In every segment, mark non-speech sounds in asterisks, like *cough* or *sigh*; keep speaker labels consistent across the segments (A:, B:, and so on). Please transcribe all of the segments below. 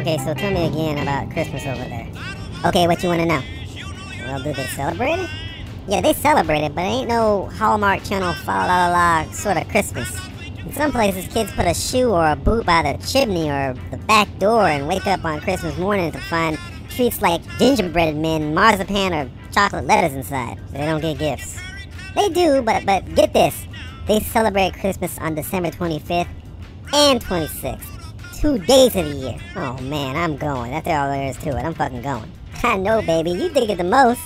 A: Okay, so tell me again about Christmas over there. Okay, what you want to know? Well, do they celebrate it? Yeah, they celebrate it, but it ain't no Hallmark Channel fa la la la sort of Christmas. In some places, kids put a shoe or a boot by the chimney or the back door and wake up on Christmas morning to find treats like gingerbread men, marzipan, or chocolate letters inside. They don't get gifts. They do, but but get this: they celebrate Christmas on December 25th and 26th, two days of the year. Oh man, I'm going. That's all there is to it. I'm fucking going. *laughs* I know, baby. You dig it the most.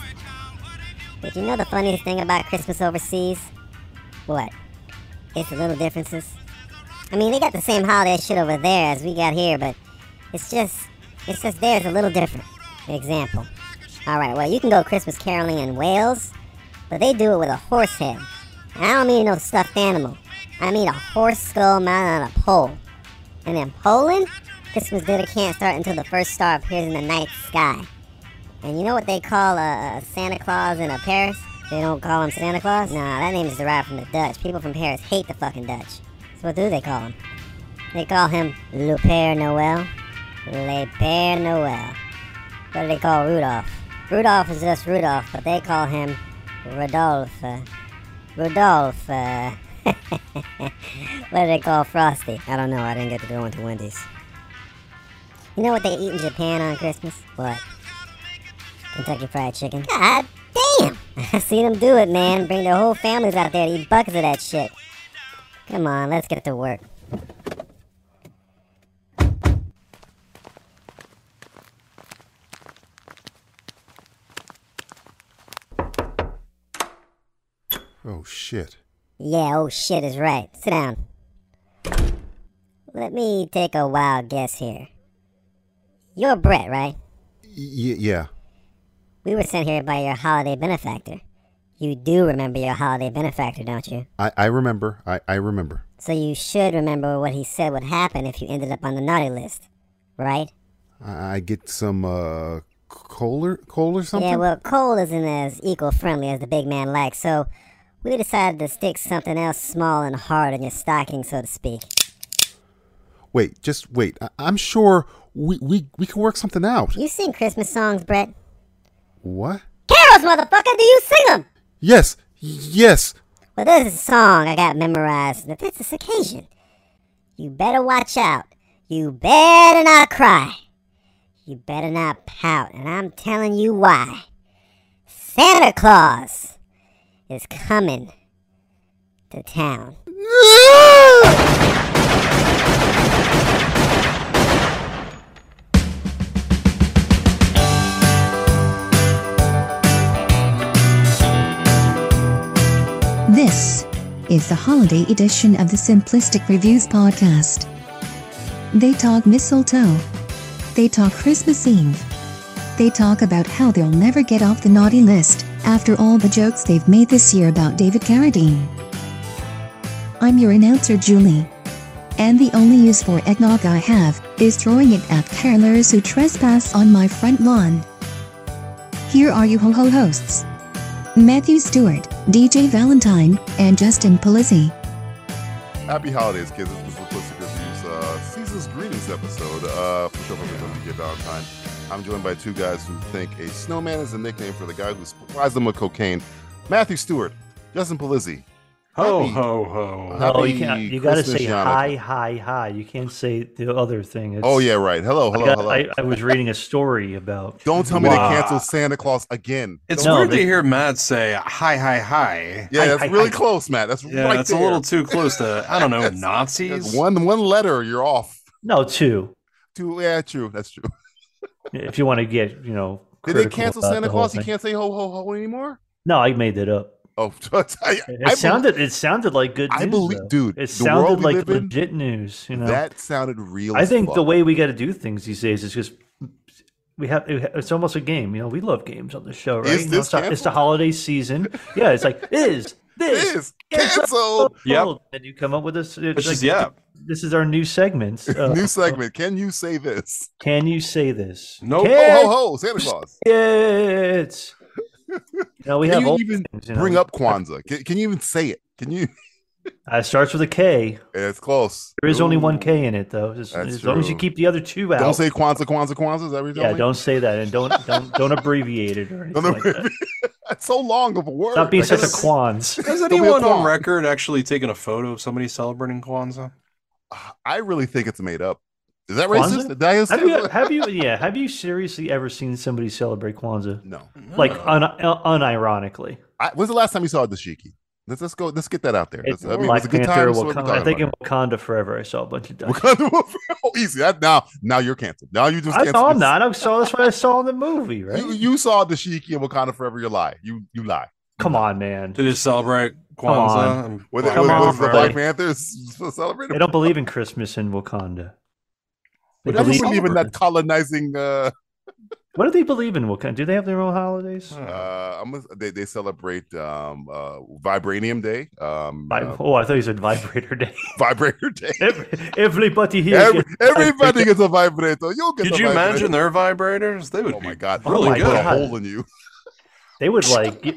A: Did you know the funniest thing about Christmas overseas? What? It's the little differences. I mean, they got the same holiday shit over there as we got here, but it's just, it's just theirs a little different. Example. All right, well, you can go Christmas caroling in Wales, but they do it with a horse head. And I don't mean no stuffed animal. I mean a horse skull mounted on a pole. And in Poland, Christmas dinner can't start until the first star appears in the night sky. And you know what they call a, a Santa Claus in a Paris? They don't call him Santa Claus? Nah, that name is derived from the Dutch. People from Paris hate the fucking Dutch. So what do they call him? They call him Le Père Noël. Le Père Noël. What do they call Rudolph? Rudolph is just Rudolph, but they call him Rodolphe. Rudolph. Uh, *laughs* what do they call Frosty? I don't know. I didn't get to go into Wendy's. You know what they eat in Japan on Christmas? What? Kentucky Fried Chicken. God damn! *laughs* I seen them do it, man. Bring their whole families out there to eat buckets of that shit. Come on, let's get to work.
B: Oh, shit.
A: Yeah, oh shit is right. Sit down. Let me take a wild guess here. You're Brett, right?
B: Y- yeah.
A: We were sent here by your holiday benefactor. You do remember your holiday benefactor, don't you?
B: I, I remember. I, I remember.
A: So you should remember what he said would happen if you ended up on the naughty list, right?
B: I, I get some, uh, coal or, coal or something?
A: Yeah, well, coal isn't as eco friendly as the big man likes, so we decided to stick something else small and hard in your stocking, so to speak.
B: Wait, just wait. I, I'm sure we, we, we can work something out.
A: You sing Christmas songs, Brett?
B: What?
A: Carols, motherfucker, do you sing 'em?
B: Yes, yes.
A: Well, there's a song I got memorized that fits this occasion. You better watch out. You better not cry. You better not pout. And I'm telling you why. Santa Claus is coming to town.
C: This is the holiday edition of the Simplistic Reviews podcast. They talk mistletoe. They talk Christmas Eve. They talk about how they'll never get off the naughty list after all the jokes they've made this year about David Carradine. I'm your announcer, Julie. And the only use for eggnog I have is throwing it at carolers who trespass on my front lawn. Here are you ho ho hosts. Matthew Stewart, DJ Valentine, and Justin Polizzi.
D: Happy holidays, kids. This is the Simplistic Reviews uh, Season's Greetings episode uh, for Show Puppets and Get Valentine. I'm joined by two guys who think a snowman is a nickname for the guy who supplies them with cocaine Matthew Stewart, Justin Polizzi.
E: Ho
D: Happy-
E: ho ho!
D: Happy
F: No, Oh, you can't. You got to
D: Christmas,
F: say
D: Jonathan.
F: hi, hi, hi. You can't say the other thing. It's-
D: Oh, yeah, right. Hello,
F: I,
D: hello,
F: got-
D: hello.
F: I, I was reading a
D: *laughs*
F: story about.
D: Don't tell me
E: Wow.
D: they canceled Santa Claus again.
E: It's
F: No,
E: weird
F: but-
E: to hear Matt say hi, hi, hi.
D: Yeah,
F: I-
D: that's
F: I-
D: really
F: I-
D: close, Matt. That's
E: Yeah,
D: right
E: that's
D: there.
E: a little too close to I don't know
D: That's-
E: Nazis.
D: That's one one letter, you're off.
F: No, two.
D: Two, yeah, true. That's true.
F: If you want to get, you know.
D: Did they
F: critical
D: cancel
F: about
D: Santa
F: the whole
D: Claus? You
F: thing.
D: can't say ho ho ho anymore.
F: No, I made that up.
D: Oh, *laughs* I,
F: It
D: I believe-
F: sounded. It sounded like good. News,
D: I believe,
F: though.
D: dude,
F: It
D: the world
F: sounded
D: we
F: like
D: live in,
F: legit news. You know.
D: that sounded real.
F: I
D: as
F: think the
D: fuck.
F: way we got to do things these days is just we have it's almost a game. You know, we love games on the show, right?
D: Is
F: You know,
D: this
F: it's, the, it's the holiday season. Yeah, it's like *laughs* is This
D: *laughs* This canceled.
E: Yep.
F: And you come up with this. It's
E: Which
F: like,
E: is yeah.
F: This is our new
D: *laughs*
F: segment. uh,
D: New segment. Can you say this?
F: Can you say this?
E: No.
F: Can
D: Oh, Ho ho ho! Santa Claus. *laughs*
F: it. Now we
D: Can
F: have
D: you
F: old
D: even
F: things, you know.
D: Bring up Kwanzaa. Can, can you even say it? Can you? *laughs*
F: Uh, it starts with a K.
D: It's close.
F: There is only one
D: Ooh.
F: K in it though. Just,
D: That's
F: as long as you
D: true.
F: keep the other two out.
D: Don't say Kwanzaa, Kwanzaa, Kwanzaa. Is that what you're
F: yeah,
D: telling me?
F: don't say that and don't don't don't abbreviate it or anything
D: Don't
F: like that.
D: *laughs* That's so long of a word.
F: Stop being
D: Like, *laughs*
F: such a
D: that's-
F: quans.
E: Has
D: be a
E: anyone on
D: Kwan.
E: record actually taken a photo of somebody celebrating Kwanzaa?
D: I really think it's made up. Is that
F: Kwanzaa?
D: racist? Did I
F: Have
D: say-
F: you have you yeah, have you seriously ever seen somebody celebrate Kwanzaa?
D: No.
F: Like
E: Uh,
F: un, un, unironically.
D: I, when's the last time you saw a dashiki? Let's let's go. Let's get that out there.
F: It's
D: Let's- I mean,
F: Black
D: was it a good
F: Panther,
D: time? So what are we
F: Wakanda. I
D: talking
F: think in
D: about?
F: Wakanda Forever I saw a bunch of ducks.
D: *laughs* Wakanda *laughs* oh, easy. That, now now you're canceled. Now you just
F: I
D: canceled.
F: saw him not. I saw that's what I saw in the movie, right?
D: You, you saw dashiki and Wakanda forever. You lie. You you lie.
F: Come on, man.
E: To just celebrate
F: on.
E: Kwanzaa? and
D: Was,
E: Black
D: it, was,
F: on,
D: was the
E: Panther?
F: bro.
D: Black Panthers celebrated?
F: They don't believe in Christmas in Wakanda.
D: They
F: They
D: don't
F: believe-
D: believe in that colonizing. Uh,
F: What do they believe in Wakanda? Do they have their own holidays?
D: uh, I'm gonna- they they celebrate um, uh, Vibranium Day, um,
F: Vi-
D: uh,
F: oh, I thought you said Vibrator Day. *laughs*
D: Vibrator Day.
F: Every, everybody here.
D: Every,
F: gets-
D: everybody gets a vibrator. You'll get. a
E: Could you
D: vibrator.
E: imagine their vibrators? They would
D: Oh
E: be
D: my god!
E: really
F: Oh my
D: Put a
E: good.
F: God.
D: hole in you.
F: They would like, get,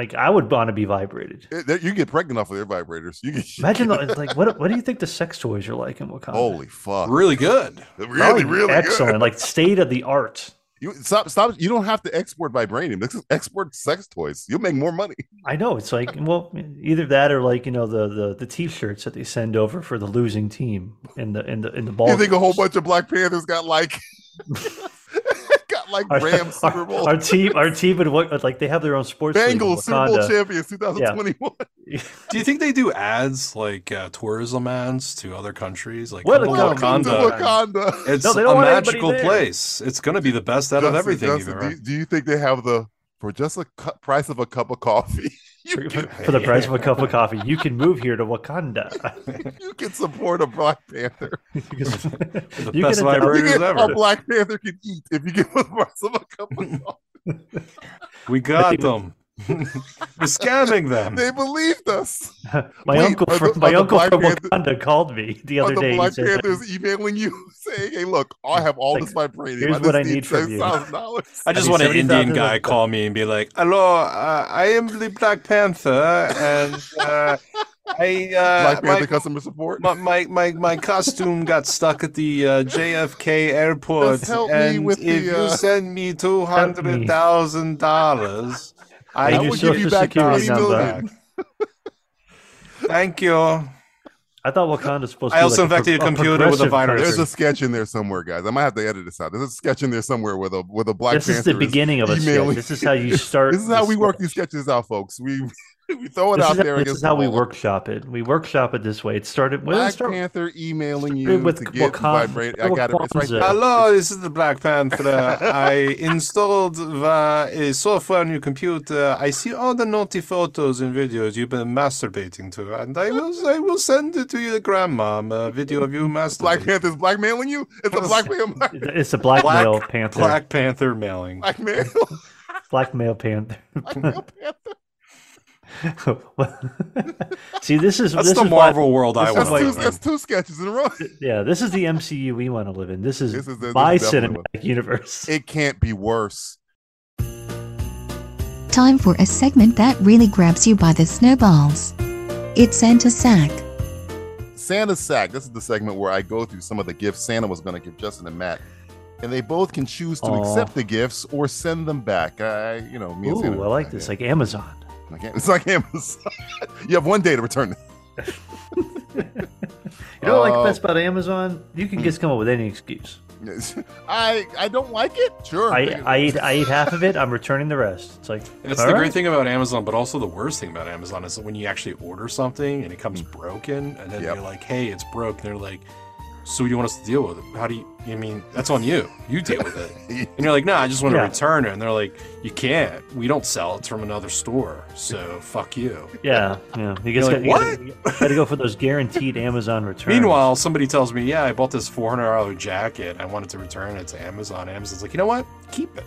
F: like I would want to be vibrated.
D: It- that- you get pregnant off of their vibrators. You get
F: Imagine the- it's like what? What do you think the sex toys are like in Wakanda?
D: holy fuck.
E: Really good.
D: Really, really good.
F: excellent, like state of the art.
D: You stop, stop. You don't have to export vibranium. This is export sex toys. You'll make more money.
F: I know it's like well, either that or like you know the the, the t-shirts that they send over for the losing team in the in the in the ball.
D: you think a whole
F: games.
D: bunch of Black Panthers got
F: *laughs*
D: like, *laughs* got like
F: Our-
D: Rams
F: our-
D: Super Bowl,
F: Our team, our team, would what like they have their own sports. league in
D: Bengals Super Bowl
F: Wakanda.
D: champions 2021.
E: Do you think they do ads like uh, tourism ads to other countries? Like
F: What a
E: come to
D: Welcome to
E: Wakanda.
D: Wakanda.
E: It's
F: No, they don't
E: a
F: want anybody
E: magical
F: there.
E: place. It's going to be the best out of
D: Justin,
E: everything you've
D: Justin,
E: ever.
D: do, you- do you think they have the for just a cu- price of a cup of coffee? *laughs* You,
F: For, for-
D: can,
F: *laughs* for the price of a cup of coffee, you can move here to Wakanda.
D: *laughs* you can support a Black Panther.
F: You can-
E: *laughs* The
F: you
E: best
F: can adopt-
E: library-
D: You get
E: Burgers
D: a
E: ever.
D: Black Panther can eat if you give *laughs* him the price of a cup
F: *laughs*
D: of coffee.
E: We
F: I
E: got
F: think-
E: them. *laughs* We're scamming them.
D: They believed us.
F: *laughs* My
D: Wait,
F: uncle
D: are
F: from
D: the- are
F: my
D: the
F: uncle
D: Black
F: from
D: Panther-
F: Wakanda called me the
D: Are
F: other
D: the
F: day. and
D: Black
F: said that-
D: Panthers emailing you *laughs* saying, "Hey, look, I have all
F: Like,
D: this vibranium.
F: here's
D: just
F: what I need from you."
D: $6,000.
E: *laughs* I just
F: mean,
E: want an
F: 70,000
E: Indian guy
F: of-
E: call me and be like, "Hello, uh, I am the Black Panther, and uh, I uh,
D: Black Panther
E: my,
D: customer support.
E: my, my my my costume got stuck at the uh, JFK airport,
D: Just help me
E: and
D: with the,
E: if
D: uh,
E: you send me two hundred thousand dollars, I
F: I
D: I
F: your
E: will
D: will give you
F: social
D: back
F: security
D: $90
E: $90
F: number.
D: million.
E: back." Thank you.
F: I thought Wakanda's supposed. to
E: I
F: be
E: also
F: like pro-
E: infected a computer with a
F: progressive
E: virus.
D: There's
F: country.
D: a sketch in there somewhere, guys. I might have to edit this out. There's a sketch in there somewhere with a with a Black
F: This
D: Panther.
F: is the beginning of a sketch.
D: emailing-
F: This is how
D: *laughs*
F: you start.
D: This is how
F: the
D: we work
F: sketch.
D: these sketches out, folks. We *laughs* we throw it
F: This
D: out
F: is how-
D: there.
F: this
D: against
F: is how
D: the
F: we
D: wall.
F: workshop it. We workshop it this way. It started. Well, it
D: Black
F: started
D: Panther emailing
F: started
D: you
F: with
D: to get
F: Wakan-
D: vibrate. I got it. It's right there.
F: Wakanda.
E: Hello, this is the Black Panther. I installed uh, a software on your computer. I see all the naughty photos and videos you've been masturbating to, and I will, I will send it to your grandma. um, A video of
D: *laughs*
E: you
D: Black
E: masturbating.
D: Panther's blackmailing you. It's a
F: *laughs*
D: *laughs* blackmail.
F: It's a black,
E: Black-
F: male panther. Black,
E: Black Panther
D: *laughs*
E: mailing.
D: Blackmail.
F: male panther. *laughs*
D: Blackmail Panther.
F: See, this is
E: That's
F: this
E: the
F: is why-
E: Marvel world I
F: this
E: want
D: That's
F: is
E: to
F: why-
D: two,
E: live
D: that's
E: in.
D: two sketches in a row. *laughs*
F: yeah, this is the MCU we want to live in. This is,
D: This is the- this
F: my
D: is definitely
F: cinematic universe.
D: It can't be worse.
C: Time for a segment that really grabs you by the snowballs. It's Santa Sack.
D: Santa's sack. This is the segment where I go through some of the gifts Santa was going to give Justin and Matt, and they both can choose to
F: Aw.
D: accept the gifts or send them back. I, you know, me and Santa.
F: Ooh, I like this. Like Amazon.
D: Like, *laughs* it's like Amazon. you have one day to return. them.
F: You know, what I
D: Oh. Hmm.
F: like best about Amazon, you can just come up with any excuse.
D: Yes. *laughs* I I don't like it. Sure.
F: I
D: take it.
F: I eat, I eat half of it. I'm returning the rest. It's like
E: That's
F: all
E: the
F: right.
E: great thing about Amazon, but also the worst thing about Amazon is that when you actually order something and it comes
F: Mm.
E: broken, and then
D: Yep.
E: you're like, "Hey, it's broke," and they're like, "So you want us to deal with it? How do you? I mean, that's on you. You deal with
F: *laughs*
E: it." And you're like, "No, I just want
F: Yeah.
E: to return it." And they're like, "You can't. We don't sell it It's from another store. So fuck
F: *laughs*
E: you."
F: Yeah, yeah. You guys
E: You're like,
F: gotta, you gotta- you gotta go for those guaranteed
D: *laughs*
F: Amazon returns.
E: Meanwhile, somebody tells me, "Yeah, I bought this four hundred dollar jacket. I wanted to return it to Amazon. Amazon's like, you know what? Keep it."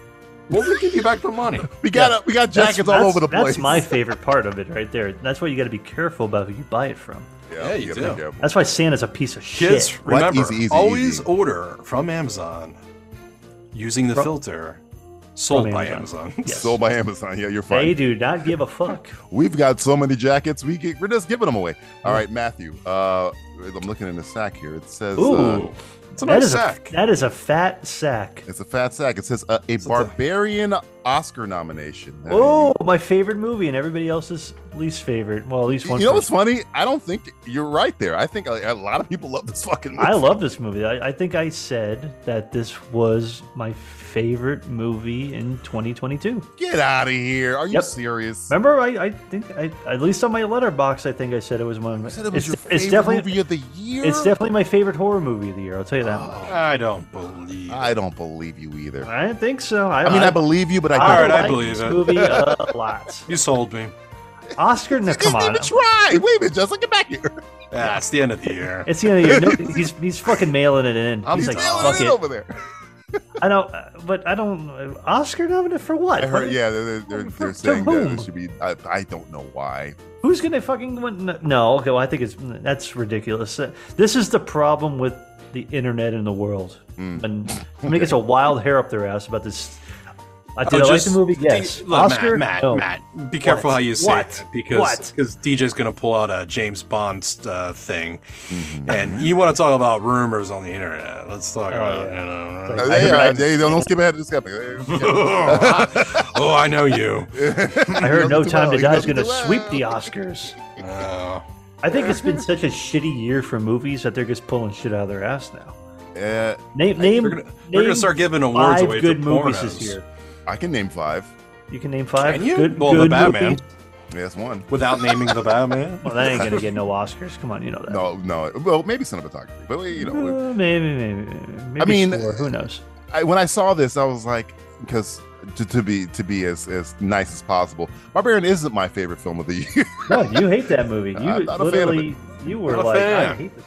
E: We'll give you back the
F: *laughs*
E: money.
D: We got a, we got jackets all over the place.
F: That's my favorite part of it right there. That's why you got to be careful about who you buy it from.
D: Yeah,
E: Yeah,
D: you
E: you
D: gotta be
E: do.
D: careful.
F: That's why Santa's a piece of shit.
E: Kids,
D: What?
E: remember,
D: Easy, easy,
E: always
D: easy.
E: order from Amazon using the filter sold by Amazon.
D: Sold by Amazon. Yeah, you're fine.
F: They do not give
D: *laughs*
F: a fuck.
D: We've got so many jackets. We get, we're just giving them away. All right, Matthew. Uh, I'm looking in the sack here. It says uh,
F: Ooh,
E: it's a
F: that
E: nice
F: is a
E: sack.
F: that is a fat sack.
D: it's a fat sack. It says uh, a
E: So it's a-
D: barbarian Oscar nomination. I mean,
F: Oh, my favorite movie and everybody else's least favorite. Well, at least
D: you,
F: one.
D: you know what's
F: person.
D: funny? I don't think you're right there. I think a, a lot of people love this fucking movie.
F: I love this movie. I, I think I said that this was my favorite movie in 2022.
D: Get out of here. Are you
F: Yep.
D: serious?
F: Remember, I, I think I at least on my letterbox, I think I said it was one. Of my,
D: You said it was
F: it's,
D: your
F: it's
D: favorite
F: definitely
D: movie of the year.
F: it's definitely my favorite horror movie of the year. I'll tell you that. much.
E: I don't *laughs* believe. it.
D: I don't believe you either.
F: *sighs* I don't think so. I,
D: I mean, I
F: believe.
D: believe you, but I
F: All
D: don't.
E: All right, I
F: like
E: believe
F: this
E: it.
F: movie a lot.
E: You sold me.
F: Oscar, no,
D: You didn't
F: come on.
D: even try. Wait a minute, Jessica, get back here.
E: Yeah, it's the end of the year.
F: It's the end of the
D: *laughs*
F: year. No, he's he's fucking mailing it in.
E: I'm
F: he's
E: like,
F: like,
D: Mailing
F: fuck
D: it in
F: it.
D: over there.
F: I don't, uh, but I don't. uh, Oscar nominate for what?
D: I heard,
F: What-
D: yeah, they're, they're, *laughs*
F: For-
D: they're
F: to
D: saying that
F: whom?
D: it should be. I, I don't know why.
F: Who's gonna fucking win? no, No. Okay. Well, I think it's that's ridiculous. Uh, This is the problem with the internet in the world.
D: Mm.
F: And
D: *laughs*
F: somebody gets a wild hair up their ass about this. I did I like Oh, the movie. Yes.
E: Look,
F: Oscar.
E: Matt, Matt,
F: no.
E: Matt, be careful how you say
F: What?
E: it
F: What?
E: because because DJ's gonna pull out a James Bond uh, thing,
F: Mm-hmm.
E: and you want to talk about rumors on the internet. Let's talk
F: Oh,
E: about you *laughs* know.
D: Uh, they, uh, they don't, don't skip ahead. Just *laughs* skip ahead.
E: oh, I know
F: *laughs*
E: you.
F: I heard No
D: Nothing to
F: Time to
D: love,
F: Die is
D: nothing
F: gonna
D: to
F: sweep
D: love.
F: the Oscars.
E: Uh,
F: I think it's been such a shitty year for movies that they're just pulling shit out of their ass now.
D: Uh,
F: Name, name,
E: we're gonna, we're gonna
F: name
E: start giving awards
F: five
E: away
F: good
E: to
F: movies
E: pornos.
F: this year.
D: I can name five.
F: You can name five
E: Can you?
F: good,
E: Well, the
F: good
E: Batman.
F: movies.
D: Yes, one.
E: without naming the Batman. *laughs*
F: Well, that ain't gonna get no Oscars. Come on, you know that.
D: No, no. Well, maybe cinematography, but you know,
F: Uh, maybe, maybe, maybe.
D: I mean,
F: score, who knows?
D: I, when I saw this, I was like, because to, to be to be as, as nice as possible, Barbarian isn't my favorite film of the year.
F: No, you hate that
E: *laughs*
F: movie. You
D: I'm not a fan of
F: literally, you were
E: Not a
F: like, I
E: fan.
F: hate this.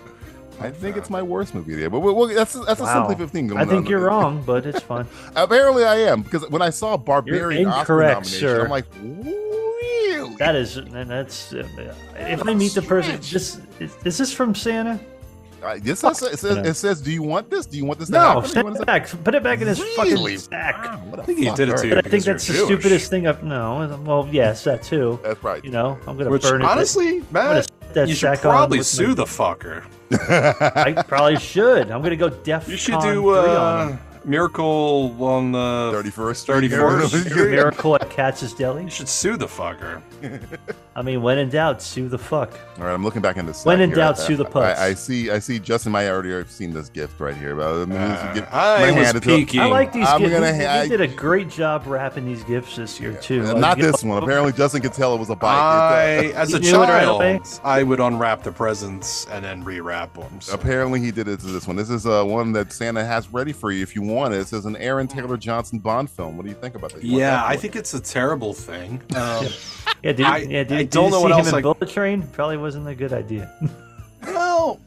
D: I think it's my worst movie of the year. But we'll, we'll- that's that's a
F: Wow.
D: simply fifteen. going
F: I think
D: on.
F: you're wrong, but it's fine.
D: Apparently, I am because when I saw Barbarian Oscar
F: incorrect,
D: nomination,
F: sir.
D: I'm like, really?
F: That is,
E: *laughs*
F: and that's. uh, If I meet the person, just is, is this from Santa?
D: I- Uh, this says, it, says, it says, "Do you want this? Do you want this?" to
F: No,
D: happen? Do you
F: send
D: want
F: it
D: this
F: back. Put it back in *laughs* his
D: Really?
F: fucking sack.
D: Wow, what a
E: I think he
D: fuck.
E: did it
D: All
E: to
D: right.
E: you.
F: But I
E: because
F: think that's the
E: you're Jewish.
F: stupidest thing. I've no. Well, yes, that too.
D: That's right.
F: You know, I'm gonna
E: Which
F: burn it.
E: honestly, Matt,
F: gonna set
E: you
F: that
E: should
F: sack on
E: probably
F: with
E: sue
F: my-
E: the fucker.
F: I probably should. I'm gonna go def.
E: You should
F: Con
E: do
F: three on
E: uh,
F: him.
E: Miracle on the
D: 31st Street.
E: 31st. *laughs*
D: Street.
F: Miracle at Katz's Deli.
E: You should sue the fucker.
F: I mean, when in doubt, sue the fuck.
D: All right, I'm looking back into.
F: When in doubt, sue the putts.
D: I, I see. I see. Justin, I already have seen this gift right here. But I'm gonna
E: Uh,
D: get-
E: I
D: I'm gonna
E: was
D: hand it to-
E: peeking.
F: I like these
D: I'm
F: gifts.
D: gonna-
F: You- you
D: I-
F: did a great job wrapping these gifts this year too.
D: Uh,
F: Like,
D: Not
F: you know,
D: this one. Apparently, Justin could tell it was a bite.
E: I, as *laughs*
F: You
E: a
F: knew it right
E: child,
F: away?
E: I would unwrap the presents and then rewrap them. So.
D: Apparently, he did it to this one. This is uh, one that Santa has ready for you if you want it. It says an Aaron Taylor Johnson Bond film. What do you think about that? You want
E: Yeah,
D: that
E: I
D: one?
E: think it's a terrible thing. Um,
F: Yeah, did,
E: I-
F: yeah, did,
E: I
F: did
E: don't
F: you
E: know
F: see
E: what
F: him
E: else,
F: in
E: like-
F: Bullet Train? Probably wasn't a good idea.
E: *laughs*
F: *laughs*
E: well,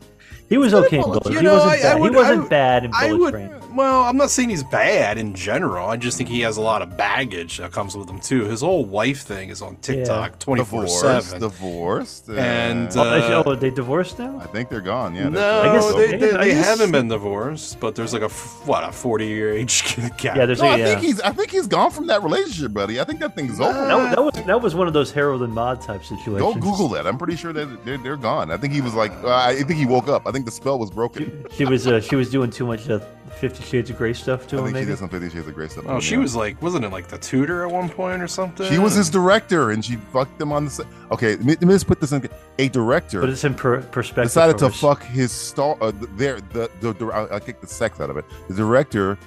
F: he was okay in
E: Bullet-
F: Bullet.
E: you
F: he
E: know,
F: wasn't,
E: I- I
F: bad.
E: would-
F: he
E: I
F: wasn't
E: would-
F: bad in Bullet
E: I would.
F: Train.
E: Well, I'm not saying he's bad in general. I just think he has a lot of baggage that comes with him too. His whole wife thing is on TikTok 24
D: divorced.
E: seven.
D: Divorced. uh,
E: And, uh,
F: Oh, oh, they divorced now.
D: I think they're gone. Yeah.
E: No,
F: I guess-
E: they, they,
F: I
E: they
F: guess-
E: haven't been divorced, but there's like a f- what a 40 year age *laughs* gap.
F: Yeah, there's
D: No,
F: a.
D: I
F: yeah.
D: think he's. I think he's gone from that relationship, buddy. I think that thing's over.
F: That, was- that was that was one of those Harold and Maude type situations.
D: Go Google that. I'm pretty sure that they're, they're gone. I think he was like, uh, I think he woke up. I think the spell was broken.
F: She was uh, she was doing too much uh, Fifty Shades of Grey stuff to
D: I
F: him.
D: think she
F: Maybe
D: did some Fifty Shades of Grey stuff.
E: Oh, she
D: Yeah.
E: was like, wasn't it like the tutor at one point or something?
D: She was his director, and she fucked him on the. se- Okay, let me, let me just put this in. A director
F: but it's in per- perspective.
D: decided to
F: for us.
D: fuck his star. Uh, th- their the the, the I, I kicked the sex out of it. The director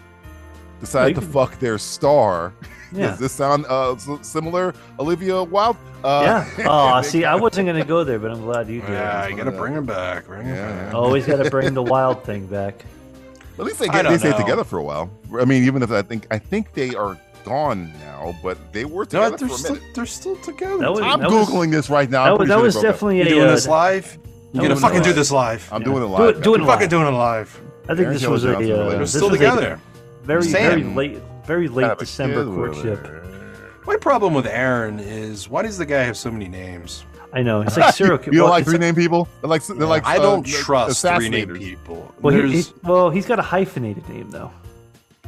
D: decided
F: you
D: to
F: can-
D: fuck their star. *laughs*
F: Yeah.
D: Does this sound uh, s- similar, Olivia Wilde? Uh,
F: Yeah. Oh, see, I wasn't gonna go there, but I'm glad you did.
E: Yeah, you gotta bring her back. Bring her
D: Yeah.
E: back.
F: *laughs* Always got to bring the wild thing back.
D: *laughs* At least they
E: I
D: get,
E: don't
D: they stayed
E: know.
D: together for a while. I mean, even if I think I think they are gone now, but they were
E: No,
D: together
E: they're
D: for a
E: still,
D: minute.
E: they're still together.
F: That was-
D: I'm
F: that
D: googling this right now. *laughs* I'm
F: That was,
D: pretty
F: that
D: sure they
F: was
D: broke up.
F: definitely
E: you
F: a.
E: doing
F: uh,
E: this live?
F: that
E: You're gonna
F: was
E: fucking
F: a-
E: do this live.
D: I'm
F: yeah.
D: doing it
F: Do
D: live.
F: it, do it
E: You're fucking
F: live.
E: doing it live.
F: I think
D: Aaron
F: this
D: Taylor
F: was a.
D: Johnson's
F: Uh,
D: related.
E: They're
F: this
E: still
F: was a
E: together.
F: very
E: Sam.
F: very late very late
D: Kind of a
F: December
D: kid with
F: courtship.
D: her.
E: My problem with Aaron is why does the guy have so many names?
F: I know.
D: *laughs*
F: It's like serial
D: You
F: well,
D: don't like
F: it's-
D: three name people? They're like they're like
E: I
D: uh,
E: don't
D: they're
E: trust three name
D: assassinators.
E: people.
F: Well, he,
E: There's-
F: he- well, he's got a hyphenated name though.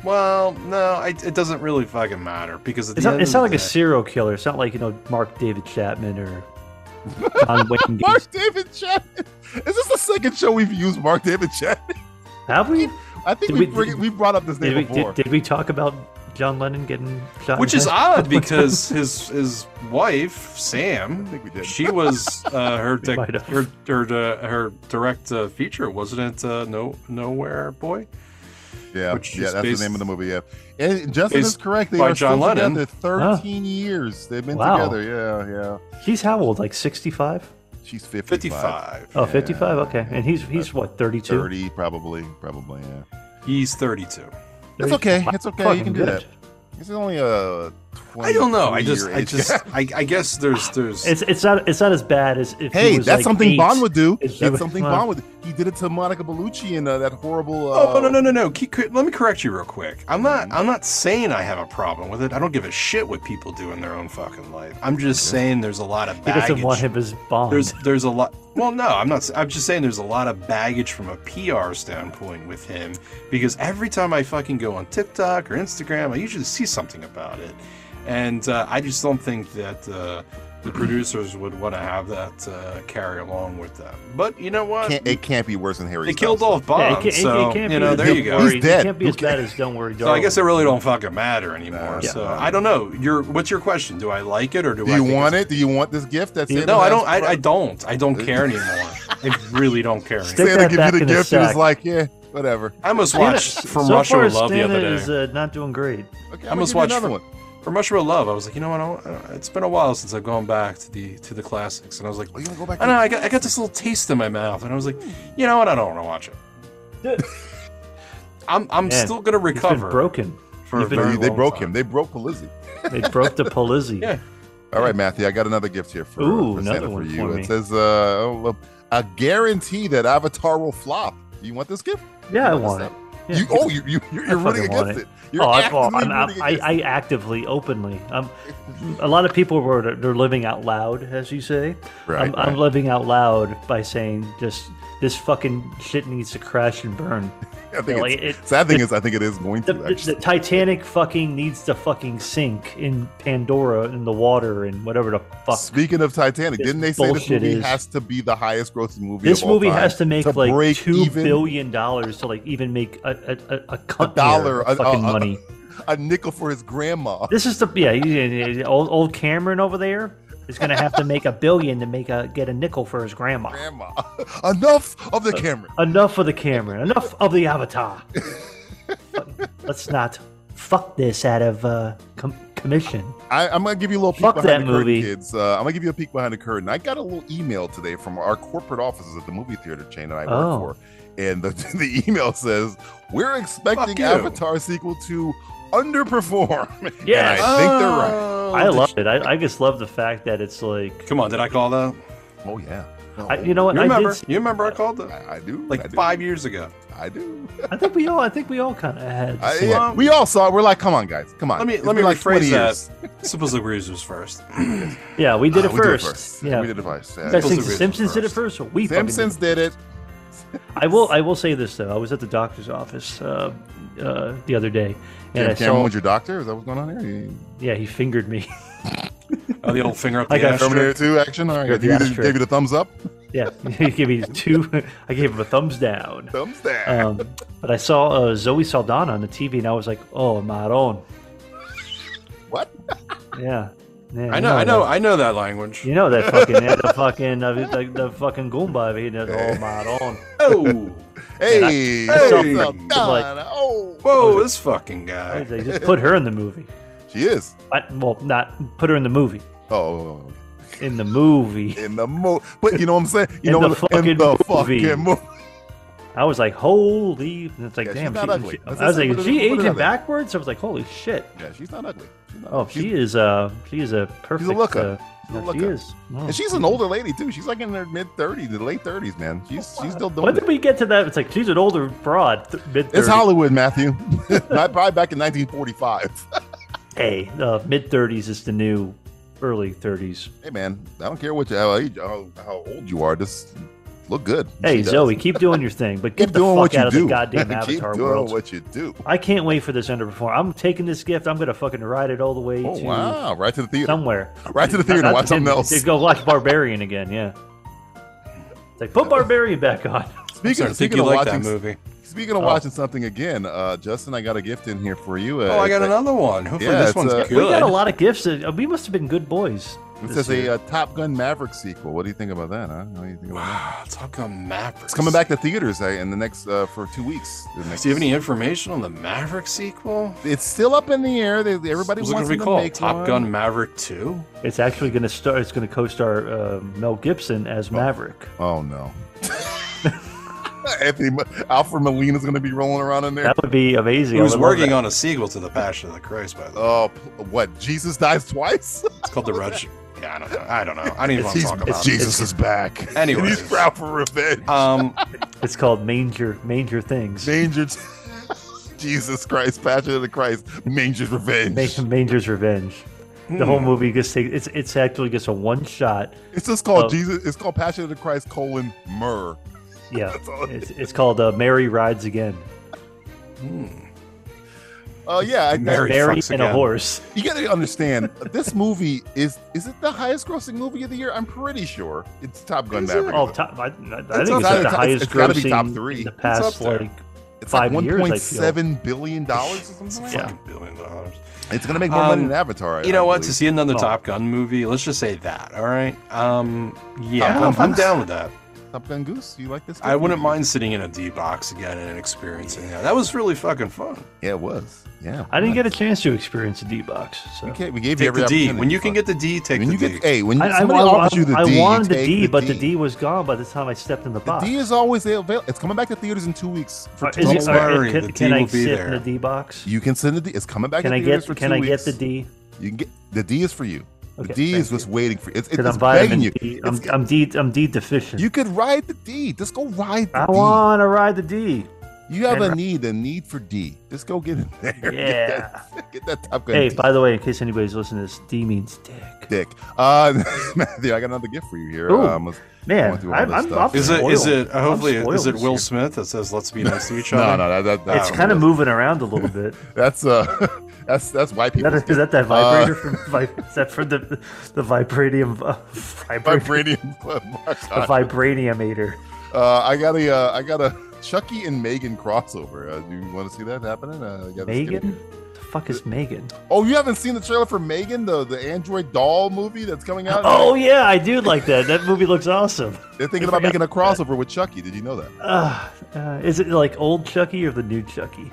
E: well, no, I, it doesn't really fucking matter because at
F: It's
E: the
F: not,
E: end
F: it's
E: of
F: not like
E: the
F: a
E: day-
F: serial killer. It's not like you know Mark David Chapman or
E: *laughs*
F: John Wayne. Gacy.
D: Mark David Chapman. *laughs* Is this the second show we've used Mark David Chapman?
F: Have we?
D: I think
F: Did
D: we
F: we-
D: bring,
F: did-
D: we brought up this name
F: Did we,
D: before.
F: did, did we talk about John Lennon getting shot? in
E: Which
F: the
E: is
F: head?
E: odd
F: *laughs*
E: because his his wife Sam,
D: I think we did.
E: she was uh,
F: *laughs*
E: her dic-
F: might have.
E: her her, uh, her direct uh, feature, wasn't it? Uh, no nowhere boy.
D: yeah,
E: which
D: yeah,
E: is
D: that's
E: based-
D: the name of the movie. Yeah, and Justin is
E: based
D: correct. They
E: by
D: are
E: John
D: still
E: Lennon.
D: together. Thirteen years they've been
F: Wow.
D: together. Yeah, yeah.
F: He's how old? Like 65?
D: She's fifty-five.
E: Fifty five.
F: Oh,
D: Yeah.
F: 55? Okay. And he's he's what, 32?
D: Thirty, probably, probably. Yeah,
E: He's thirty two.
D: it's okay. It's okay. You
F: Fucking
D: can do
F: good.
D: that. It's only a. 20,
E: I don't know. I just
D: year
E: I
D: age
E: just
D: *laughs* gap.
E: I, I guess
F: *laughs*
E: there's there's
F: It's it's not it's not as bad as if he
D: Hey,
F: was,
D: that's
F: like,
D: something
F: eight.
D: Bond would do.
F: If she
D: That's
F: was-
D: something
F: well-
D: Bond would. He did it to Monica Bellucci in uh, that horrible. Uh,
E: Oh no no no no! Keep, cor- let me correct you real quick. I'm not
F: Mm-hmm.
E: I'm not saying I have a problem with it. I don't give a shit what people do in their own fucking life. I'm just saying there's a lot of
F: He
E: baggage.
F: doesn't want him as Bond.
E: There's there's a lot. Well, no, I'm not. s- I'm just saying there's a lot of baggage from a PR standpoint with him because every time I fucking go on TikTok or Instagram, I usually see something about it, and uh, I just don't think that uh, the
F: *clears throat*
E: producers would want to have that uh, carry along with them. But you know what?
D: uh, Can't- it can't be worse than Harry.
E: they killed
D: Styles.
E: off Bond,
F: it,
E: so you know
F: as-
E: there you
F: *laughs*
E: go.
F: Don't worry,
D: He's dead.
F: It can't be
D: Who
F: as bad as Don't Worry,
E: So I guess it
F: Darling.
E: really don't fucking matter anymore.
D: Yeah.
E: So I don't know. Your what's your question? Do I like it or do,
D: Do
E: I?
D: you
E: think
D: want
E: it's-
D: it? Do you want this gift? That's
E: No, I don't. I, I don't. I don't care anymore. I really don't care.
F: Stick-
E: anymore.
D: Santa
F: that
D: gives you
F: back
D: the
F: in a
D: gift. He was
F: sack.
D: like, yeah, whatever.
E: I almost
F: Stan-
E: watched From
F: so
E: Russia
F: far,
E: with Love
F: Stan
E: the other day.
F: is uh, not doing great.
D: Okay,
E: I
D: I'm
E: must
D: gonna give
E: watch
D: you another
E: for-
D: one.
E: From Russia with Love, I was like, you know what? I don't, uh, it's been a while since I've gone back to the to the classics, and I was like,
D: Oh, you gonna go back?
E: I know I got I got this little taste in my mouth, and I was like, you know what? I don't want to watch
F: Yeah.
E: it. I'm I'm
F: Man,
E: still gonna
F: He's been
E: recover.
F: broken.
E: for
F: You've
E: a
F: been-
E: very
D: No, they
E: long
D: broke
E: time.
D: him. They broke Polizzi.
F: They
D: *laughs*
F: broke the Polizzi.
E: Yeah.
D: All right, Matthew, I got another gift here for,
F: Ooh,
D: for
F: another
D: Santa for
F: one
D: you.
F: for me.
D: it says, uh, oh, look, "I guarantee that Avatar will flop." Do you want this gift?
F: Yeah, I
D: You
F: want
D: this
F: it.
D: stuff?
F: Yeah.
D: You, oh, you, you, you're, you're rooting
F: fucking want
D: against it.
F: it.
D: You're
F: oh, I, oh,
D: actively
F: I'm, I'm,
D: rooting
F: I,
D: against
F: I actively, openly. I'm, a lot of people were they're living out loud, as you say.
D: Right,
F: I'm, I'm
D: right.
F: living out loud by saying just this fucking shit needs to crash and burn.
D: it. I think
F: like,
D: it's,
F: it-
D: sad thing is, I think it is going
F: The,
D: to
F: the,
D: actually.
F: the Titanic fucking needs to fucking sink in Pandora in the water and whatever the fuck.
D: Speaking of Titanic,
F: This
D: didn't they say this
F: bullshit
D: movie
F: is-
D: has to be the highest grossing movie?
F: this
D: of all
F: movie
D: time
F: has to make like
D: break
F: two
D: even
F: billion dollars to like even make a a, a, a,
D: a
F: cunt
D: dollar,
F: of
D: a,
F: fucking
D: a- a-
F: money.
D: a nickel for his grandma.
F: This is the yeah, yeah, yeah, yeah, old old Cameron over there is gonna have to make a billion to make a get a nickel for his grandma.
D: Grandma, *laughs* enough of the Cameron.
F: Enough of the Cameron. Enough of
D: *laughs*
F: the Avatar. Let's not fuck this out of uh, com- commission.
D: I, I'm gonna give you a little peek
F: Fuck
D: behind
F: that
D: the curtain,
F: movie.
D: kids. Uh, I'm gonna give you a peek behind the curtain. I got a little email today from our corporate offices at the movie theater chain that I work
F: Oh.
D: for, and the, *laughs* the email says we're expecting
E: Fuck you.
D: Avatar sequel to underperform. *laughs* And
F: Yes.
D: I think they're right.
E: Oh,
F: I
E: did-
F: love it. I, I just love the fact that it's like,
E: Come on, did I call that?
D: Oh yeah, No,
F: I, you know what?
E: You
F: I, did,
E: remember?
F: s-
E: You remember I called that?
D: I, I do. I
E: Like
D: do.
E: five years ago.
D: I do.
F: I think we all, I think we all kind of had. the
D: I,
F: same-
D: yeah, we all saw it. We're like, come on, guys, come on.
E: Let me
D: It's
E: let me
D: been like
E: rephrase
D: 20 years.
E: that. *laughs* Supposedly bruisers first.
F: yeah, we did
D: Uh,
F: it
D: we did it
F: first.
D: first.
F: Yeah,
D: we did it first. Yeah.
F: You guys
E: Those
F: think
E: are
F: the
E: reasons
F: Simpsons did it
E: first.
F: first. Well, we fucking did it
D: Simpsons did it.
F: I will. I will say this though. I was at the doctor's office uh, uh, the other day, and I
D: Jim Cameron
F: saw.
D: was your doctor. Is that what's going on here? You-
F: Yeah, he fingered me. *laughs*
E: Oh, the
D: *laughs*
E: old finger up the
F: I got
E: ass
D: Terminator 2 action. All right,
F: Sure,
D: give you,
F: yeah,
D: the,
F: sure.
D: gave you the thumbs up. *laughs*
F: yeah, *laughs* he gave me two. *laughs* I gave him a thumbs down.
D: Thumbs down.
F: Um, but I saw uh, Zoe Saldana on the TV, and I was like, "Oh, Maron."
D: what?
F: Yeah. yeah
E: I know,
F: you
E: I know,
F: that-
E: I know that language.
F: You know that fucking yeah, the fucking uh, the, the fucking Goomba over here. That's, oh,
E: *laughs*
F: Maron.
D: *laughs*
E: Oh,
D: Hey,
E: I-
D: thumbs
E: Hey.
D: up, down. oh,
E: whoa, this fucking
F: I
E: guy.
F: was like, just put her in the movie.
D: she is.
F: I, well, not put her in the movie.
D: Oh,
F: In the movie,
D: in the mo. But you know what I'm saying? You
F: In
D: know
F: the
D: what? in
F: fucking
D: the
F: movie.
D: fucking movie.
F: I was like, "Holy!" and It's like,
D: Yeah, she's
F: damn,
D: not
F: she,
D: ugly.
F: she-
D: Let's
F: I was
D: just
F: like,
D: put
F: is
D: it-
F: she
D: put it out
F: aging
D: there.
F: backwards? I was like, "Holy shit!"
D: Yeah, she's not ugly.
F: Oh, she is uh she is a perfect.
D: looker.
F: uh,
D: She's a
F: no, she
D: looker.
F: is. Oh. Wow.
D: And she's an older lady too. She's like in her mid 30s, the late 30s, man. She's she's still
F: When
D: doing
F: did
D: it.
F: we get to that? It's like she's an older broad, th- mid
D: It's
F: thirties.
D: Hollywood, Matthew. *laughs* Not probably back in 1945.
F: Hey, uh, mid thirties is the new early thirties.
D: *laughs* hey, man, I don't care what you, how, age- how how old you are. Just look good.
F: Hey,
D: She does.
F: Zoe, keep doing your thing,
D: *laughs*
F: but get
D: keep
F: the
D: doing
F: fuck
D: what
F: out
D: you
F: of
D: do.
F: the
D: *laughs*
F: goddamn
D: keep
F: Avatar
D: doing
F: world.
D: what you do.
F: I can't wait for this underperform. I'm taking this gift. I'm gonna fucking ride it all the way
D: Oh
F: to
D: wow! Right to the theater.
F: somewhere.
D: Right to the theater.
F: Not-
D: Watch something
F: and-
D: else.
F: and Go watch Barbarian again. Yeah. It's like put Barbarian back on. *laughs*
E: I'm
D: Speaking,
E: starting to think
D: speaking
E: you
D: of
E: like
D: watching,
E: that movie.
D: speaking of watching something again, uh, Justin, I got a gift in here for you. Uh,
E: Oh, I got
D: it's a-
E: another one. Hopefully
D: Yeah,
E: this
D: it's,
E: one's
D: uh,
E: good.
F: We got a lot of gifts. That, uh, we must have been good boys.
D: It
F: this
D: says
F: year.
D: a uh, Top Gun Maverick sequel. What do you think about that? Huh? What do you think about that?
E: Wow, talk about Mavericks.
D: It's coming back to theaters eh, in the next uh, for two weeks. The next-
E: Do you have any information on the Maverick sequel?
D: It's still up in the air. They, they- everybody
E: Was it
D: wants them
E: gonna be
D: to
E: called
D: make
E: Top
D: one.
E: Gun Maverick 2?
F: It's actually going to start. It's going to co-star uh, Mel Gibson as Maverick.
D: Oh
E: *laughs*
D: no. *laughs* Anthony Alfred Molina's going to be rolling around in there.
F: That would be amazing.
E: He
F: I
E: was
F: would love
E: working
F: that.
E: on a sequel to The Passion of the Christ, by the way.
D: Oh, p- what? Jesus dies twice. *laughs*
E: It's called The Red. yeah, I don't know. I don't know. I don't even want to
D: He's-
E: talk about it.
D: Jesus is back.
E: Anyway.
D: And he's proud for revenge.
E: Um,
F: It's called Manger Manger Things.
D: Manger. Jesus Christ, Passion of the Christ, Manger's Revenge.
F: Ma- Manger's Revenge. The
D: Hmm.
F: whole movie just takes. It's it's actually just a
D: *laughs*
F: one shot.
D: It's just called
F: Oh.
D: Jesus. It's called Passion of the Christ colon myrrh.
F: Yeah,
D: all it
F: it's, it's called uh, Mary Rides Again.
D: Oh yeah, I,
E: Mary
F: Mary
E: fucks
F: and a
E: again.
F: horse.
D: you gotta understand. this movie is is it the highest grossing movie of the year? I'm pretty sure it's Top Gun
E: Is it?
D: Maverick.
F: Oh, top, I, I think it's
D: up there.
F: like the
D: It's-
F: highest
D: it's gotta be
F: grossing
D: top three.
F: in the
D: It's
F: past
E: up there.
F: like
D: it's
F: five
D: like
F: years. I feel.
D: 1.7 billion dollars or something. Like
F: Yeah.
E: fucking billion dollars.
D: that. It's gonna make more money
E: Um,
D: than Avatar. I-
E: You know
D: I
E: what? To
D: believe.
E: see another
F: Oh.
E: Top Gun movie, let's just say that. All right. Um, yeah,
D: Top
E: I'm,
D: Gun
E: I'm
D: Goose?
E: down with that.
D: Top Gun Goose. You like this?
E: I
D: movie?
E: wouldn't mind sitting in a D box again and experiencing that. That was really fucking fun.
D: Yeah, it was. Yeah,
F: I didn't get a chance to experience a D box. So.
D: We, can't- we gave you
E: Take
D: every
E: the D.
D: opportunity.
E: When you can get the D, take
D: when
E: the
D: you
E: D.
D: get hey, when
F: I, I,
D: somebody
F: I-
D: offers you the
F: I
D: D, you
F: wanted the
D: take
F: D, but the D was gone by the time I stepped in the
D: The
F: box.
D: D is always available. It's coming back to theaters in two weeks for
F: Or
D: two
F: Uh, is
E: Don't
F: it- or
E: worry,
F: can,
E: the
F: can
E: D
F: I
E: will be
F: sit
E: there.
F: in the D box?
D: You can send the D. It's coming back
F: Can
D: to
F: I
D: theaters
F: get
D: for
F: can
D: two
F: I get
D: weeks.
F: the D?
D: You can get the D is for you. The
F: Okay,
D: D is
F: thank
D: just waiting for you. It's, it's,
F: Because
D: it's
F: I'm vitamin
D: begging you.
F: D. I'm,
D: It's-
F: I'm D. I'm D deficient.
D: you could ride the D. Just go ride the
F: I
D: D.
F: want to ride the D.
D: You have a
F: and-
D: need, a need for D. Just go get in there. *laughs* Get
F: Yeah.
D: that, *laughs* get that Top Gun
F: Hey,
D: D
F: by the way, in case anybody's listening, to this D means dick.
D: dick. Uh, *laughs* Matthew, I got another gift for you here.
F: Ooh.
D: Um, let's- Going
F: Man,
D: through all
F: I'm,
D: this
F: I'm,
D: stuff.
F: I'm
E: Is it? Is
F: spoiled.
E: it? uh,
F: I'm
E: Hopefully, is
F: spoiled
E: it
F: this
E: Will
F: year.
E: Smith that says "Let's be nice to each
D: no,
E: other"?
D: no, that, that, that
F: It's kind of moving around a little bit.
D: That's uh, *laughs* that's that's white
F: Is that,
D: people. Uh,
F: is that that vibrator from *laughs* vi- is that from the the vibranium uh, vibrator,
D: *laughs* Vibranium. *laughs*
F: the vibraniumator?
D: Uh, I got a, uh, I got a Chucky and Megan crossover. Uh, do you want to see that happening? Uh, I got this gift here.
F: Megan, the fuck is Megan?
D: Oh, you haven't seen the trailer for Megan, the, the Android doll movie that's coming out?
F: Oh yeah, I do like that. That movie looks awesome.
D: They're thinking
F: I
D: about
F: forgot
D: making a crossover with Chucky. Did you know that?
F: Uh, uh, is it like old Chucky or the new Chucky?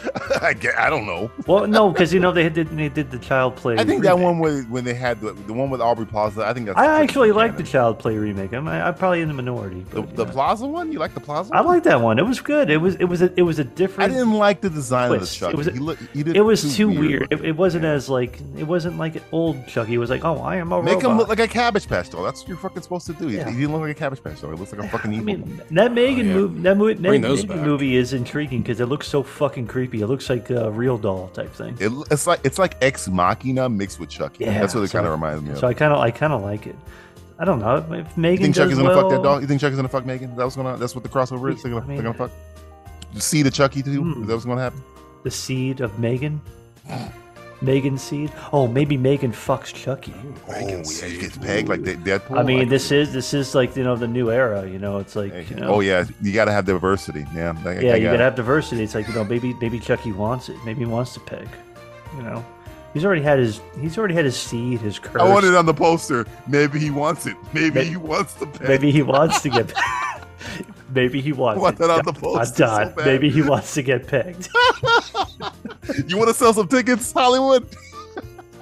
D: *laughs* I, ge- I don't know.
F: Well, no, because you know they did they did the child play.
D: I think that
F: remake.
D: one was when they had the, the one with Aubrey Plaza. I think that's.
F: I actually like the child play remake. I'm, I, I'm probably in the minority.
D: the,
F: But,
D: the
F: you know.
D: Plaza one. You like the Plaza?
F: I
D: one?
F: like that one. It was good. It was it was a, it was a
D: I
F: different.
D: didn't like the design
F: twist. It
D: of the Chucky.
F: was a-
D: he look, he did
F: it was too weird. It,
D: looking.
F: it wasn't as like it wasn't like old Chucky. It was like, oh, I am a
D: Make
F: robot.
D: him look like a Cabbage Patch doll. That's what you're fucking supposed to do. He-
F: Yeah.
D: He didn't look like a Cabbage Patch doll. He looks like a fucking
F: *laughs* I
D: evil.
F: mean, that Megan
E: Oh, yeah.
F: movie, that, movie,
E: Bring
F: that
E: those
F: Megan
E: back.
F: movie is intriguing because it looks so fucking creepy. It looks like a real doll type thing.
D: It, it's like it's like Ex Machina mixed with Chucky.
F: Yeah,
D: that's what it
F: so-
D: kind of reminds me of.
F: So I kind of, I kind of like it. I don't know if
D: You
F: Megan
D: think Chucky's
F: does
D: gonna fuck that
F: well-
D: doll? You think Chucky's gonna fuck Megan? That was gonna. That's what the crossover is. They're gonna,
F: I mean-
D: they're gonna fuck. You see the Chucky too.
F: Hmm.
D: Is that what's gonna happen?
F: The seed of Megan. Megan seed. Oh, maybe Megan fucks Chucky.
E: Megan
D: oh yeah,
E: Seed.
D: you get pegged like that- Deadpool.
F: I mean,
D: like-
F: this is this is like you know the new era. You know, it's like you know,
D: Oh yeah, you gotta have diversity. Yeah. I- I-
F: yeah,
D: I
F: you
D: got
F: gotta
D: it.
F: have diversity. It's like you know, maybe maybe Chucky wants it. Maybe he wants to peg. You know, he's already had his he's already had his seed, his curse.
D: I want it on the poster. Maybe he wants it. Maybe
F: May-
D: he wants the peg.
F: *laughs* Maybe he wants to get. *laughs* maybe he
D: I
F: wants.
D: want
F: it.
D: that on the
F: *laughs* I'm
D: poster. so
F: done.
D: bad.
F: maybe he wants to get pegged.
D: you want to sell some tickets, Hollywood.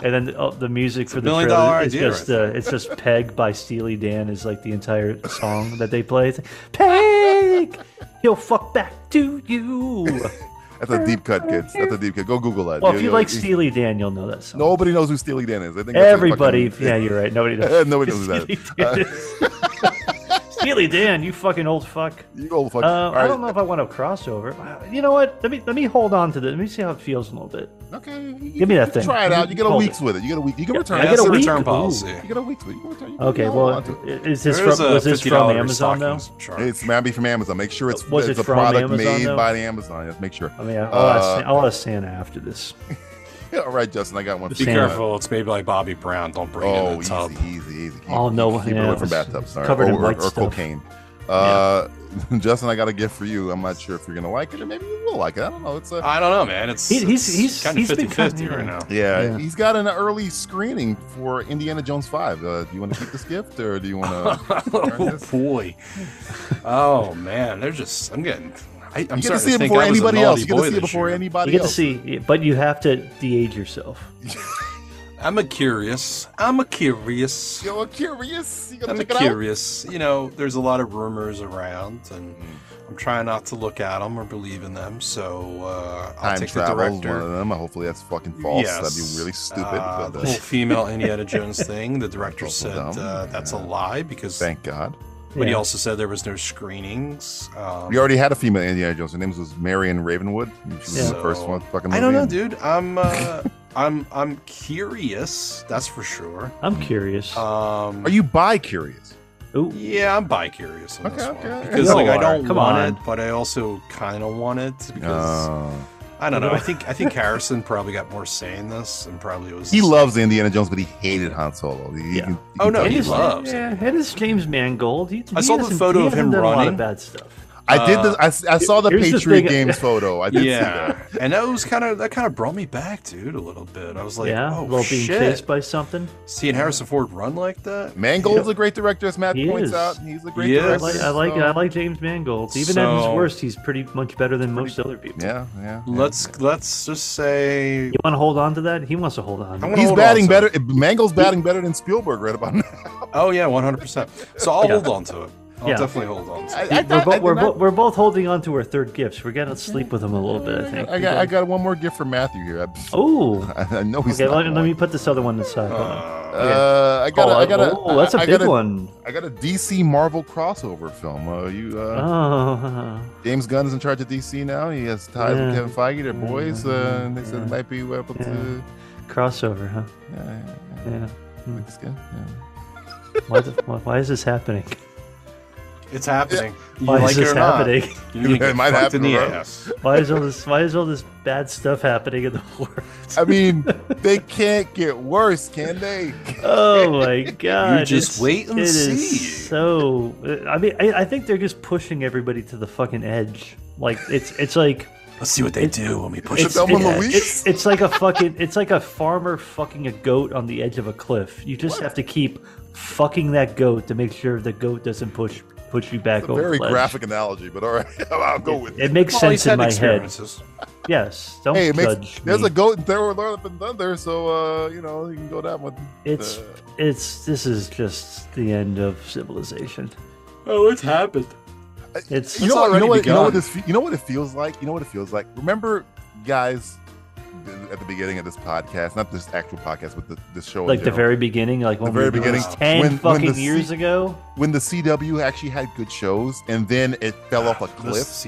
F: And then oh, the music for the
E: billion
F: trailer
E: dollar
F: is
E: idea
F: just
E: right
F: uh, it's just "Peg" by Steely Dan is like the entire
D: *laughs*
F: song that they play. It's like, Peg, he'll fuck back to you.
D: That's a deep cut, kids. That's a deep cut. Go Google that.
F: Well,
D: You-
F: if you
D: you-
F: like
D: you-
F: Steely Dan, you'll know that song.
D: nobody knows who Steely Dan is. I think that's a *laughs*
F: Everybody,
D: fucking-
F: yeah, you're right. Nobody
D: *laughs*
F: knows.
D: Nobody knows that.
F: *laughs*
D: Uh,
F: Steely Dan. is- Steely Dan, you fucking old fuck.
D: You old fuck.
F: Uh,
D: All
F: I
D: right.
F: don't know if I want a crossover. Uh, You know what? Let me let me hold on to this. Let me see how it feels a little bit.
D: Okay. you-
F: Give me
D: you
F: that thing.
D: Try it out. You get a
F: Hold
D: week's with it. You get a week. You can return.
F: I
D: it.
E: Yeah,
F: get
E: that's
F: a
E: the
F: week?
E: return
F: Ooh.
E: policy.
D: You get a week's with it. You can return. you can-
F: Okay,
D: you don't
F: well,
D: want to.
F: is this
E: There is
F: from
E: a
F: was this from
E: $50
F: Amazon though?
E: stockings chart.
D: It's Mamby from Amazon. Make sure it's,
F: Was
D: it's
F: it
D: a
F: from
D: product
F: Amazon,
D: made
F: though?
D: by the Amazon. Yes, make sure.
F: I mean, I'll,
D: Uh,
F: ask, I'll ask Santa after this.
D: *laughs* All right, Justin, I got one. for
E: Be
D: you.
F: Santa.
E: careful. It's maybe like Bobby Brown. Don't bring it in
D: Oh,
E: the
D: easy,
E: tub.
D: easy, easy. Keep,
F: Oh, no,
D: keep it
F: yeah,
D: away from
F: it's
D: bathtubs. Sorry,
F: covered
D: or,
F: in
D: or-
F: white
D: or
F: stuff.
D: cocaine. Uh, *laughs* Justin, I got a gift for you. I'm not sure if you're gonna like it, or maybe you will like it. I don't know. It's a
E: I don't know, man. It's,
F: He- he's-
E: it's
F: he's-
E: kind of
F: he's been
E: 50 50
F: kind
E: right
F: of-
E: now.
D: yeah,
F: Yeah.
D: He's got an early screening for Indiana Jones Five. Uh, do you want to keep this gift, or do you
E: *laughs*
D: want to?
E: oh boy. Oh man, they're just. I'm getting. I, I'm
D: You get to
E: starting
D: see it
E: think
D: before
E: I was a
D: anybody
E: naughty
D: else. You get
E: boy
D: to see it
E: this
D: before
E: year.
F: You
D: anybody
F: get to
D: else.
F: see, but you have to de-age yourself.
E: I'm a curious. I'm a curious.
D: Yo, I'm curious. You
E: I'm
D: gotta
E: a
D: check it out.
E: curious. You know, there's a lot of rumors around, and
D: Mm-hmm.
E: I'm trying not to look at them or believe in them. So uh, I'll
D: Time
E: take
D: travel
E: the
D: is one of
E: director.
D: them. Hopefully, that's fucking false. That'd be really stupid.
E: Uh, the
D: but,
E: whole
D: uh,
E: female Indiana Jones thing. The director
D: Also
E: said
D: dumb,
E: uh, that's a
D: yeah.
E: lie because.
D: thank God.
E: But he
F: Yeah.
E: also said there was no screenings. Um,
D: We already had a female Indiana Jones. Her name was Marion Ravenwood. She was in the
E: Yeah.
D: first one. Fucking
E: I don't
D: movie.
E: know, dude. I'm uh, *laughs* I'm I'm curious. That's for sure.
F: I'm curious.
E: Um,
D: Are you bi curious?
F: Ooh,
E: Yeah, I'm bi curious on this
D: Okay,
E: one
D: okay.
E: because
F: You
E: like I
F: are.
E: don't
F: Come
E: want
F: on.
E: it, but I also kind of want it
D: Uh,
E: because I don't know.
D: *laughs*
E: I think I think Harrison probably got more say in this, and probably was
D: he loves Indiana Jones, but he hated Han Solo. He- he
F: Yeah.
D: can- he
E: Oh,
D: can
E: no,
D: tell
F: it
E: he
D: you
F: is,
D: love-
E: loves it.
F: yeah, it is James Mangold. He,
E: I
F: he
E: saw the
F: hasn't-
E: photo
F: he
E: of him
F: hasn't done A lot
E: running.
F: of bad stuff.
D: I did
E: Uh,
D: this. I, I saw the
F: here's the
D: Patriot
F: thing-
D: Games photo. I did see that.
E: yeah, and that was kind of that kind of brought me back, dude, a little bit. I was like,
F: yeah,
E: oh
F: well, being
E: shit,
F: chased by something.
E: seeing Harrison Ford run like that.
D: Mangold's a great director, as Matt
F: He
D: points
F: is.
D: out. He's a great
E: He is.
F: I
D: director.
F: like, I like,
D: so-
F: I like James Mangold. Even at his
E: So-
F: worst, he's pretty much better than most other people.
D: Yeah, yeah. yeah.
E: Let's let's just say
F: You want to hold on to that? He wants to hold on.
E: I
F: To
E: wanna
D: He's
E: hold
D: batting
E: on to
D: better. Mangold's batting better than Spielberg right about now. *laughs*
E: Oh yeah, one hundred percent. So I'll hold on to it. I'll
F: Yeah.
E: definitely hold on to it.
D: I, I
F: it. we're,
D: thought-
F: bo-
D: I did
F: we're,
D: not-
F: bo- we're both holding on to our third gifts. We're gonna sleep with him a little bit, I think.
D: I got, I got one more gift for Matthew here. I,
F: Oh,
D: I *laughs* know he's
F: okay.
D: not
F: Let, let
D: going.
F: me put this other one aside. Hold on.
D: Uh, I got.
F: oh,
D: a- I got. a-
F: oh, that's a
D: I
F: big
D: got a-
F: one.
D: I got a DC Marvel crossover film. Uh, you, uh,
F: Oh, *laughs*
D: James Gunn is in charge of DC now. He has ties
F: Yeah.
D: with Kevin Feige. They're boys. Uh, and they said it
F: Yeah.
D: might be able to.
F: crossover, huh?
D: Yeah, yeah, yeah.
F: Yeah. Hmm.
D: Like this guy, yeah.
F: Why, the, why, why is this happening?
E: It's happening. You
F: Why
E: like
F: is
E: it
F: this
E: or not,
F: happening?
E: you're gonna
D: It
E: get
D: might
E: fucked
D: happen,
E: in the
D: right?
E: ass.
F: Why is all this? Why is all this bad stuff happening in the *laughs* world?
D: I mean, they can't get worse, can
F: *laughs*
D: they? *laughs*
F: Oh my god!
E: just
F: it's-
E: wait and
F: it is
E: see.
F: so, I mean, I, I think they're just pushing everybody to the fucking edge. Like it's
D: *laughs*
F: it's like
E: Let's see what they do when we push
D: It's-
E: it.
D: Thelma
F: it's-
D: Louise?
F: it's- it's like a fucking it's like a farmer fucking a goat on the edge of a cliff. You just have to keep fucking that goat to make sure the goat doesn't push push you back over.
D: Very
F: the ledge.
D: graphic analogy, but all right, *laughs* I'll go with it.
F: It makes
E: Well, he's
F: sense
E: had
F: in my head.
E: experiences.
F: Yes, don't
D: Hey, it
F: judge
D: makes,
F: me.
D: there's a goat in Thor: Lord and Thunder, so uh, you know you can go that one.
F: It's
D: Uh,
F: it's this is just the end of civilization.
E: Oh, it's happened.
F: It's
D: you know, what, you
E: already
D: know what? You know what
E: begun.
D: this? fe- You know what it feels like. You know what it feels like. Remember, guys, th- at the beginning of this podcast, not this actual podcast, but the, this show, in
F: like the
D: general,
F: very beginning, like when
D: Oh, The very
F: we were doing
D: beginning,
F: this ten
D: when- when
F: fucking
D: the
F: years
D: se-
F: ago.
D: when the CW actually had good shows, and then it fell off a cliff.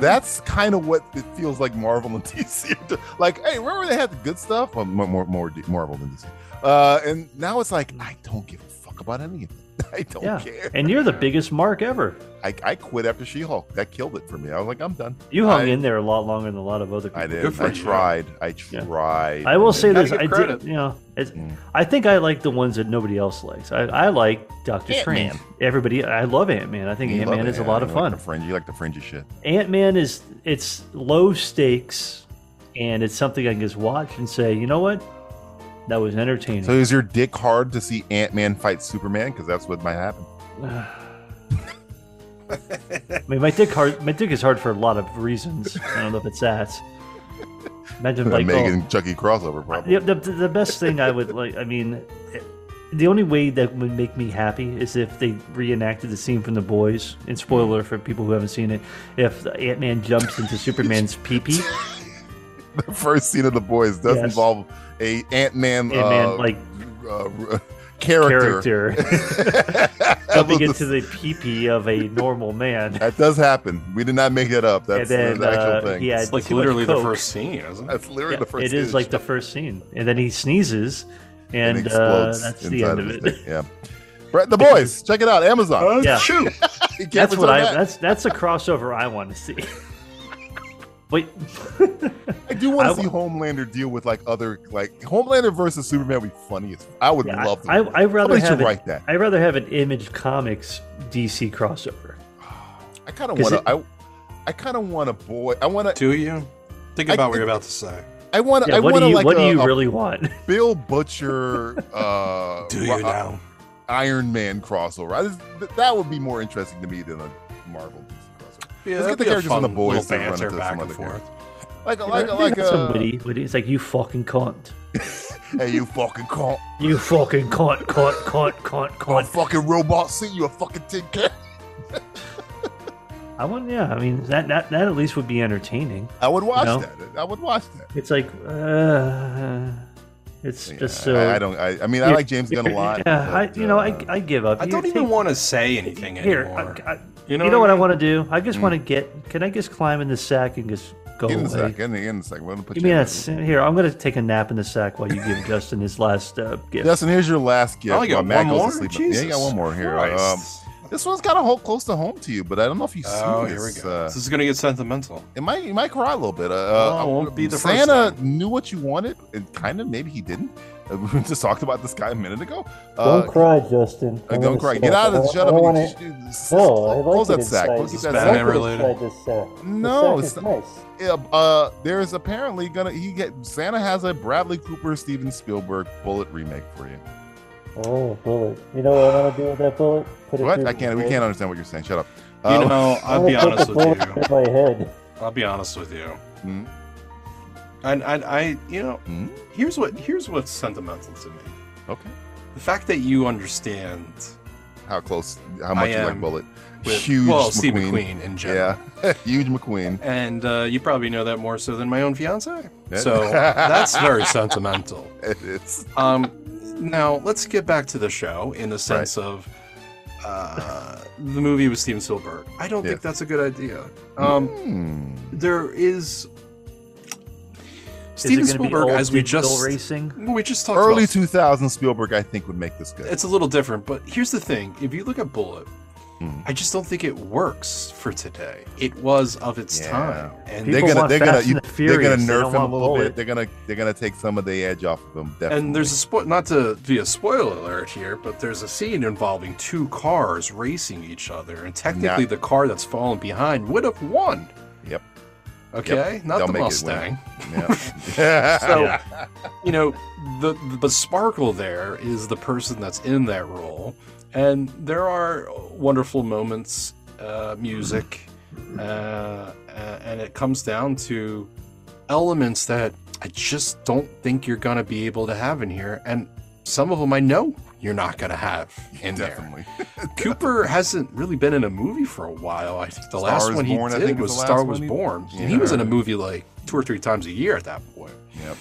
D: That's kind of what it feels like Marvel and *laughs* DC. are do- Like, hey, remember they had the good stuff? Well, more, more, more D- Marvel than DC. Uh, and now it's like I don't give a fuck about any of it. *laughs* I don't
F: Yeah,
D: care.
F: and you're the biggest mark ever.
D: I, I quit after She-Hulk. That killed it for me. I was like, I'm done.
F: You hung
D: I-
F: in there a lot longer than a lot of other people.
D: I did.
E: Good for
D: I
E: you.
D: tried. I
F: Yeah.
D: tried.
F: I will say
E: Gotta
F: this:
E: give
F: I did,
E: credit.
F: you know, it's,
D: Mm.
F: I think I like the ones that nobody else likes. I, I like Doctor Strange.
D: Ant-Man.
F: Everybody, I love Ant Man. I think
D: You
F: Ant
D: love
F: Man
D: it,
F: is a
D: yeah.
F: lot
D: You
F: of
D: like
F: fun.
D: the fringy- you like the fringy shit.
F: Ant Man is it's low stakes, and it's something I can just watch and say, you know what, that was entertaining.
D: So is your dick hard to see Ant Man fight Superman? Because that's what might happen.
F: I mean, my dick hard. My dick is hard for a lot of reasons. I don't know if it's that. Imagine like oh,
D: Megan Chucky crossover, probably. *laughs*
F: Yeah, the, the best thing I would like, I mean, the only way that would make me happy is if they reenacted the scene from The Boys. And spoiler for people who haven't seen it, if Ant Man jumps into Superman's pee pee,
D: The first scene of the boys does
F: Yes.
D: involve a Ant Man
F: Ant-Man,
D: uh,
F: like,
D: uh, r- *laughs* character.
F: character
D: *laughs* that, was
F: jumping into
D: the-
F: the pee pee of a normal man.
D: that does happen. We did not make that up. That's
F: and
D: the
F: then
D: actual
F: uh,
D: thing.
F: he had
D: It's-
E: It's like
F: too much
E: literally the
F: coke.
E: first scene, isn't it?
D: that's literally
F: Yeah,
D: the first.
F: it is
D: stage.
F: like the first scene, and then he sneezes,
D: It
F: and, uh,
D: explodes
F: that's the
D: inside
F: end of
D: his
F: it. *laughs*
D: dick. Yeah. Brett, the boys, check it out. Amazon.
F: Yeah.
E: Shoot.
D: You can't
F: That's what I.
D: pretend that.
F: That's that's a crossover I want to see. *laughs*
D: *laughs*
F: Wait,
D: I do want
F: I
D: to see Homelander deal with like other like Homelander versus Superman would be funny as I would
F: yeah,
D: love.
F: I,
D: that.
F: I, would
D: Somebody
F: rather
D: should
F: have an-
D: write that.
F: I'd rather have an Image Comics DC crossover.
D: I kind of
F: 'Cause
D: want to. I I kind of want a boy. I want to.
E: Do you? Think
D: I
E: about
D: think-
E: what you're about to say.
D: I want. to
F: Yeah,
D: I
F: what
D: want
F: do
D: to
F: you
D: like
F: What
D: a,
F: do you
D: a
F: really want?
D: Bill Butcher. Uh,
E: *laughs* Do you
D: ro- uh,
E: now?
D: Iron Man crossover. I just, th- that would be more interesting to me than a Marvel crossover.
E: Yeah,
D: Let's get
E: that'd
D: the
E: be a
D: characters on
E: fun
D: the boys to
E: little
D: run
E: banter
D: into
E: back
D: some
E: and
D: other
E: forth.
D: character. Like a
F: *laughs*
D: like a like uh,
F: That's some
D: a
F: witty, witty. It's like you fucking cunt.
D: hey you fucking
F: *laughs*
D: con
F: You fucking cunt, cunt, cunt,
D: *laughs*
F: cunt,
D: a
F: cunt.
D: fucking robot suit you a fucking tin can.
F: I want, yeah. I mean, that, that that at least would be entertaining.
D: I would watch
F: No.
D: that. I would watch that.
F: It's like, uh, it's just so.
D: I, I don't. I, I mean, I
F: Yeah.
D: like James Gunn a lot.
F: Yeah, I,
D: but,
F: you know, I,
D: uh,
F: I give up.
E: I
F: You
E: don't even
F: take-
E: want to say anything
F: Here,
E: anymore.
F: I, I,
E: You
F: you
E: know
F: know,
E: what I
F: what I
E: mean?
F: want to do? I just want to get. Can I just climb in the sack and just go
D: Mm. in
F: away?
D: the second. In the, in the second. We're gonna put
F: Oh, Give
D: you
F: me
D: in
F: that.
D: there.
F: s- Here, I'm gonna take a nap in the sack while you give Justin his last uh, gift.
D: Justin, here's your last gift.
E: Oh, you
D: while
E: got
D: Matt
E: one
D: goes to
E: more?
D: sleep. Yeah,
E: Jesus
D: you got one more here. Um,
E: Christ.
D: this one's kind of close to home to you, but I don't know if you see
E: oh,
D: this.
E: here we go.
D: uh,
E: this is gonna get sentimental.
D: it might you might cry a little bit. Uh, uh,
E: it won't be the first
D: Santa
E: time.
D: knew what you wanted, and kind of maybe he didn't. Uh, *laughs* We just talked about this guy a minute ago. Uh,
G: Don't cry, Justin.
D: uh, don't cry. Get out of shut up.
G: I
D: and
G: wanna-
D: you- you- s-
G: No, I like
D: Close
G: it
D: that sack.
G: inside.
D: Close
E: It's
D: that
E: Batman
D: sack.
G: I wanna
E: related.
G: try this sack. The
D: No,
G: sack
D: it's
G: is
D: not-
G: nice.
D: Yeah, uh, there's apparently gonna he get Santa has a Bradley Cooper, Steven Spielberg bullet remake for you.
G: Oh, bullet. You know what I want to do with that bullet? Put it
D: What?
G: through
D: I can't. We
G: my
D: can't
G: head.
D: understand what you're saying. Shut up.
E: You
D: Uh,
E: know,
G: I
E: I'll
G: wanna
E: be
G: put
E: honest
G: the
E: with
G: bullet
E: you.
G: through my head.
E: I'll be honest with you.
D: Mm.
E: And I, I, you know,
D: Hmm?
E: here's what here's what's sentimental to me:
D: Okay.
E: the fact that you understand
D: How close? How much
E: I
D: you like
E: am
D: Bullet?
E: with
D: Huge
E: well,
D: McQueen.
E: Steve McQueen in general.
D: Yeah, *laughs* huge McQueen.
E: And uh, you probably know that more so than my own fiance.
D: Yeah.
E: So
D: *laughs*
E: that's very sentimental.
D: It's
E: Um, now let's get back to the show in the sense of uh, the movie with Steven Spielberg. I don't
D: Yes.
E: think that's a good idea. Um,
D: Hmm.
E: there is
F: Is it
E: Steven
F: gonna be
E: Spielberg,
F: all
E: as we
F: digital
E: just
F: racing.
E: we just talked
D: early
E: about.
D: 2000s Spielberg. I think would make this good.
E: it's a little different, but here's the thing: if you look at Bullet,
D: Mhm.
E: I just don't think it works for today. It was of its
D: Yeah.
E: time, and
F: People
D: they're gonna
F: want
D: they're gonna
F: Fast and the
D: they're gonna
F: Furious. They
D: nerf
F: don't
D: him a
F: want
D: little bit.
F: Bullet.
D: They're gonna they're gonna take some of the edge off of him. Definitely.
E: And there's a sport, not to be a spoiler alert here, but there's a scene involving two cars racing each other, and technically
D: Yeah.
E: the car that's fallen behind would have won.
D: Yep.
E: Okay, not
D: They'll
E: the
D: make it win.
E: Mustang.
D: yeah. *laughs*
E: *laughs* So,
F: Yeah.
E: you know, the the sparkle there is the person that's in that role, and there are wonderful moments, uh, music, uh, uh, and it comes down to elements that I just don't think you're gonna be able to have in here, and some of them I know you're not gonna have in there.
D: definitely.
E: Cooper hasn't really been in a movie for a while. I think the
D: Star
E: last
D: is
E: one he
D: Born, I
E: did
D: think, was
E: was
D: the
E: Star
D: last
E: Was
D: one he-
E: Born, and he was
D: Yeah.
E: in a movie like two or three times a year at that point
D: Yep.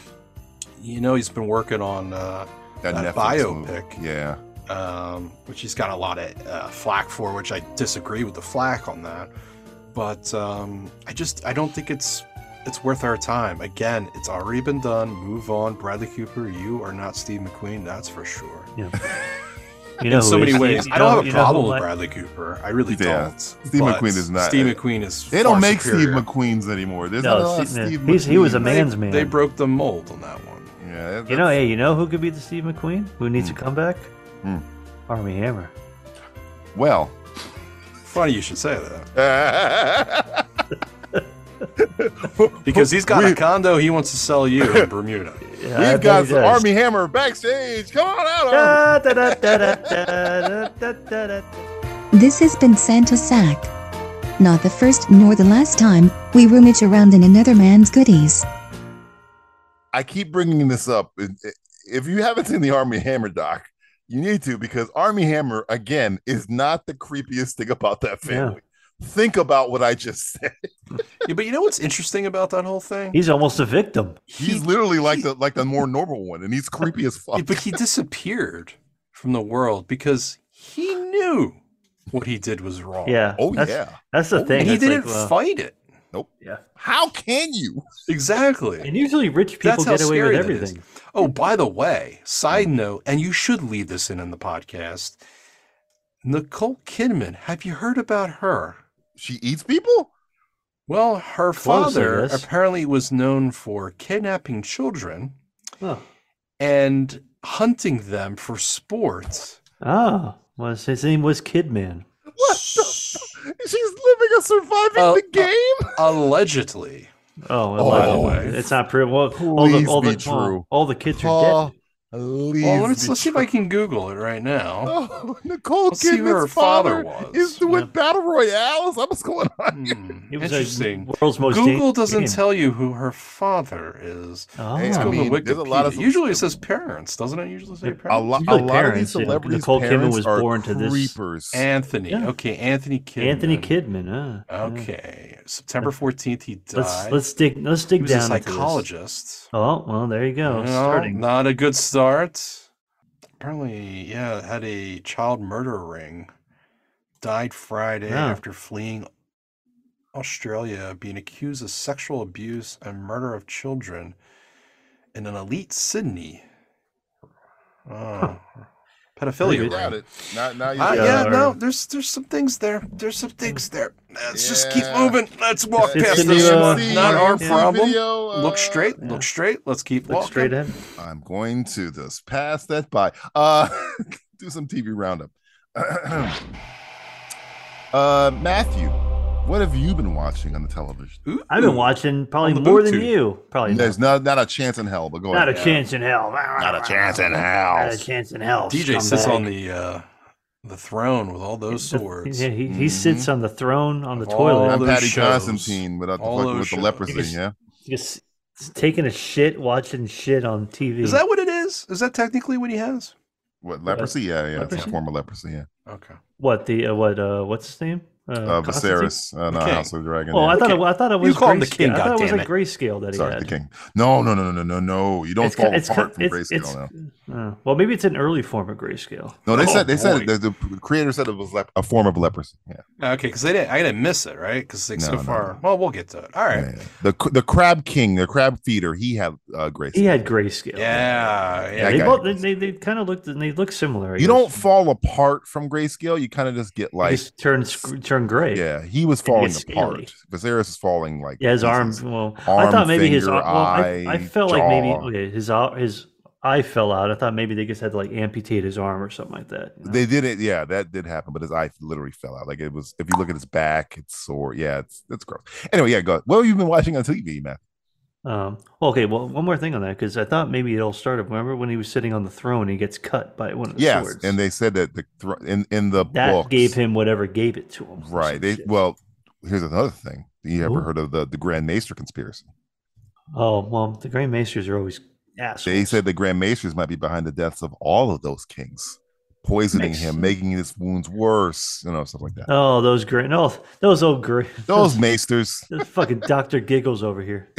E: you know he's been working on uh,
D: That,
E: That
D: Netflix movie.
E: biopic.
D: Yeah.
E: um, which he's got a lot of uh, flack for which i disagree with the flack on that but um, i just i don't think it's it's worth our time again it's already been done move on bradley cooper you are not steve mcqueen that's for sure *laughs*
F: You know,
E: in so
F: who
E: many
F: is-
E: ways
F: you
E: i don't
F: know-
E: have a
F: you know who
E: problem with
F: my-
E: bradley cooper i really
D: Yeah.
E: don't
D: Steve
E: but
D: McQueen is not-
E: steve mcqueen is
D: They don't
E: far
D: make
E: superior.
D: Steve McQueens anymore. There's
F: No,
D: not a lot of
F: Steve-
D: Steve
F: he's- he was a
D: McQueens.
F: man. man's man
E: they broke the mold on that one
D: Yeah.
F: You
D: that's-
F: know, hey, you know who could be the Steve McQueen? Who needs a comeback?
D: Hmm.
F: Army Hammer.
D: Well.
E: funny you should say that
D: *laughs*
E: because
D: Because
E: he's got a condo he wants to sell you in bermuda *laughs*
F: Yeah,
D: We've
F: I bet
D: got
F: he
D: the
F: does.
D: Army Hammer backstage. Come on out, Army.
F: Da, da, da, da, da, da, da, da, da.
C: This has been Santa Sack. Not the first nor the last time we rummage around in another man's goodies.
D: I keep bringing this up. If you haven't seen the Army Hammer doc, You need to because Army Hammer again is not the creepiest thing about that family. Think about what I just said.
E: Yeah, but you know what's interesting about that whole thing?
F: He's almost a victim.
D: He's literally like the like the more normal one, and he's creepy as
E: Yeah,
D: fuck.
E: but he disappeared from the world because he knew what he did was wrong.
F: Yeah.
E: *laughs*
D: Oh
F: that's,
D: yeah.
F: That's the thing.
E: And he
F: it's like,
E: didn't
F: well,
E: fight it.
D: How can you?
E: Exactly.
F: And usually rich people
E: That's how
F: get away with
E: scary that is.
F: everything.
E: Oh, by the way, side note, and you should leave this in in the podcast. Nicole Kidman, have you heard about her?
D: She eats people?
E: Well, her
F: Close, I
E: father
F: guess.
E: apparently was known for kidnapping children
F: Huh.
E: and hunting them for sports.
F: Ah, well, his name was Kidman.
D: What the? *laughs* She's living a surviving
E: Oh,
D: the
E: oh.
D: game.
E: Allegedly.
F: Oh,
D: Oh,
F: allegedly.
E: by the way.
F: it's not proven. Well, all the,
D: Please
F: all, the,
D: be
F: all-
D: true.
F: all the kids are dead.
D: Please
E: Well, let's,
D: be
E: let's see if I can Google it right now.
D: *laughs* Oh, Nicole
E: Let's see who her
D: Kidman's
E: father
D: father,
E: was.
D: is doing battle royales. What's going on? here?
E: Hmm,
F: He was
E: Interesting.
F: a world's most
E: Google
F: dangerous
E: doesn't
F: game.
E: tell you who her father is.
F: Oh.
D: Hey, I
E: Let's go to
D: mean, there's a lot
E: Wikipedia.
D: of-
E: Usually it says parents, doesn't it? Usually say
D: A,
E: parents.
D: lo- a lot
F: Usually
D: of these
F: parents, yeah.
D: celebrities'
F: Nicole Kidman
D: parents
F: was
D: are
F: born to this-
D: creepers.
E: Anthony.
F: Yeah.
E: Okay, Anthony Kidman.
F: Anthony Kidman. ah, yeah.
E: Okay, September fourteenth he died.
F: Let's let's dig let's dig
E: he was
F: down
E: a
F: into this.
E: psychologist.
F: Oh well, there you go.
E: No,
F: starting.
E: not a good start. Apparently, yeah, had a child murder ring. Died Friday
F: Yeah.
E: after fleeing Australia, being accused of sexual abuse and murder of children in an elite Sydney. Oh, pedophilia
D: Doubt
E: ring.
D: it. Now, now you
E: Uh,
D: got
E: yeah,
D: it.
E: no, there's there's some things there. There's some things there. Let's just keep
D: Yeah.
E: moving. Let's walk
F: It's
E: past
F: in the,
E: this
F: uh,
E: one. Not our
F: yeah.
E: problem.
D: Video, uh,
E: look straight.
F: yeah.
E: Look straight. Let's keep
F: Look
E: walking.
F: straight ahead.
D: I'm going to just pass that by. Uh, *laughs* do some TV roundup. *clears throat* uh, Matthew, what have you been watching on the television?
E: Ooh.
F: I've been watching probably
E: On the
F: more than
E: Bluetooth.
F: you. Probably not,
D: There's not not a chance in hell, but go
F: Not a
D: ahead.
F: chance in hell.
D: Not a chance in hell.
F: Not a chance in hell.
E: DJ sits
F: scumbag.
E: on the uh, the throne with all those
F: The-
E: swords.
F: yeah, he,
D: Mm-hmm.
F: he sits on the throne on the
E: Of all
F: toilet.
D: I'm
E: those
D: Patty
E: shows.
D: Constantine without the
E: All
D: fucking,
E: those
D: with the
E: shows.
D: leprosy.
F: Yes.
D: Yeah,
F: Just taking a shit, watching shit on TV.
E: Is that what it is? Is that technically what he has?
D: what leprosy? Yeah, yeah, it's a
F: Leprosy?
D: form of leprosy. Yeah,
E: Okay.
F: what the uh, what uh what's his name? Uh,
D: uh,
F: Constantine?
D: Viserys, uh, no,
E: Okay.
D: House of the Dragon.
F: Oh,
D: yeah.
F: I thought
E: Okay.
F: it, I thought it was.
E: call him the
F: grayscale.
E: king,
F: I thought it was a
E: goddammit.
F: grayscale that he
D: Sorry,
F: had.
D: the king. No, no, no, no, no, no, no. You don't
F: It's,
D: fall
F: it's,
D: apart from
F: it's,
D: grayscale
F: it's,
D: now.
F: uh, well, maybe it's an early form of grayscale.
D: No, they
E: Oh,
D: said they said
E: boy.
D: the, the creator said it was lep- a form of leprosy. Yeah.
E: Uh, Okay, because I didn't, I didn't miss it, right? Because like,
D: No,
E: so
D: no,
E: far,
D: no.
E: well, we'll get to it. All right.
D: Yeah, yeah. The c- the crab king, the crab feeder, he had uh, grace.
F: He had grayscale.
E: Yeah, yeah.
D: Yeah, I
F: they
D: got
F: both they,
D: it.
F: they, they kind of looked and they look similar. I
D: You
F: guess.
D: don't fall apart from grayscale. You kind of just get
F: They
D: like,
F: just turn sc- turn gray.
D: yeah, he was falling
F: gets scaly.
D: apart. Viserys is falling like,
F: Yeah, his arm.
D: pieces.
F: Well, I
D: Arm,
F: thought maybe his.
D: finger,
F: ar- well, I, I
D: eye,
F: felt like maybe
D: jaw.
F: okay, his eye- his eye fell out. I thought maybe they just had to like amputate his arm or something like that. you know?
D: They did it. Yeah, that did happen, but his eye literally fell out. Like it was, if you look at his back, it's sore. Yeah, it's that's gross. Anyway, yeah, go. What have you been watching on TV, man?
F: Um, well, okay. Well, one more thing on that because I thought maybe it all started. Remember when he was sitting on the throne, he gets cut by one of the
D: Yes,
F: swords.
D: and they said that the thro- in in the
F: that
D: books,
F: gave him whatever gave it to him. or
D: right.
F: some
D: They
F: shit.
D: well, here's another thing. You ever
F: Ooh.
D: heard of the the Grand Maester conspiracy?
F: oh well, the Grand Maesters are always assholes.
D: They said the Grand Maesters might be behind the deaths of all of those kings, poisoning
F: Makes
D: him,
F: sense.
D: making his wounds worse, you know, stuff like that.
F: Oh, those grand, oh, those old great,
D: *laughs* Those Maesters,
F: *laughs* those fucking Doctor Giggles over here,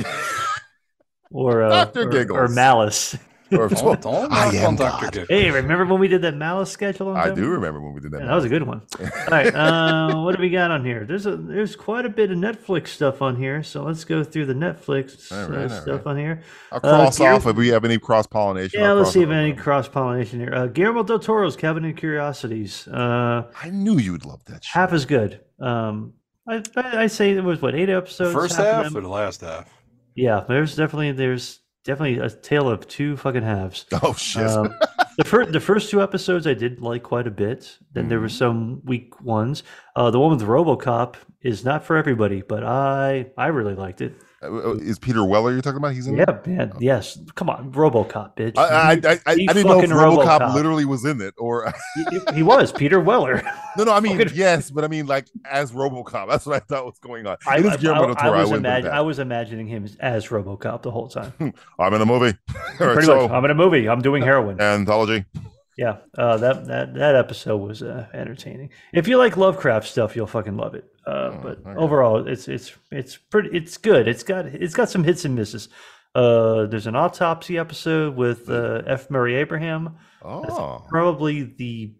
D: *laughs*
F: or uh,
D: Dr.
F: or- or
D: Giggles.
F: Malice. *laughs*
D: or *laughs*
E: Don't, don't
D: I
E: knock
D: am
E: on Dr.
D: God.
E: Giggles.
F: Hey, remember when we did that Malice sketch a long
D: I
F: time
D: do
F: ago?
D: remember when we did that.
F: Yeah, that was a good one. All
D: *laughs*
F: right, uh, what do we got on here? There's a there's quite a bit of Netflix stuff on here, so let's go through the Netflix
D: All
F: uh,
D: right, all
F: stuff
D: right.
F: on here.
D: I'll cross
F: Gear-
D: off if we have any cross pollination.
F: Uh, Yeah, let's see if any cross pollination here. Uh, Guillermo del Toro's Cabinet of Curiosities, uh,
D: I knew you'd love that. Shit.
F: half as good. Um, I I I'd say it was what eight
E: The
F: episodes.
E: first
F: half of
E: half
F: them-
E: or the last half?
F: Yeah, there's definitely there's definitely a tale of two fucking halves.
D: *laughs* Oh shit!
F: Um, the first the first two episodes I did like quite a bit. Then there were
D: Mm-hmm.
F: some weak ones. Uh, the one with RoboCop is not for everybody, but I I really liked it.
D: *laughs* Uh, uh, Is Peter Weller you're talking about? He's in.
F: Yeah,
D: it?
F: yeah, yes. Come on, RoboCop, bitch.
D: I, I, I, I, I
F: He
D: didn't know if
F: fucking
D: RoboCop,
F: RoboCop.
D: literally was in it, or *laughs*
F: He- he- he was Peter Weller.
D: no, no. I mean,
F: Fucking-
D: yes, but I mean, like as RoboCop. *laughs* That's what I thought was going on.
F: I,
D: it
F: I-
D: is Guillermo del
F: I- I
D: Toro. I,
F: was
D: wouldn't put it
F: imag-
D: past
F: I was imagining him as
D: *laughs*
F: RoboCop the whole time.
D: I'm in a movie. *laughs* Or
F: Pretty
D: so, *laughs*
F: much, I'm in a movie. I'm doing heroin.
D: anthology.
F: yeah, uh, that that that episode was uh, entertaining. If you like Lovecraft stuff, you'll fucking love it.
D: Oh,
F: Uh, but overall, it's it's it's pretty it's good. It's got it's got some hits and misses. Uh, there's an autopsy episode with uh, F. Murray Abraham.
D: Oh,
F: Probably the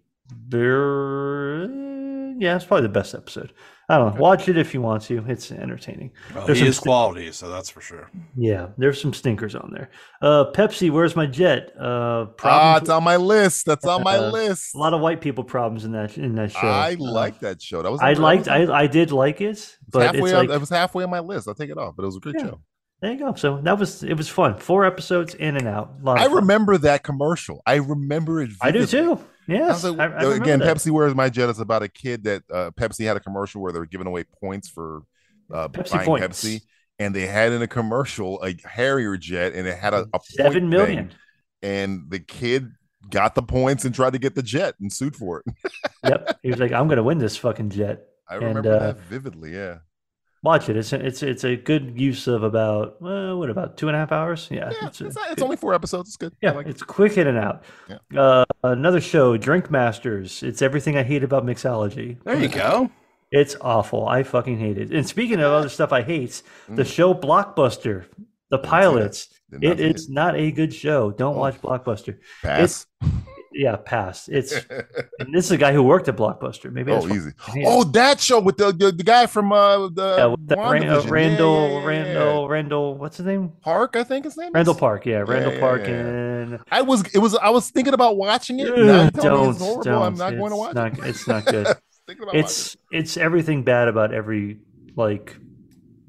F: ver- yeah, it's probably the best episode. I don't know. Watch it if you want to. It's entertaining.
E: Well,
F: There's
E: he
F: some
E: is quality, so that's for sure.
F: Yeah, there's some stinkers on there. Uh, Pepsi, where's my jet? Uh,
D: ah,
F: problems
D: it's on my list. That's on my
F: Uh,
D: list.
F: a lot of white people problems in that in that show.
D: I
F: Uh,
D: like that show. That was
F: I
D: that
F: liked.
D: was-
F: I, I did like it, but
D: halfway
F: it's
D: on,
F: like
D: it was halfway on my list. I'll take it off, but it was a great
F: Yeah.
D: show.
F: there you go. So that was it was fun. Four episodes in and out. A lot of
D: I
F: fun.
D: remember that commercial. I remember it.
F: Uh, I do
D: vividly.
F: too.
D: I
F: Yes.
D: was like, uh,
F: I- I remember
D: again,
F: that.
D: Pepsi Where's My Jet is about a kid that uh, Pepsi had a commercial where they were giving away points for uh,
F: Pepsi
D: buying
F: points.
D: Pepsi, and they had in a commercial a Harrier jet, and it had a, a point
F: Seven
D: thing,
F: million.
D: and the kid got the points and tried to get the jet and sued for it. *laughs*
F: *laughs* yep. He was like, I'm gonna win this fucking jet.
D: I
F: And,
D: remember
F: uh,
D: that vividly. Yeah,
F: Watch it. It's a, it's it's a good use of about well, what about two and a half hours? Yeah.
D: yeah. It's,
F: a-
D: it's only four episodes. It's good. I
F: Yeah,
D: like it.
F: it's quick in and out. Uh, another show, Drink Masters. It's everything I hate about mixology.
E: There you go.
F: It's awful. I fucking hate it. And speaking of other stuff I hate,
D: Mm.
F: the show Blockbuster, the pilots.
D: Did not
F: It,
D: see it. Oh.
F: it's not a good show. Don't watch Blockbuster.
D: pass.
F: Yeah, pass.
D: *laughs*
F: It's and this is a guy who worked at Blockbuster. Maybe that's
D: Oh,
F: why-
D: easy.
F: hate it.
D: Oh, that show with the the, the guy from uh, the
F: Yeah, with that Ran- uh,
D: WandaVision. Yeah,
F: Randall,
D: yeah, yeah,
F: Randall, Randall. What's his name?
D: Park, I think his name. is?
F: Randall Park. Yeah, Randall
D: yeah,
F: Park
D: yeah, yeah. *laughs*
F: and
D: I was it was I was thinking about watching it.
F: Ugh,
D: Now you tell me
F: don't,
D: it's horrible.
F: don't.
D: I'm not
F: it's
D: going to watch
F: Not,
D: it.
F: it's not
D: *laughs*
F: good.
D: Thinking about
F: it's it's everything bad about every like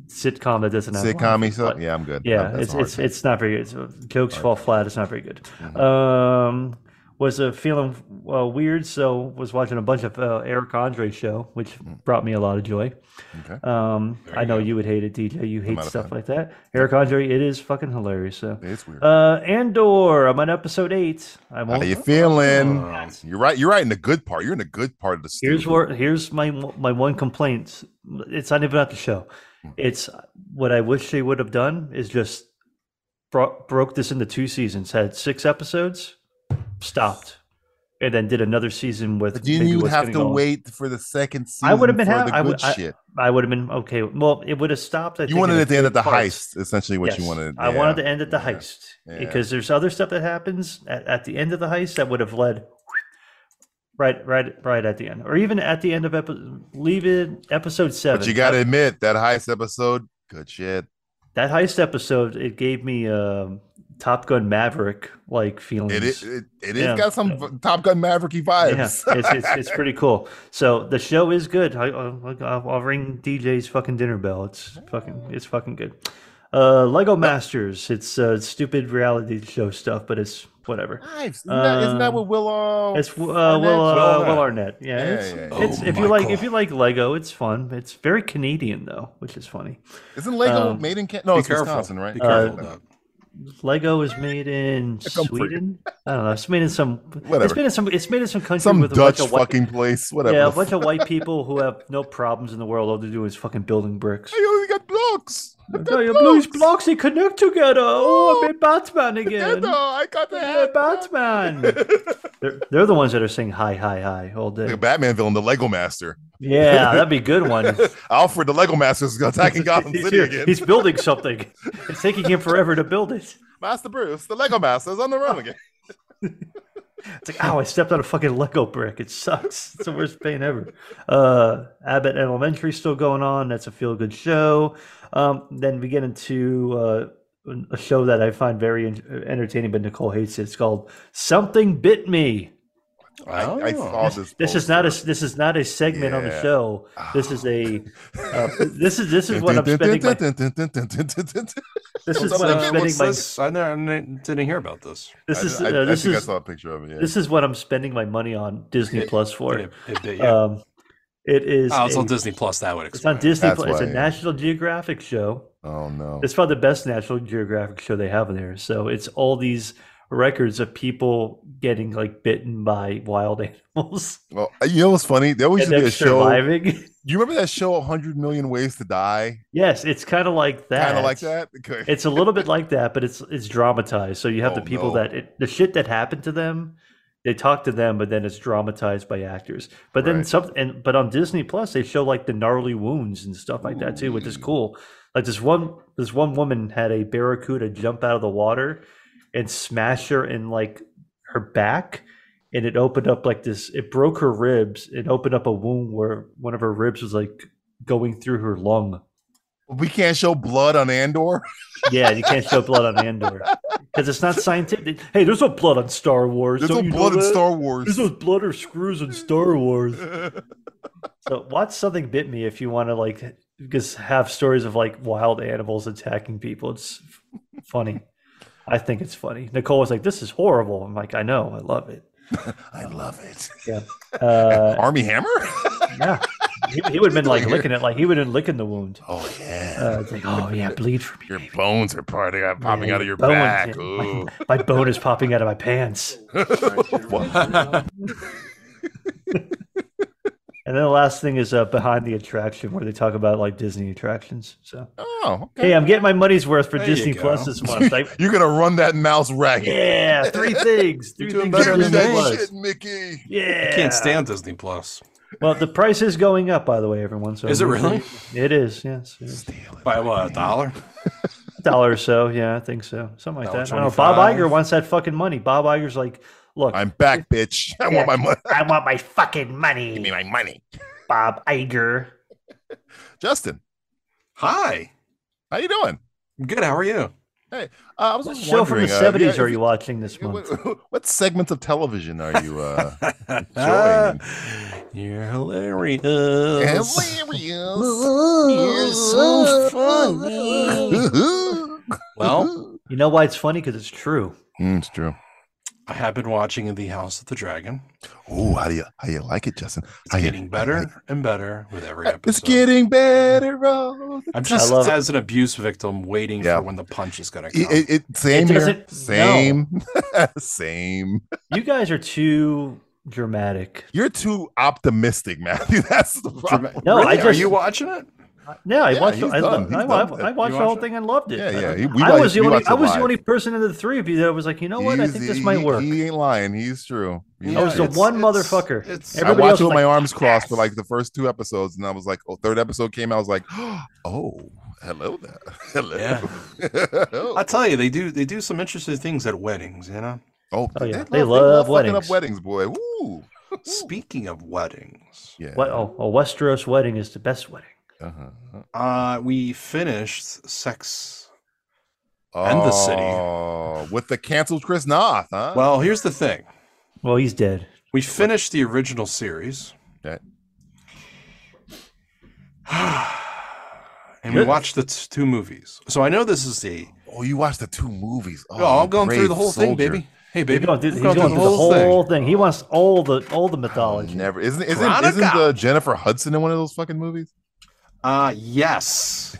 F: sitcom that doesn't have
D: watching it.
F: laugh,
D: sitcom stuff.
F: but-
D: Yeah, I'm good.
F: yeah,
D: That- that's
F: it's
D: hard.
F: it's it's not very good. It's- uh, Jokes fall flat. It's not very good.
D: Mm-hmm.
F: Um, was uh, feeling uh, weird, so was watching a bunch of uh, Eric Andre show, which brought me a lot of joy.
D: Mm. Okay.
F: Um, I know you would hate it, DJ. You hate
D: not a
F: stuff
D: fan.
F: like that. Eric Andre, it is fucking hilarious. So,
D: It's weird.
F: uh, Andor, I'm on episode eight. I'm
D: How
F: on.
D: you feeling?
E: Oh.
D: You're right. You're right in the good part. You're in the good part of the story.
F: Here's where here's my my one complaint. It's not even at the show.
D: Hmm.
F: It's what I wish they would have done is just bro- broke this into two seasons, had six episodes, stopped, and then did another season with.
D: But then
F: maybe
D: you would
F: what's
D: have
F: gonna
D: to
F: go on.
D: wait for the second season.
F: I would have been
D: for
F: ha-
D: the
F: I
D: good
F: would- I-
D: shit.
F: I would have been okay. Well, it would have stopped. I
D: You
F: think,
D: wanted
F: in
D: it to end at the
F: parts.
D: heist, essentially. What you
F: Yes,
D: wanted.
F: I wanted
D: yeah.
F: to end at the
D: yeah,
F: heist
D: yeah.
F: because there's other stuff that happens at, at the end of the heist that would have led right, right, right at the end, or even at the end of epi- leave it episode seven.
D: But you got to admit that heist episode, good shit.
F: that, that heist episode. It gave me um, Top Gun Maverick like feelings.
D: It it it, it has
F: Yeah.
D: got some v- Top Gun Mavericky
F: yeah,
D: vibes.
F: it's, it's, it's pretty cool. So the show is good. I, I'll, I'll I'll ring DJ's fucking dinner bell. It's fucking it's fucking good. Uh, Lego Masters. It's uh, stupid reality show stuff, but it's whatever.
D: Vibes. Isn't, that, isn't that what Willow?
F: Um, It's uh, Will, uh,
E: Arnett.
F: Will Arnett. Yeah,
D: Yeah,
F: it's,
D: yeah, yeah.
F: it's
E: Oh,
F: if you like
E: Michael.
F: if you like Lego, it's fun. It's very Canadian though, which is funny.
D: Isn't Lego
F: Um,
D: made in Canada? No,
E: Be
D: it's
E: careful.
D: Wisconsin, right?
E: Be careful.
D: Uh,
E: Doug.
F: Lego is made in
D: *laughs* Come for you.
F: Sweden. I don't know. It's made in some.
D: Whatever.
F: It's made in some. It's made in some country
D: some
F: with
D: Dutch
F: a bunch of white,
D: fucking place, whatever.
F: yeah,
D: the
F: a bunch of
D: *laughs*
F: white people who have no problems in the world. All they do is fucking building bricks.
D: f- I only got blocks. I
F: Oh,
D: got
F: your blues
D: blocks.
F: blocks they connect together. Oh, I made Batman
D: Yeah,
F: again.
D: no, I got the
F: Yeah,
D: hat. *laughs*
F: Batman. they're, they're the ones that are saying hi, hi, hi all
D: The
F: day.
D: Batman villain, the Lego Master.
F: Yeah, that'd be a
D: *laughs*
F: good one.
D: Alfred, the Lego Master, is attacking Gotham
F: *laughs* he's,
D: City
F: here.
D: again.
F: He's
D: *laughs*
F: building something. It's taking him forever to build it.
D: Master Bruce, the Lego Master, is on the run again.
F: It's like, ow, I stepped on a fucking Lego brick. It sucks. It's the worst pain ever. Uh, Abbott Elementary still going on. That's a feel good show. Um, then we get into uh, a show that I find very en- entertaining, but Nicole hates it. It's called Something Bit Me.
D: I, I
E: Oh.
D: saw this.
F: Oh. This is not
D: poster.
F: a this is not a segment on the
D: Oh, Yeah.
F: show. This is a
D: *laughs*
F: uh, this is this is what I'm spending my this is what I'm
E: Hey,
F: spending
E: what's
F: my
E: this? I never- I didn't hear about this.
D: I,
F: this is
D: I-
F: uh,
D: I
F: this
D: think I
F: is
D: saw a picture of it. Yeah.
F: this is what I'm spending my money on Disney Plus for.
E: It- it bit you.
F: Um, it is.
E: oh, it's
F: a-
E: on Disney Plus. That would
F: It's
E: explain.
F: on Disney.
D: That's
F: Plus. It's
D: why,
F: a
D: yeah.
F: National Geographic show.
D: oh no!
F: It's probably the best National Geographic show they have in there. So it's all these records of people getting like bitten by wild *laughs* animals
D: Well, uh, you know what's funny? There always
F: and
D: used to be
F: then
D: a show.
F: surviving. *laughs*
D: You remember that show, Hundred Million Ways to Die?
F: yes, it's kind of like that.
D: Kind of like that. Okay.
F: *laughs* It's a little bit like that, but it's it's dramatized. So you have the
D: Oh,
F: people
D: no.
F: that it, the shit that happened to them they talk to them, but then it's dramatized by actors. But then
D: Right.
F: some, and but on Disney Plus, they show like the gnarly wounds and stuff like that too, which is cool. Like this one, this one woman had a barracuda jump out of the water and smash her in like her back, and it opened up like this. It broke her ribs. It opened up a wound where one of her ribs was like going through her lung.
D: We can't show blood on Andor.
F: *laughs* Yeah, you can't show blood on Andor because it's not scientific. Hey, there's no blood on Star Wars.
D: There's
F: Don't
D: no
F: you know
D: blood in
F: that?
D: Star Wars.
F: There's no blood or screws in
D: *laughs*
F: Star Wars. so watch something bit me if you want to like just have stories of like wild animals attacking people. It's f- funny. I think it's funny. Nicole was like, "This is horrible." I'm like, "I know. I love it."
D: I love it.
F: Uh,
D: Army Hammer? *laughs*
F: yeah, he, he would have been like licking it, like he would have been licking the wound.
D: Oh yeah.
F: Uh, it's like, oh yeah, bleed for me.
D: your bones are parting out, popping
F: Yeah,
D: out of your
F: bones,
D: back.
F: yeah.
D: Ooh.
F: My bone is popping out of
E: *laughs*
F: my pants. And then the last thing is uh, behind the attraction, where they talk about like Disney attractions. So,
D: *laughs* Oh, okay.
F: hey, I'm getting my money's worth for
E: There you
F: Disney Plus
E: go.
F: this month. I,
D: You're gonna run that mouse ragged.
E: *laughs*
F: yeah, three things. Three
E: You're doing
F: things
E: better
F: for
E: than
F: Disney
E: me.
F: Plus.
D: shit, Mickey.
F: Yeah,
E: I can't stand Disney Plus.
F: Well, the price is going up, by the way, everyone. So
E: Is it
F: we should-
E: really?
F: It
D: *laughs*
F: is. Yes, it is.
E: By what, a dollar?
F: a dollar or so. Yeah, I think so. Something like
E: Dollar
F: that. I don't know. Bob
E: 25.
F: Iger wants that fucking money. Bob Iger's like, look,
D: I'm back, bitch. *laughs* I want my money.
F: I want my fucking money,
D: Give me my money.
F: Bob Iger.
D: Justin,
E: Hi.
D: how you doing?
E: Good. How are you? *laughs*
D: Hey, uh, I was
F: What
D: just
F: show from the
D: wondering, uh,
F: '70s
D: yeah,
F: are you watching this month?
D: What, *laughs* what segments of television are you? Uh,
E: Ah, You're
D: *laughs*
E: hilarious.
D: hilarious.
E: You're so
D: *laughs*
E: funny. Well, *laughs*
F: You know why it's funny? Because it's true.
D: Mm, it's true.
E: I have been watching The House of the Dragon.
D: Oh, how do you how you like it, Justin?
E: It's
D: How you-
E: getting better and better with every episode.
D: It's getting
F: Mm.
D: better. all the time.
E: I'm just
F: I love-
E: as an abuse victim waiting
D: Yeah.
E: for when the punch is going to come.
D: It, it, it- same
F: It
D: here.
F: doesn't-
D: Same. *laughs* same.
F: You guys are too dramatic.
D: You're too optimistic, *laughs* Matthew. That's the problem.
F: No,
E: really?
F: I
E: Are
F: just-
E: you watching it?
F: Yeah, I
D: Yeah,
F: watched.
D: he's
F: I,
D: done.
F: lo-
D: He's
F: I,
D: done
F: wa-
D: with it.
F: I
E: You
F: watched the whole
E: watched it?
F: thing and loved it.
D: Yeah,
F: I-
D: yeah, he- we
F: I
D: watched-
F: was the
D: we
F: only.
D: watched
F: I
D: it
F: was the
D: live.
F: only person of the three of you that was like, you know what? I
D: He's-
F: think this
D: he-
F: might work. Oh,
D: He ain't lying. He's true. He's
E: Yeah,
F: I was the
D: lying.
E: it's-
F: one
E: it's-
F: motherfucker.
E: it's-
D: I
F: Everybody
D: watched
F: else
D: it with
F: was
D: my
F: like,
D: arms crossed for like the first two episodes, and I was like, oh, third episode came out. I was like, *gasps* oh, hello there. *laughs* Hello.
E: I'll tell you, they do they do some interesting things at weddings, you know?
D: oh,
F: Oh, yeah.
D: love-
F: They love
D: fucking
F: weddings.
D: up weddings, boy. Woo.
E: Speaking of weddings,
D: Yeah.
F: What? Oh, a Westeros wedding is the best wedding.
D: Uh-huh.
E: uh, we finished Sex.
D: Oh,
E: And the city.
D: With the canceled Chris Noth, huh?
E: Well, here's the thing.
F: Well, he's dead.
E: We finished the original series.
D: Okay.
E: And we watched the t- two movies. So I know this is the.
D: oh, you watched the two movies. Oh,
E: Oh, I'm going through
D: brave
E: the whole thing,
D: soldier.
E: baby. Hey,
F: He's
E: baby.
F: going through,
E: I'm
F: he's going through the whole thing. He wants all the all the mythology.
D: Never isn't isn't,
E: Veronica.
D: isn't uh, Jennifer Hudson in one of those fucking
E: *laughs*
D: movies? *laughs*
E: Uh, yes,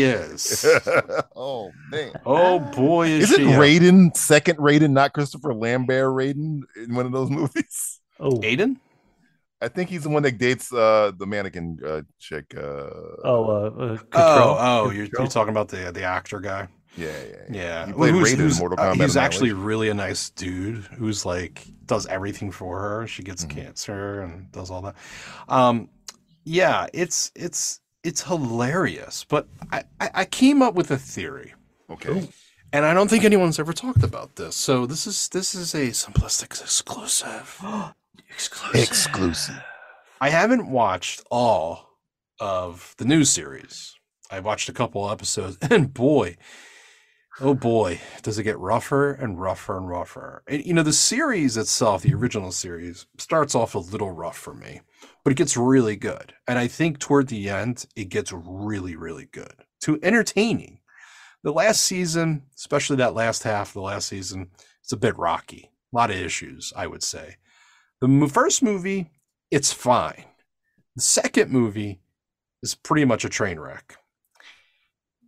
D: *laughs*
E: is.
D: oh man.
E: oh boy, is
D: Isn't
E: she a-
D: Raiden second Raiden, not Christopher Lambert Raiden in one of those *laughs* movies?
F: Oh,
E: Aiden?
D: I think he's the one that dates uh the mannequin uh, chick. Uh,
F: oh, uh, uh, Cottrell.
E: Oh, oh, you're, you're talking about the the actor guy.
D: yeah, yeah, yeah.
E: Yeah,
D: He played
E: Well,
D: Raiden in Mortal
E: uh,
D: Kombat
E: he's actually
D: Annihilation.
E: really a nice dude who's like does everything for her. She gets
D: Mm-hmm.
E: cancer and does all that. Um, yeah, it's it's it's hilarious. But I, I I came up with a theory,
D: Okay.
E: and I don't think anyone's ever talked about this. So this is this is a simplistic exclusive. exclusive.
D: Exclusive.
E: I haven't watched all of the new series. I watched a couple episodes, *laughs* and boy, oh boy, does it get rougher and rougher and rougher. And, you know, the series itself, the original series, starts off a little rough for me, but it gets really good. And I think toward the end, it gets really, really good to entertaining. The last season, especially that last half of the last season, it's a bit rocky. A lot of issues, I would say. The mo- first movie, it's fine. The second movie is pretty much a train wreck.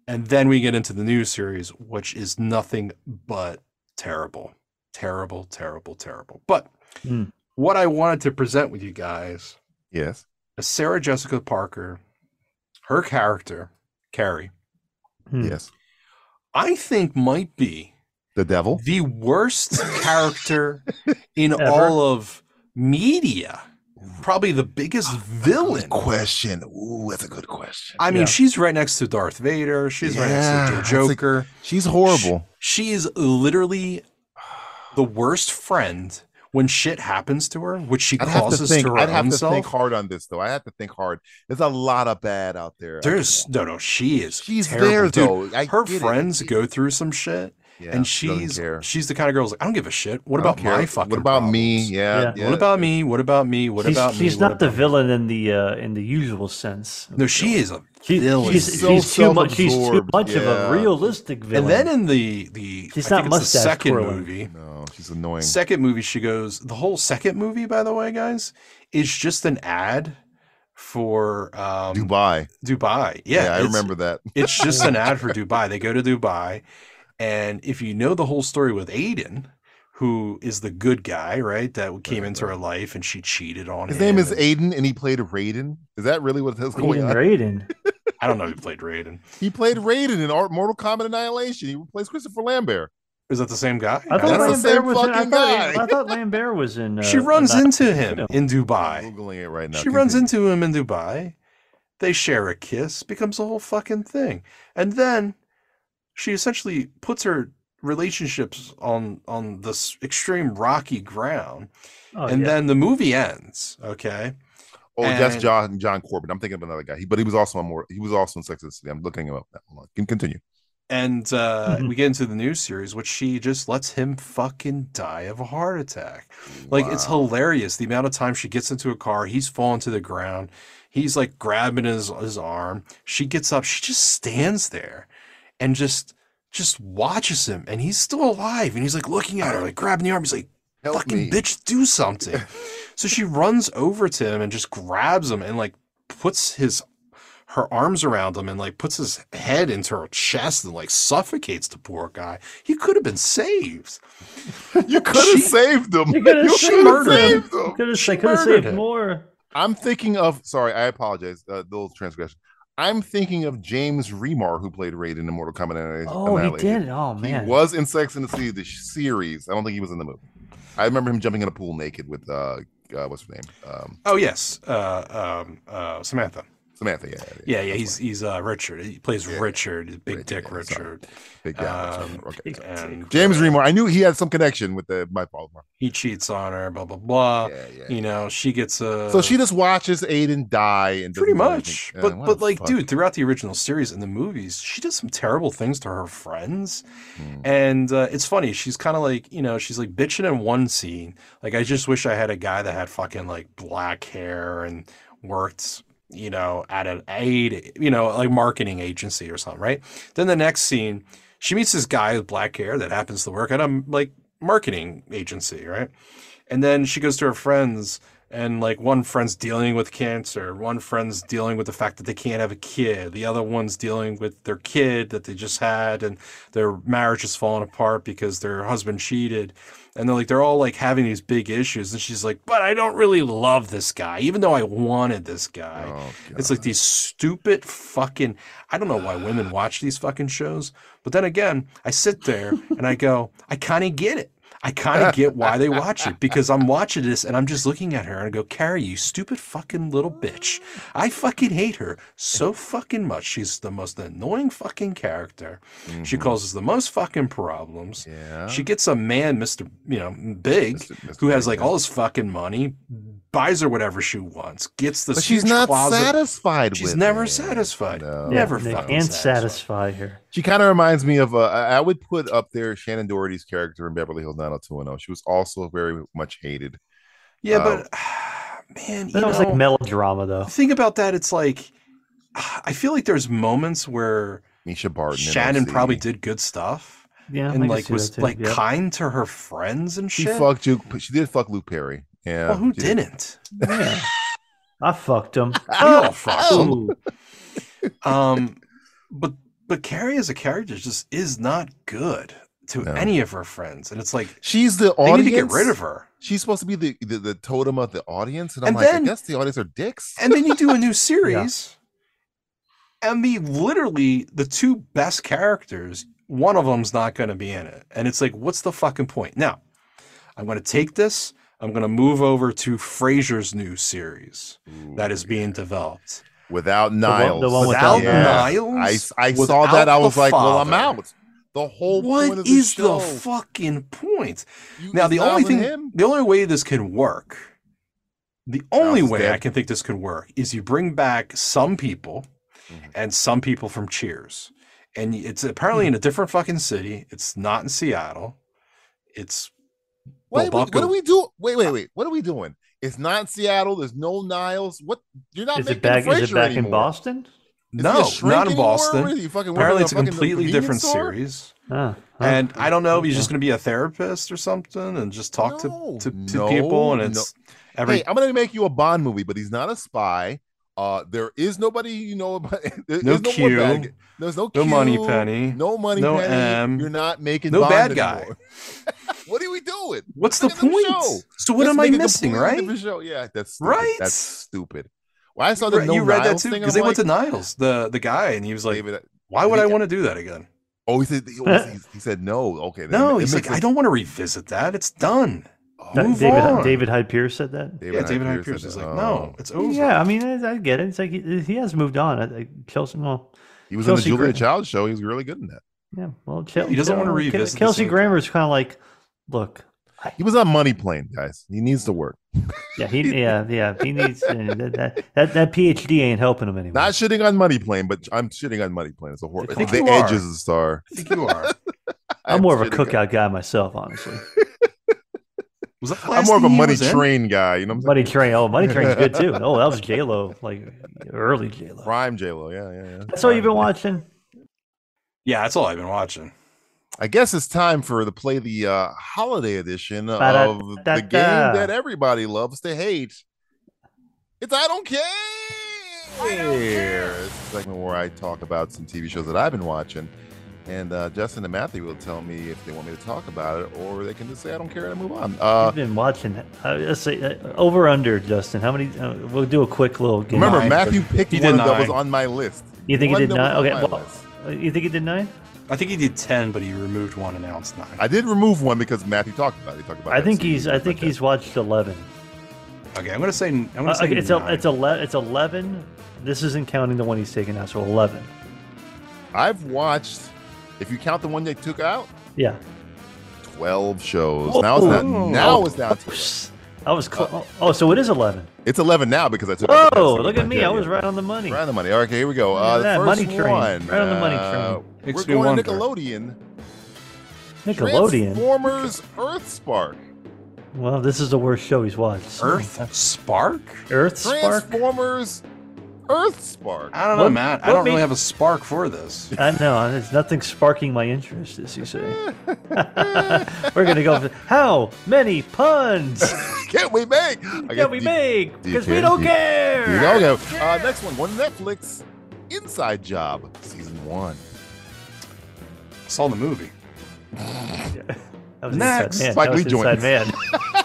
E: And then we get into the new series, which is nothing but terrible. Terrible, terrible, terrible. But
F: Hmm.
E: what I wanted to present with you guys
D: Yes.
E: is Sarah Jessica Parker, her character, Carrie,
F: Hmm.
D: Yes.
E: I think might be
D: The devil.
E: the
F: *laughs*
E: worst character in
F: Ever.
E: all of media. Probably the biggest
F: Ah,
E: villain.
D: Question. Ooh, that's a good question.
E: I mean,
F: Yeah.
E: she's right next to Darth Vader. She's right
D: Yeah,
E: next
D: that's
E: to the
D: like-
E: Joker.
D: She's horrible.
E: She is literally the worst friend when shit happens to her, which she
D: I'd have to
E: causes to,
D: think.
E: her
D: I'd have
E: own
D: to
E: self.
D: think hard on this though. I have to think hard. There's a lot of bad out there.
E: There's no, no. She is.
D: She's
E: terrible.
D: there
E: Dude,
D: though. I
E: her
D: get it.
E: friends
D: She-
E: go through some shit,
D: Yeah,
E: and
D: she doesn't
E: she's
D: care.
E: she's the kind of girl who's like, I don't give a shit. What
D: I don't
E: about
D: care.
E: my fucking?
D: What about me?
E: problems?
D: Yeah.
F: Yeah.
D: yeah.
E: What about me? What about me? What
F: she's
E: about me?
F: she's
E: What
F: not the
E: about me?
F: villain in the uh, in the usual sense.
E: No, she is a
F: She-
E: villain.
F: she's,
D: She's so
F: she's too much. She's too
D: self-absorbed,
F: much
D: yeah.
F: of a realistic
E: and
F: villain.
E: then in the the
F: She's
E: I think
F: not
E: it's the
F: mustache
E: second
F: twirling.
E: movie.
D: No, she's annoying.
E: Second movie, she goes. The whole second movie, by the way, guys, is just an ad for um, Dubai.
D: Dubai.
E: Yeah,
D: I
E: it's-
D: remember that.
E: It's just an
D: *laughs*
E: ad for Dubai. They go to Dubai, and if you know the whole story with Aiden, who is the good guy, right, that came into her life and she cheated on
D: His
E: him.
D: name is
E: and-
D: Aiden, and he played Raiden. Is that really what that's going
F: Raiden,
D: on?
F: Raiden.
E: I don't know who played Raiden.
D: He played Raiden in Art Mortal Kombat Annihilation. He replaced Christopher Lambert.
E: Is that the same guy?
F: I thought
D: That's the
F: Lambert
D: same
F: was. In, I,
D: fucking
F: thought,
D: guy.
F: I thought Lambert was in. Uh,
E: she runs
F: in.
E: into him in Dubai.
D: I'm googling it right now.
E: She runs
D: Continue.
E: into him in Dubai. They share a kiss, becomes a whole fucking thing. And then she essentially puts her relationships on on this extreme rocky ground.
F: Oh,
E: and
F: yeah.
E: then the movie ends, okay?
D: Oh, that's
E: and-
D: John John Corbin. I'm thinking of another guy. He, but he was also on more. He was also in Sex and the City. I'm looking him up now. Hold on. Can continue.
E: And uh,
F: Mhm.
E: we get into the new series, which she just lets him fucking die of a heart attack. Like it's
D: Wow.
E: hilarious the amount of time she gets into a car, he's falling to the ground, he's like grabbing his his arm. She gets up, she just stands there, and just just watches him, and he's still alive, and he's like looking at her, like grabbing the arm. He's like,
D: Help
E: "Fucking
D: me."
E: bitch, do
D: *laughs*
E: something!" so she runs over to him and just grabs him and like puts his her arms around him and like puts his head into her chest and like suffocates the poor guy. He could have been
D: *laughs*
E: saved.
D: You could have
E: She-
D: saved him.
F: You coulda-
D: You
F: she
D: coulda
F: murdered him.
D: saved him.
F: Could have
E: She murdered
F: saved
E: him.
F: more.
D: I'm thinking of. Sorry, I apologize. Uh, little transgression. I'm thinking of James Remar, who played Raiden in Mortal Kombat Annihilated.
F: Oh, he did. Oh
D: He
F: man.
D: was in Sex and the City, the sh- series. I don't think he was in the movie. I remember him jumping in a pool naked with uh, uh what's her name? Um,
E: Oh yes, uh, um, uh, Samantha.
D: Samantha. Yeah,
E: Yeah, yeah, he's he's uh, Richard. He plays Richard, he's Big
D: Richard,
E: Dick
D: yeah, sorry.
E: Richard.
D: Big guy.
E: Um,
D: okay. sorry.
E: And
D: James
E: uh,
D: Remar. I knew he had some connection with the my fault. Mark.
E: He cheats on her. Blah blah blah.
D: Yeah, yeah.
E: You know, she gets a.
D: so she just watches Aiden die and
E: uh,
D: doesn't do
E: pretty much,
D: anything. Yeah,
E: but
D: what
E: but
D: the
E: like,
D: fuck?
E: dude, throughout the original series and the movies, she does some terrible things to her friends,
D: Hmm.
E: and uh, it's funny. She's kind of like, you know, she's like bitching in one scene, like, I just wish I had a guy that had fucking like black hair and worked. You know, at an aid, you know, like marketing agency or something, right? Then the next scene, she meets this guy with black hair that happens to work at a like marketing agency, right? And then she goes to her friends, and like one friend's dealing with cancer, one friend's dealing with the fact that they can't have a kid, the other one's dealing with their kid that they just had, and their marriage is falling apart because their husband cheated. And they're like, they're all like having these big issues. And she's like, but I don't really love this guy, even though I wanted this guy.
D: Oh, God.
E: It's like these stupid fucking. I don't know why women watch these fucking shows, but then again, I sit there and I go, I kind of get it. I kind of get why they watch it because I'm watching this and I'm just looking at her and I go, Carrie, you stupid fucking little bitch. I fucking hate her so fucking much. She's the most annoying fucking character. She causes the most fucking problems.
D: Mm-hmm. Yeah.
E: She gets a man, Mr. You know, big,
D: Mr. Mr.
E: who has
D: Big,
E: like
D: yeah.
E: all his fucking money, buys her whatever she wants, gets this.
D: But she's
E: huge
D: not
E: closet.
D: satisfied
E: She's
D: with
E: never
D: it.
E: satisfied.
D: No.
F: Yeah,
E: Never
F: they
E: fucking
F: can't
E: satisfied.
F: satisfy her.
D: She kind of reminds me of uh, I I would put up there Shannon Doherty's character in Beverly Hills 90210. She was also very much hated.
E: Yeah,
D: Oh.
E: but *sighs* man, you
F: That was like
E: know,
F: melodrama, though.
E: think about that. It's like *sighs* I feel like there's moments where
D: Misha Barton. in
E: Shannon
D: OC.
E: probably did good stuff
F: Yeah, I
E: and
F: can
E: like
F: see
E: was
F: that too,
E: like
F: yeah.
E: kind to her friends and
D: She
E: shit.
D: fucked Luke. but She did fuck Luke Perry. Yeah.
E: well, who
D: she
E: didn't?
F: I
E: *laughs*
F: fucked him.
E: We
D: Oh,
E: all fucked them.
F: Ooh.
E: um but but carrie as a character just is not good to
D: No.
E: any of her friends and it's like
D: She's the
E: they
D: audience.
E: need to get rid of her
D: She's supposed to be the, the, the totem of the audience, and I'm
E: And
D: like,
E: then-
D: I guess the audience are dicks.
E: and then you do
D: *laughs*
E: a new series and the literally the two best characters one of them's not going to be in it. And it's like, what's the fucking point? Now, I'm going to take this. I'm going to move over to Frasier's new series that is being developed.
D: without Niles.
F: the one
E: Without
F: without
E: Niles?
D: I, s- I saw
E: Without
D: that. I
E: the
D: was like, well, I'm
E: father.
D: out. The whole point
E: What
D: of
E: is the
D: show,
E: fucking point?
D: you-
E: Now,
D: it's
E: the
D: not
E: only
D: with
E: thing,
D: him.
E: the only way this can work, the
D: Niles
E: only
D: is
E: way I
D: dead.
E: can think this could work is you bring back some people
D: Mm-hmm.
E: and some people from Cheers. And it's apparently
D: Mm-hmm.
E: in a different fucking city. It's not in Seattle. It's
D: Wait,
E: Well,
D: wait, what
E: Baku-
D: are we do? Wait, wait, wait. What are we doing? It's not Seattle. There's no Niles. What? You're not
F: Is
D: making
F: it back? Is it
D: Frasier
F: back in
D: anymore.
F: Boston?
D: Is he a
E: no,
D: shrink
E: not in
D: anymore?
E: Boston.
D: What is he, fucking working
E: Apparently,
D: in
E: it's a
D: fucking
E: completely
D: convenience
E: different
D: store?
E: series.
F: Ah, huh.
E: And I don't know if he's
F: Okay.
E: just going to be a therapist or something and just talk
D: No,
E: to, to, to
D: no,
E: people. And
D: no.
E: it's every.
D: Hey, I'm gonna make you a Bond movie, but he's not a spy. Uh, there is nobody you know about. *laughs* there
E: No
D: is no
E: Q.
D: bad- There's no
E: No
D: Q,
E: Moneypenny.
D: No money
E: No
D: penny.
E: M.
D: You're not making
E: No
D: Bond
E: bad guy.
D: anymore. *laughs* what are we doing?
E: What's the
D: look at the
E: point?
D: show.
E: So, what
D: Let's
E: am I
D: make a
E: missing,
D: completely
E: right?
D: different show. Yeah, that's stupid.
E: Right?
D: That's stupid. Well, I saw
E: Re-
D: the no
E: you read
D: Niles
E: that too
D: thing. Because
E: because they went to Niles, the the guy, and he was like, "Why would I want to do that again?"
D: Oh, he said. oh, he, he said no. Okay. then
E: No,
D: it
E: he's
D: makes
E: like, "I
D: sense.
E: don't want to revisit that. It's done."
F: That-
E: Move
F: David uh,
E: on.
F: David Hyde Pierce said that.
E: yeah, David Hyde Pierce
D: said,
E: is like,
D: oh.
E: "No, it's over."
F: Yeah, I mean, I, I get it. It's like he, he has moved on. I, I, Kelsey, well,
D: He was
F: Kelsey
D: in the Julia
F: Grin-
D: Child show. He was really good in that.
F: yeah, well, Chel-
E: he doesn't
F: Chel-
E: wanna revisit the
F: Kelsey
E: same
F: Grammer's kind of like, look,
D: He was on Money Plane, guys. He needs to work.
F: yeah, he,
D: *laughs*
F: yeah, yeah, he needs uh, that, that that that PhD ain't helping him anymore.
D: Not shitting on Money Plane, but I'm shitting on Money Plane. It's a horror.
E: I think
D: The
E: you
D: Edge
E: are.
D: is a star.
E: I think you are.
F: I'm more of a
D: shitting on-
F: cookout guy mythf, honestly.
E: Was that
D: *laughs*
E: the
D: I'm
E: last
D: more of a
E: thing he
D: money
E: was in?
D: train guy. You know what I'm saying?
F: eh? Money Train, oh, Money Train's
D: *laughs*
F: good too. Oh, that was J Lo, like early J Lo.
D: Prime J Lo. Yeah, yeah, yeah.
F: That's all you've been watching.
E: Yeah, that's all I've been watching.
D: I guess it's time for to play the uh, holiday edition of
F: Ba-da-da-da-da.
D: the game that everybody loves to hate. It's I don't care. It's the segment where I talk about some TV shows that I've been watching, and uh, Justin and Matthew will tell me if they want me to talk about it or they can just say I don't care and I move on. Uh,
F: I've been watching. it. Uh, let's say uh, over under Justin. How many? Uh, we'll do a quick little game.
D: remember,
E: Nine.
D: Matthew picked
E: He
D: one
E: did
D: that was
E: nine.
D: on my list.
F: You think he
D: One
F: did
D: that was
F: nine?
D: on
F: Okay.
D: my
F: Well,
D: list.
F: uh, you think he did nine?
E: I think he did ten, but he removed one and now it's nine.
D: I did remove one because Matthew talked about it. He talked about.
F: I
D: that
F: think
D: scene,
F: he's. I
D: stuff
F: think
D: like
F: he's watched eleven.
E: okay, I'm gonna say. I'm gonna
F: Uh,
E: say
F: okay, it's
E: nine.
F: a, it's ele- it's eleven. This isn't counting the one he's taken out, so eleven.
D: that. I've watched. If you count the one they took out,
F: Yeah.
D: 12 shows. Now it's
E: Oh.
D: down. Now it's down to eleven.
F: Psst. I was close. oh, so it is eleven.
D: It's 11 now because I took. out the
F: Oh,
D: past
F: look
D: one.
F: at me!
D: Yeah,
F: I was
D: yeah.
F: right on the money.
D: Right on the money. All right, okay, here we go.
F: Look at
D: Uh, the
F: that,
D: first
F: money train.
D: one.
F: Right on the money
D: uh,
F: train.
D: we're
E: Makes me
D: going to
E: wonder.
D: Nickelodeon.
F: Nickelodeon.
D: Transformers Earthspark.
F: Well, this is the worst show he's watched.
E: Earth Spark.
F: Earth Spark.
D: Transformers Earthspark.
E: I don't know,
F: What-
E: Matt. I
F: what
E: don't
F: made-
E: really have a spark for this.
F: I know. There's nothing sparking my interest,
D: *laughs*
F: as you say. We're gonna go. For, how many puns
D: Can't we make? I guess
F: can we
D: you-
F: make?
D: do you
F: Because we
D: care?
F: don't
D: Do you-
F: care.
D: Here we go. go. Uh, next one. One Netflix Inside Job, season one.
E: saw
D: *laughs*
E: the movie.
F: That was
E: Next.
F: inside man.
D: Spike
F: that was
D: Lee joints.
F: inside man.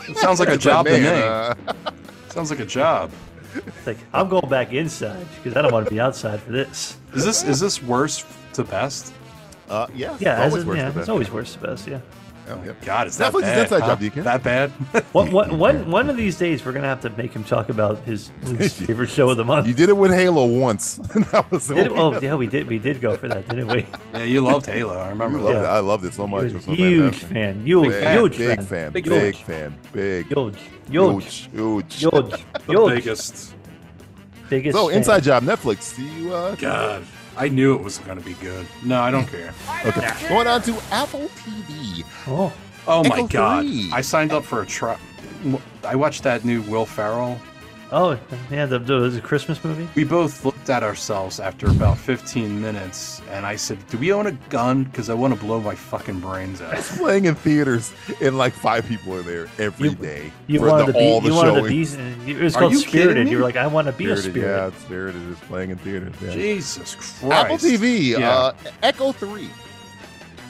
E: It sounds like a job to
D: Man,
E: me.
D: uh,
E: Sounds like a job.
F: It's like I'm going back inside because I don't want to be outside for this.
E: Is this is this worse to best?
D: uh, yeah, it's
F: Yeah, it's,
D: always worth
F: yeah,
D: the
F: it's
D: best.
F: always worse the best. Yeah.
D: Yeah, yeah.
E: God, it's
D: Netflix is
E: that bad.
D: inside
E: huh?
D: job, Deacon.
F: *laughs*
E: That bad? *laughs*
F: One, one, one, one of these days we're gonna have to make him talk about his
D: *laughs*
F: least favorite show of the month.
D: You did it with Halo once. *laughs* that was the
F: Did,
D: only-
F: oh yeah, we did. We did go for that,
D: *laughs*
F: didn't we?
E: yeah, you loved Halo. I remember
D: I
E: that.
D: loved it. I loved it so much.
F: He
D: It was
F: was
D: so
F: huge
D: fantastic.
F: fan. Huge,
D: Big fan.
F: huge
D: Big
F: fan.
D: fan.
F: Big
D: Big
F: huge.
D: fan. Big.
F: Huge,
D: Huge.
F: huge,
D: Huge. *laughs*
F: huge,
E: The
F: huge.
E: biggest.
F: Biggest.
D: So,
F: fan.
D: Inside Job Netflix. See you. Uh,
E: God, I knew it was going to be good. No, I don't care.
D: okay. Going on to Apple TV.
F: Oh,
E: Oh my
D: Echo
E: God,
D: three.
E: I signed up for a trial. I watched that new Will Ferrell.
F: oh, yeah. The, the, the Christmas movie.
E: We both looked at ourselves after about 15 minutes, and I said, "Do we own a gun? Because I want to blow my fucking
D: *laughs*
E: brains out."
D: It's playing in theaters, and like five people in there every
F: You-
D: day.
F: You
D: for
F: wanted to be.
D: all
F: You wanted to
D: showing.
F: be. It was
E: Are
F: called
E: you kidding
F: Spirited.
E: me?
F: You were like, I want to be a
D: Spirited,
F: spirit.
D: Yeah, it's Spirited is playing in theaters. Yeah.
E: Jesus Christ!
D: Apple TV.
E: Yeah.
D: Uh, Echo 3.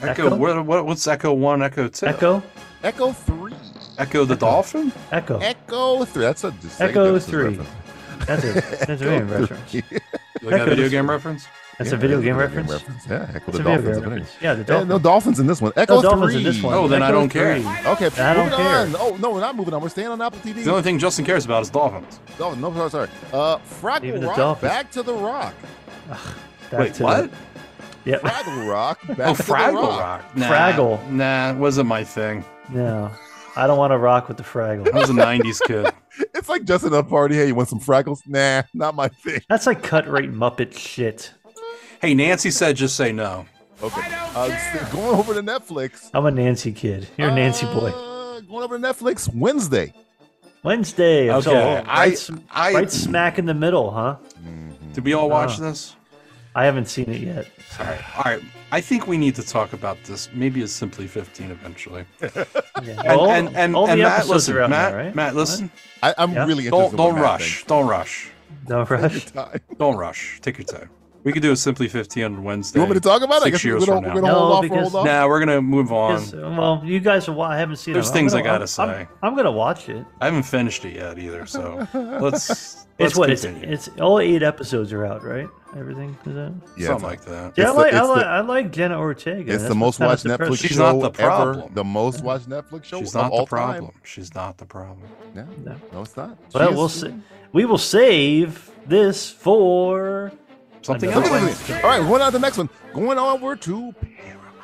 E: Echo.
F: Echo?
E: What, what, what's Echo One? Echo Two?
F: Echo,
D: Echo 3.
E: Echo the Dolphin?
F: Echo.
D: Echo three. That's a just
F: Echo
D: that's a
F: three.
D: reference.
F: That's it. That's a
D: Echo *laughs*
F: reference.
D: three.
E: You like that
F: Echo
E: video
F: the-
E: game reference?
F: That's a video game reference.
D: reference. Yeah, Echo
F: It's
D: the
F: a video
D: Dolphins.
F: game
D: I believe.
F: reference. Yeah, the
D: Yeah, no
F: dolphins.
D: dolphins in this one. Echo
F: No dolphins in
D: three.
F: this one.
E: Oh, then I
F: Echo
E: don't care.
F: three.
D: Okay,
F: I don't
D: moving
F: care.
D: on. Oh no, we're not moving on. We're staying on Apple TV.
E: The only thing Justin cares about is dolphins.
D: No, no, sorry, sorry. Uh, Fraggle
F: Even the
D: Rock,
F: dolphins.
D: back to the rock.
F: uh, Back
E: Wait,
F: to
E: what?
F: The, yep. *laughs*
D: Fraggle Rock, back
E: Oh,
D: to
E: Fraggle
D: the rock.
E: Rock. Nah,
F: Fraggle.
E: Nah, wasn't my thing.
F: No, I don't want to rock with the Fraggle. *laughs*
E: I was a '90s kid.
D: It's like Justin up party. Hey, you want some Fraggles? Nah, not my thing.
F: That's like cut rate Muppet shit.
E: Hey, Nancy said, just say no.
D: Okay, uh, s- *laughs* going over to Netflix.
F: I'm a Nancy kid. You're a Nancy boy.
D: Uh, Going over to Netflix Wednesday.
F: Wednesday. I'm so
E: Okay,
F: old.
E: I-
F: right, s-
E: I-
F: right smack in the middle, huh?
E: Did we all
F: Oh.
E: watch this?
F: I haven't seen it yet.
E: All right. All right. I think we need to talk about this. Maybe it's simply 15 eventually.
F: Yeah.
E: And,
F: All-
E: and, and,
F: all
E: and
F: the
E: Matt,
F: episodes
E: listen,
F: are out
E: Matt,
F: now, right?
E: Matt, listen.
D: I, I'm
F: Yeah.
D: really interested.
E: Don't,
D: in
E: don't
D: what Matt
E: rush. Don't rush.
F: No
E: *laughs*
F: rush.
D: thinks. Time.
E: Don't rush. Take your time. We could do a simply 15 on
D: *laughs*
E: Wednesday.
D: You want me to talk about it? I
E: Six
D: guess we're
E: years
D: gonna,
E: from
D: we're
E: now.
D: gonna
F: No,
D: hold off.
F: because-
D: Hold off.
E: Nah, we're going to move on.
F: Yes, well, you guys are. wa- I haven't seen.
E: There's
F: it. I'm
E: things I
F: gonna-
E: gotta
F: I'm- I'm-
E: say.
F: I'm, gonna watch it.
E: I haven't finished it yet either, so let's. let's
F: It's what it's,
E: continue.
F: it's. all eight episodes are out, right? Everything is that.
D: Yeah,
E: Something
D: it's-
E: like that.
F: Yeah, I
D: the-
F: like, I,
D: it's the-
F: like, I like Jenna Ortega.
D: It's
F: That's
D: the most
F: what's kind of
D: watched Netflix
F: depressing.
E: She's
D: show
E: not the
D: ever.
E: problem.
D: The most watched Netflix show
E: She's
D: of
E: not
D: all
E: the
D: time.
E: problem. She's not the problem.
D: Yeah. No.
F: No.
D: it's not.
F: Well,
D: She
F: we'll
D: is-
F: see. We will save this for
E: Something
F: Another
E: else.
F: one.
D: All right, going on to the next one. Going onward to Paramount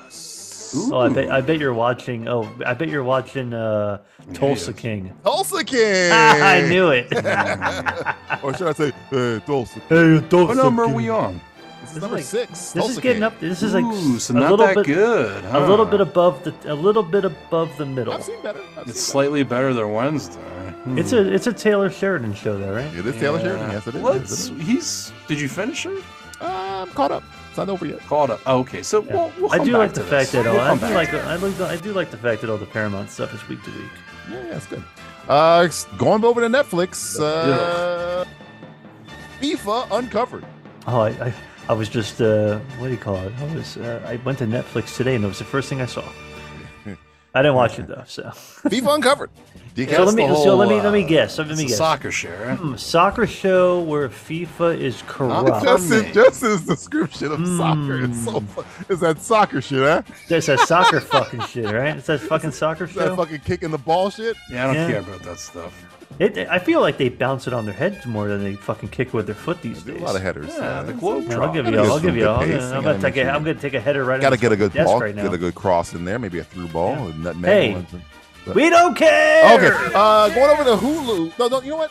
D: Plus.
F: Oh, I bet, I bet you're watching. Oh, I bet you're watching uh, Tulsa King. *laughs*
D: Tulsa King.
F: I knew it.
D: Or should I say, hey, Tulsa? King.
F: hey,
E: What number are we on?
D: This is
F: is
D: number
F: like-
D: six.
F: This is
D: Tulsa
F: getting
D: King.
F: up. This is like
E: Ooh, so
F: a
E: not
F: little
E: that
F: bit,
E: good.
F: a little
D: Ah.
F: bit
E: huh?
F: above the, a little bit above the middle.
D: I've seen better. I've
E: It's
D: seen
E: slightly better than Wednesday. Hmm.
F: It's a, it's a Taylor Sheridan show, though, right?
D: better. It is Taylor Sheridan.
E: Yeah.
D: Yes, it is.
E: Let's. He's. Did you finish it?
D: I'm caught up. It's not over yet.
E: Called up. Oh, okay, so we'll, we'll
F: I
E: come
F: do
E: back
F: like
E: to
F: the fact
E: this.
F: that all
E: We'll
F: I
E: come
F: do
E: back
F: like
E: to it.
F: I, like the, I do like the fact that all the Paramount stuff is week to week.
D: Yeah, yeah, it's good. Uh, it's going over to Netflix. Uh, FIFA Uncovered.
F: Oh, I, I, I was just uh, what do you call it? I was uh, I went to Netflix today, and it was the first thing I saw. I didn't watch it though, *laughs* so
D: FIFA Uncovered.
F: so
D: DK.
F: let me
E: the
F: so let me
E: whole,
F: let me
E: uh,
F: guess. Let
E: It's
F: me
E: a
F: guess.
E: soccer share. eh?
F: Hmm, soccer show where FIFA is corrupt.
D: *laughs* Justin,
E: me.
D: Justin's description of soccer. It's so
F: Hmm.
D: fu- is that soccer shit, huh?
F: *laughs* That's that soccer fucking shit, right? *laughs* It's that fucking soccer
D: Is that
F: show.
D: fucking kicking the ball shit?
E: Yeah, I don't
F: Yeah.
E: care about that stuff.
F: It, I feel like they bounce it on their heads more than they fucking kick it with their foot these
D: There's
F: days.
D: a lot of headers.
E: Yeah, the
D: man.
E: globe
F: Yeah, I'll give
D: Gotta
F: you. all-
D: get
F: I'll
D: some
F: give you.
D: good
F: all. I'm
D: pace. You
F: gonna- I'm
D: gotta
F: gonna take
D: make
F: a.
D: sure
F: I'm
D: you-
F: gonna take a header right.
D: Gotta
F: into
D: get a
F: my
D: good
F: desk
D: ball,
F: right now.
D: get a good cross in there, maybe a through ball. and nutmeg
F: Hey.
D: ones and-
F: We don't care.
D: Okay, uh, going over to Hulu. No, no, you know what?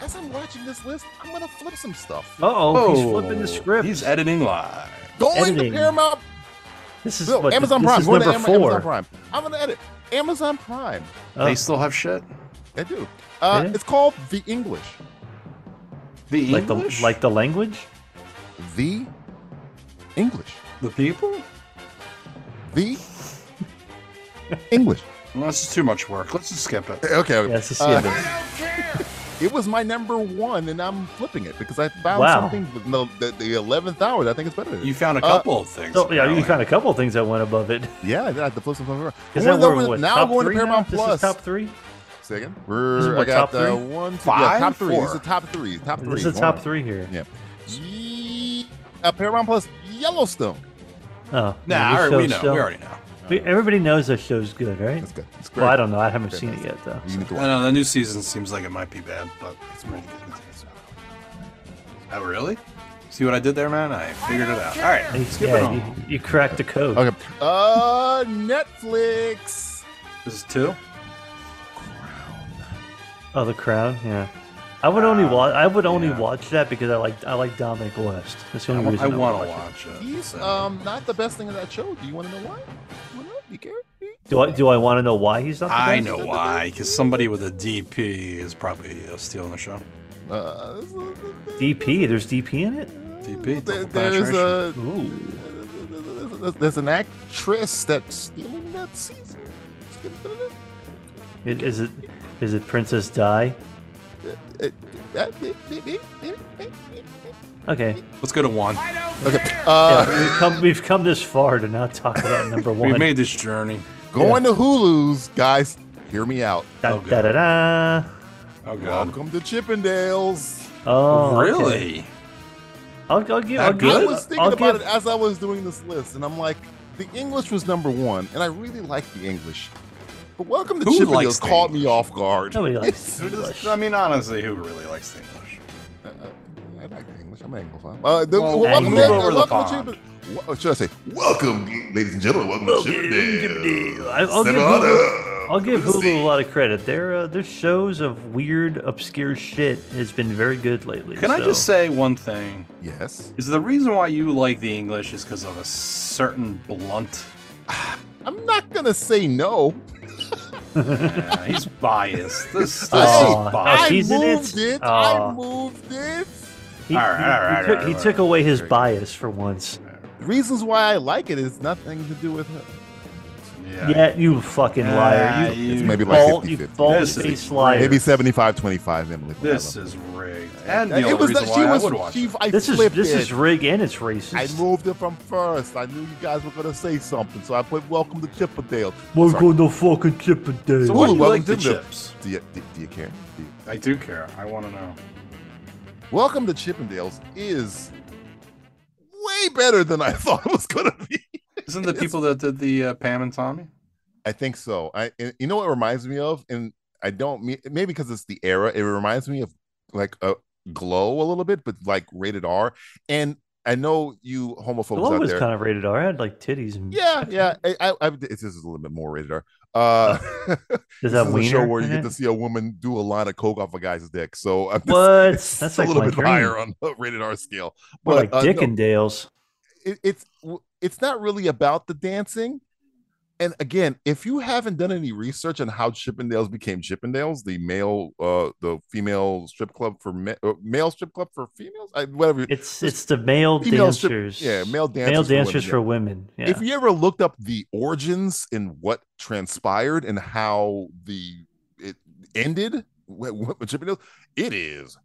D: As I'm watching this list, I'm gonna flip some stuff.
F: Uh oh, he's flipping the script.
E: He's editing live.
D: Going
F: editing.
D: to Paramount,
F: This is
D: no,
F: what,
D: Amazon
F: this
D: Prime.
F: Is
D: Going
F: number
D: to Am-
F: four.
D: Amazon Prime. I'm gonna edit Amazon Prime.
F: Oh.
E: They still have shit.
D: I do. Uh,
F: Yeah.
D: It's called The English.
E: The
F: like the
E: English,
F: like the language.
D: The English.
E: the people.
D: The
F: *laughs*
D: English.
E: Well, this is too much work. Let's just skip
D: *laughs*
E: it.
D: Okay. okay.
F: Yes,
D: Uh,
F: yeah,
D: It was my number one, and I'm flipping it because I found
F: Wow.
D: something with no, the, the 11th hour that I think it's better than it.
E: You found a
D: Uh,
E: couple of things.
F: so, yeah, you
E: apparently.
F: found a couple of things that went above it.
D: yeah, I had to flip something over.
F: Is
D: Going
F: that where
D: over-
F: we're what,
D: now
F: top
D: going
F: three
D: to Paramount
F: Now?
D: Plus.
F: This is top three.
D: Say again?
F: This is
D: We're,
F: what,
D: I got
F: top
D: uh,
F: three?
D: one, two, yeah,
E: Five?
D: top three. This
E: Four.
D: is top three. Top three.
F: This is
D: Hold
F: top
D: on.
F: three here.
D: Yeah. Ye- Uh, Paramount Plus Yellowstone.
F: Oh,
E: Nah,
F: man, this
E: all right, we
F: show's
E: know.
F: still-
E: We already know.
F: we- everybody knows this show's good, right?
D: That's good. It's great.
F: Well, I don't know. I haven't
D: Great.
F: seen it yet, though.
D: You need to
E: I
D: watch.
E: know the new season seems like it might be bad, but it's pretty good. Oh, really? See what I did there, man? I figured it out. All right, skip it
F: Yeah,
E: on.
F: you, you cracked the code.
D: Okay. Uh, Netflix.
E: This is two.
F: Oh, the Crown. Yeah, I would only watch. I would only
E: yeah.
F: watch that because I like I like Dominic West. That's the
E: I
F: only reason would
E: want to
F: watch.
E: watch it.
D: He's
E: so-
D: um not the best thing in that show. Do you want to know why? You wanna know? You care?
F: it. Do I do I want to know why he's not? The
E: I
F: best?
E: know why, because somebody with a DP is probably uh, stealing the show.
D: Uh, this is-
F: DP. There's DP in it.
E: DP.
D: there-
E: double
D: there's
E: penetration.
D: a
F: Ooh.
D: there's- there's an actress that's stealing that season.
F: It, is it is it Princess Di? Okay.
E: Let's go to one.
D: Okay. Uh,
F: Yeah, we've come we've come this far to not
E: *laughs*
F: talk about number one.
E: We've made this journey.
D: Going to Hulu's, guys. Hear me out.
F: da,
E: oh,
F: da, da, da.
E: Oh god.
D: Welcome to Chippendales.
F: Oh, okay.
E: really?
F: I'll, I'll give.
D: I
F: I'll give.
D: was thinking
F: I'll
D: about
F: give.
D: it as I was doing this list, and I'm like, the English was number one, and I really like the English. But welcome to
E: Who
D: Chippendales
E: likes the
D: caught me
E: English?
D: off guard. *laughs*
F: Nobody likes
E: Who does- I mean, honestly, who really likes the English?
D: Uh, I like the English. I'm an Anglophile. Uh, the,
E: Well,
D: well, welcome
F: move
D: to-
E: over the
D: welcome to
E: pond.
D: Chippendales- Wel- should I say, welcome, ladies and gentlemen, welcome to
F: Chippendales.
D: Chippendales.
F: I- I'll give
D: Nevada.
F: Hulu- I'll give
D: Let's
F: Hulu
D: see.
F: a lot of credit. Their uh, their shows of weird, obscure shit has been very good lately.
E: Can I
F: so-
E: just say one thing?
D: Yes.
E: Is the reason why you like the English is because of a certain *laughs* blunt?
D: I'm not going to say no.
E: Yeah, Uh, he's biased. *laughs* This, this
F: Oh,
E: is
F: oh,
D: I
E: biased.
F: he's in
D: moved
F: it? Oh.
D: it.
F: Aw.
D: I moved it.
F: He,
E: All right,
F: he-
E: all right,
F: he
E: all right,
F: took, he
E: all
F: took
E: right.
F: away his bias for once.
D: The reasons why I like it is nothing to do with it.
F: Yeah, you fucking
E: Yeah,
F: liar. You
E: you-
D: It's maybe like
F: bald,
D: 50
F: you
D: 50.
F: bald
E: This is
F: faced liar.
D: Maybe 75 25, Emily. but I
E: This
D: love
E: is rigged. And
D: it.
E: the only
D: it was
E: reason
D: that
E: why
D: she was.
E: I would watch
D: she,
E: it.
D: I
F: this is
D: flipped
F: this
D: it.
F: is rig and it's racist.
D: I moved it from first. I knew you guys were gonna say something, so I put "Welcome to Chippendale."
F: Welcome to fucking Chippendale.
E: So what do
D: Ooh,
E: you like
D: welcome to
E: the
D: the-
E: chips?
D: Do you, do, do you care? Do you-
E: I do care. I want to know.
D: Welcome to Chippendales is way better than I *laughs* thought it was gonna be.
E: Isn't the people that did the uh, Pam and Tommy?
D: I think so. I and you know what it reminds me of, and I don't mean maybe because it's the era. It reminds me of like a glow a little bit, but like rated R. And I know you homophobes
F: Glow
D: out
F: was
D: there.
F: kind of rated R. I had like titties and *laughs*
D: yeah, yeah. I, I, I, it's just a little bit more rated R. Uh,
F: Does
D: *laughs* this is a
F: that
D: show
F: wiener
D: where you
F: in
D: get
F: *laughs* it?
D: to see a woman do a line of coke off a guy's dick. So *laughs* I'm just-
F: What?
D: it's
F: That's
D: a
F: like
D: little
F: my
D: bit
F: dream.
D: higher on the rated R scale.
F: More like
D: uh,
F: Dick
D: no,
F: and Dale's.
D: it, it's it's not really about the dancing. And again, if you haven't done any research on how Chippendales became Chippendales, the male, uh, the female strip club for ma- uh, male strip club for females, I, whatever.
F: It's it's the male
D: female strip-
F: dancers.
D: yeah, male
F: male
D: dancers for women,
F: dancers for
D: yeah.
F: women. Yeah.
D: If you ever looked up the origins and what transpired and how the it ended, what, what with Chippendales, it is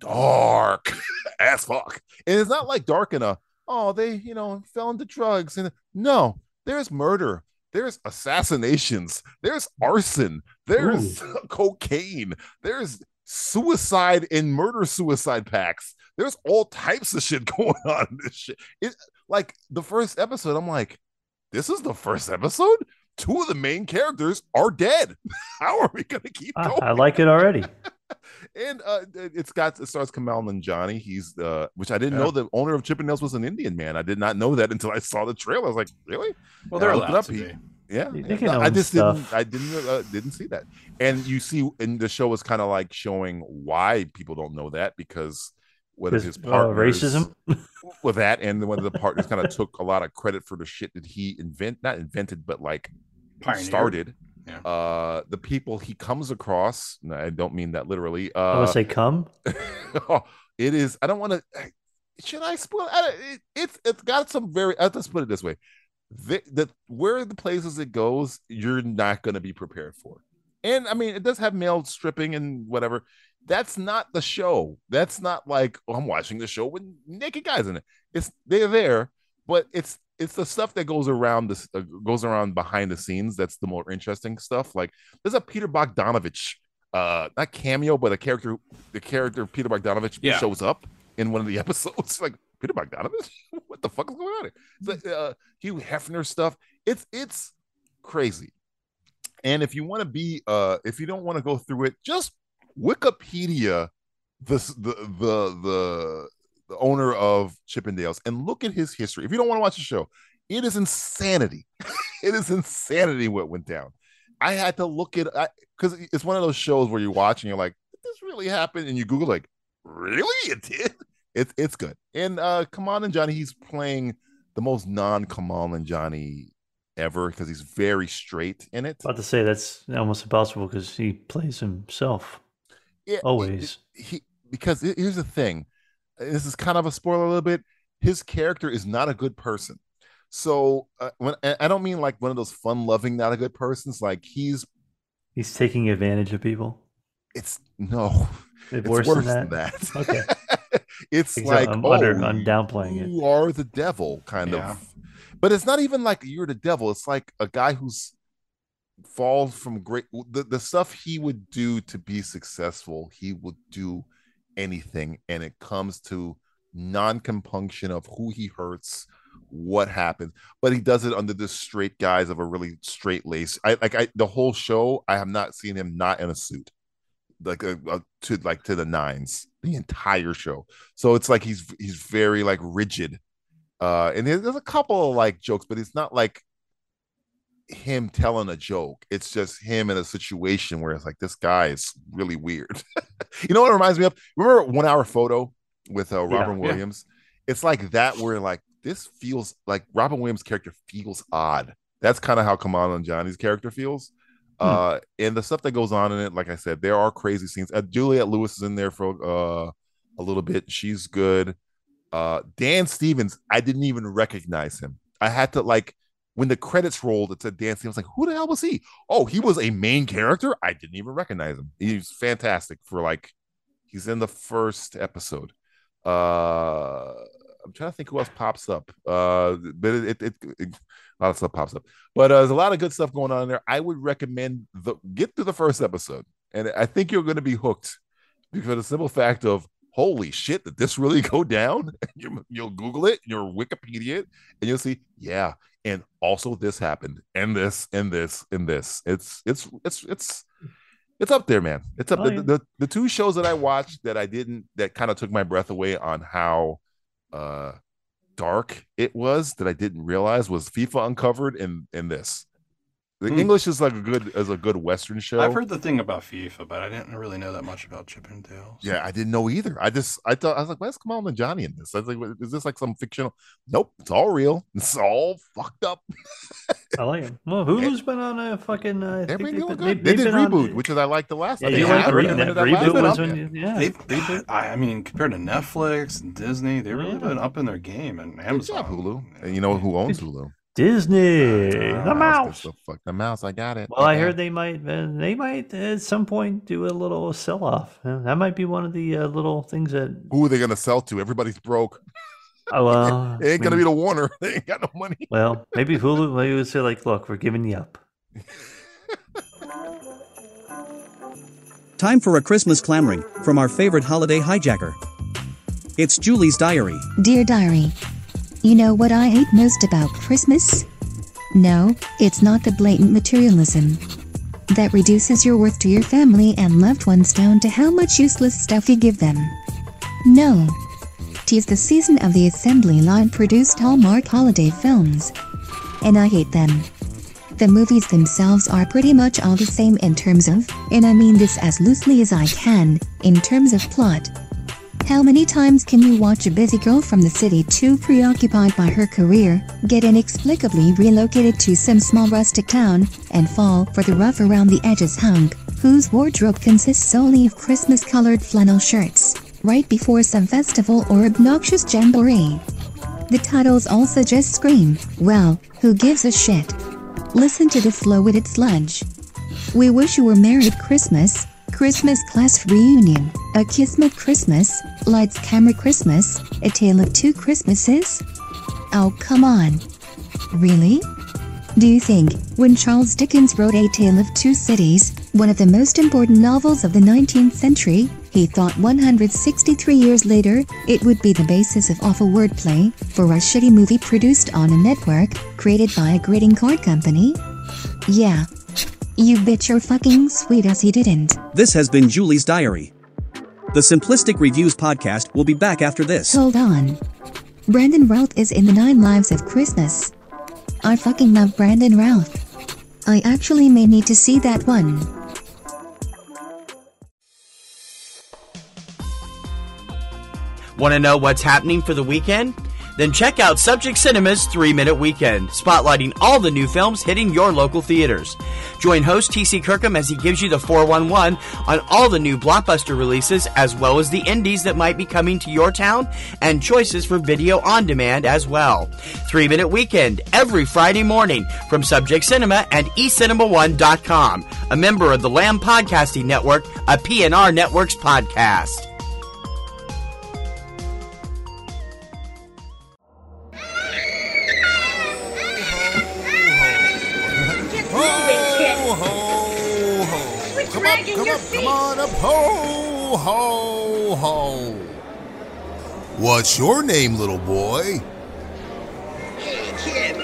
D: dark *laughs* as fuck. And it's not like dark in a oh they you know fell into drugs and no, there's murder, there's assassinations, there's arson, there's *laughs* cocaine, there's suicide and murder suicide packs. There's all types of shit *laughs* going on in this shit. It, like the first episode, I'm like, this is the first episode. Two of the main characters are dead. *laughs* How are we gonna keep
F: Ah,
D: going?
F: I like it already.
D: And uh, it's got it starts Kamal and Johnny. He's uh, which I didn't
E: Yeah.
D: know the owner of Chippendales was an Indian man. I did not know that until I saw the trailer. I was like, really?
E: Well,
D: Yeah,
E: they're
D: I looked it
E: allowed
D: up.
E: to
D: He-
E: be.
D: Yeah.
F: They
D: yeah.
F: can
D: No, I
F: own
D: just
F: stuff.
D: didn't. I didn't. Uh, didn't see that. And you see, and the show is kind of like showing why people don't know that because whether
F: This,
D: his
F: uh,
D: partners,
F: racism.
D: with that, and one of the partners kind of took a lot of credit for the shit that he invent, not invented, but like
E: Pioneer.
D: started.
E: Yeah.
D: Uh, the people he comes across, no, I don't mean that literally.
F: I want
D: Uh,
F: to say come.
D: *laughs* it is. I don't want to. Should I spoil? I, don't- it, it's it's got some very. I'll just put it this way: the, the where the places it goes, you're not going to be prepared for. And I mean, it does have male stripping and whatever. That's not the show. That's not like oh, I'm watching the show with naked guys in it. It's they're there, but it's it's the stuff that goes around this uh, goes around behind the scenes that's the more interesting stuff. Like there's a Peter Bogdanovich, uh, not cameo, but a character the character Peter Bogdanovich
E: Yeah.
D: shows up in one of the *laughs* episodes. Like Peter Bogdanovich, *laughs* what the fuck is going on here? It's like, uh, Hugh Hefner stuff. It's it's crazy. And if you want to be, uh, if you don't want to go through it, just Wikipedia, this the the the the owner of Chippendales, and look at his history. If you don't want to watch the show, it is insanity. *laughs* it is insanity what went down. I had to look it because it's one of those shows where you watch and you're like, "Did this really happened, and you Google like, really, it did. *laughs* It's it's good. And uh, Kamal and Johnny, he's playing the most non Kamal and Johnny ever because he's very straight in it.
F: About to say that's almost impossible because he plays himself
D: Yeah, it-
F: always.
D: he because he- here's the thing this is kind of a spoiler a little bit his character is not a good person so uh, when I I don't mean like one of those fun loving not a good persons like he's
F: He's taking advantage of people.
D: it's no
F: It's
D: it's
F: worse, than that. Okay.
D: *laughs* it's
F: Exactly.
D: like
F: I'm
D: oh,
F: under- I'm downplaying it.
D: you are the devil kind
E: Yeah.
D: of but it's not even like you're the devil it's like a guy who's falls from great the, the stuff he would do to be successful he would do anything and it comes to non-compunction of who he hurts, what happens, but he does it under this straight guise of a really straight lace. I like I the whole show. I have not seen him not in a suit, like uh, uh, to like to the nines the entire show. So it's like he's he's very like rigid, uh, and there's there's a couple of like jokes, but it's not like him telling a joke. It's just him in a situation where it's like this guy is really weird. *laughs* you know what it reminds me of? Remember one hour photo with uh, Robin
E: yeah.
D: Williams? It's like that where like this feels like Robin Williams' character feels odd. That's kind of how Kamal and Johnny's character feels.
E: Hmm.
D: Uh, and the stuff that goes on in it, like I said, there are crazy scenes. Uh, Juliet Lewis is in there for uh, a little bit. She's good. Uh, Dan Stevens, I didn't even recognize him. I had to like when the credits rolled, it said Dan Stevens. Like, who the hell was he? Oh, he was a main character. I didn't even recognize him. He's fantastic for like, he's in the first episode. Uh, I'm trying to think who else pops up. Uh, but it, it, it, it- a lot of stuff pops up. But uh, there's a lot of good stuff going on there. I would recommend the get through the first episode, and I think you're going to be hooked because of the simple fact of holy shit, did this really *laughs* go down? you, you'll Google it, you'll Wikipedia it, and you'll see, yeah. And also this happened, and this, and this, and this. It's it's it's it's it's up there, man. It's up.
F: Oh,
D: the,
F: yeah.
D: the the two shows that I watched that I didn't that kind of took my breath away on how uh dark it was that I didn't realize was FIFA Uncovered and and this. The
E: Hmm.
D: English is like a good as a good Western show.
E: I've heard the thing about FIFA, but I didn't really know that much about Chip and Dale. so-
D: Yeah, I didn't know either. I just I thought I was like, why is Kamal and Johnny in this? I was like, "What- is this like some fictional? Nope, it's all real. It's all fucked up.
F: I like him. Well, Hulu's been on a fucking. Uh, I
D: They've
F: think
D: been
F: they've
D: doing
F: been- they've-
D: good. They
F: they've
D: did
F: been on-
D: reboot, which is I like the last.
F: Yeah,
D: I
F: you
D: think I
F: like the
E: have
F: re-
D: recommended
E: been.
F: that
D: that last
F: reboot
D: one.
F: was
D: Yeah.
F: when you, yeah.
E: They they did. I, I mean, compared to Netflix and Disney, they really
F: Yeah.
E: been up in their game and
D: Good
E: Amazon.
D: job, Hulu. And you know who owns Hulu?
F: Disney,
E: Ah,
F: the
E: that's
F: mouse.
D: So fuck the mouse. I got it.
F: Well, I
D: got
F: heard
D: it.
F: they might uh, they might at some point do a little sell off. That might be one of the uh, little things that.
D: Who are they gonna sell to? Everybody's broke.
F: Oh well,
D: *laughs* It ain't
F: I
D: gonna be
F: mean,
D: the Warner. *laughs* They ain't got no money.
F: well, maybe Hulu. Maybe would say like, look, we're giving you up.
H: Time for a Christmas clamoring from our favorite holiday hijacker. It's Julie's Diary.
C: Dear Diary, you know what I hate most about Christmas? No, it's not the blatant materialism that reduces your worth to your family and loved ones down to how much useless stuff you give them. No. Tis the season of the assembly line produced Hallmark holiday films. And I hate them. The movies themselves are pretty much all the same in terms of, and I mean this as loosely as I can, in terms of plot. How many times can you watch a busy girl from the city too preoccupied by her career, get inexplicably relocated to some small rustic town, and fall for the rough around the edges hunk, whose wardrobe consists solely of Christmas colored flannel shirts, right before some festival or obnoxious jamboree? The titles also just scream, well, who gives a shit? Listen to this slow witted sludge. We wish you were merry Christmas, Christmas class reunion, a Kismet Christmas, lights camera Christmas, a tale of two Christmases? Oh, come on. Really? Do you think, when Charles Dickens wrote A Tale of Two Cities, one of the most important novels of the 19th century, he thought 163 years later, it would be the basis of awful wordplay for a shitty movie produced on a network created by a greeting card company? Yeah. You bet your fucking sweet ass he didn't.
H: This has been Julie's Diary. The Simplistic Reviews podcast will be back after this.
C: Hold on. Brandon Routh is in the Nine Lives of Christmas. I fucking love Brandon Routh. I actually may need to see that one.
I: Want to know what's happening for the weekend? Then check out Subject Cinema's 3 Minute Weekend, spotlighting all the new films hitting your local theaters. Join host TC Kirkham as he gives you the 411 on all the new blockbuster releases, as well as the indies that might be coming to your town and choices for video on demand as well. 3 Minute Weekend, every Friday morning from Subject Cinema and eCinema1.com, a member of the Lamb Podcasting Network, a PNR Networks podcast.
D: Ho, ho, ho. Come up, come up, come on up. Ho, ho, ho.
J: What's your name, little boy?
K: Hey, kid!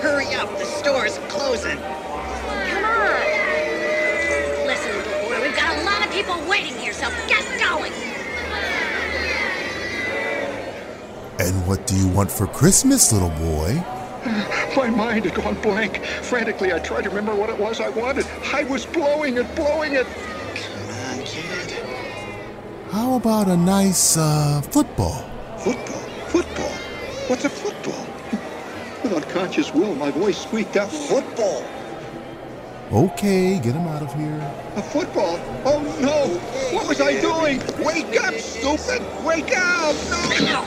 K: Hurry up, the store's closing.
L: Come on. Listen, little boy, we've got a lot of people waiting here, so get going.
J: And what do you want for Christmas, little boy?
M: My mind had gone blank. Frantically, I tried to remember what it was I wanted. I was blowing it, blowing it.
K: Come on, kid.
J: How about a nice uh, football?
M: Football? Football? What's a football? With unconscious will, my voice squeaked out, football!
J: Okay, get him out of here.
M: A football? Oh no! What was I doing? Wake up, stupid! Wake up! No!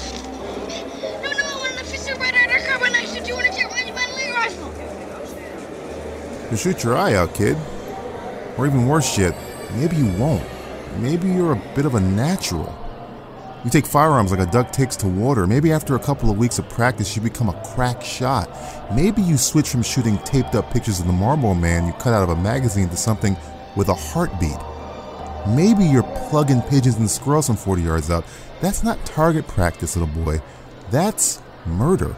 L: No, no, an officer right out of our car when I should do an attack with my Lee rifle.
J: You shoot your eye out, kid. Or even worse yet, maybe you won't. Maybe you're a bit of a natural. You take firearms like a duck takes to water. Maybe after a couple of weeks of practice, you become a crack shot. Maybe you switch from shooting taped up pictures of the Marlboro Man you cut out of a magazine to something with a heartbeat. Maybe you're plugging pigeons and squirrels from 40 yards out. That's not target practice, little boy. That's murder.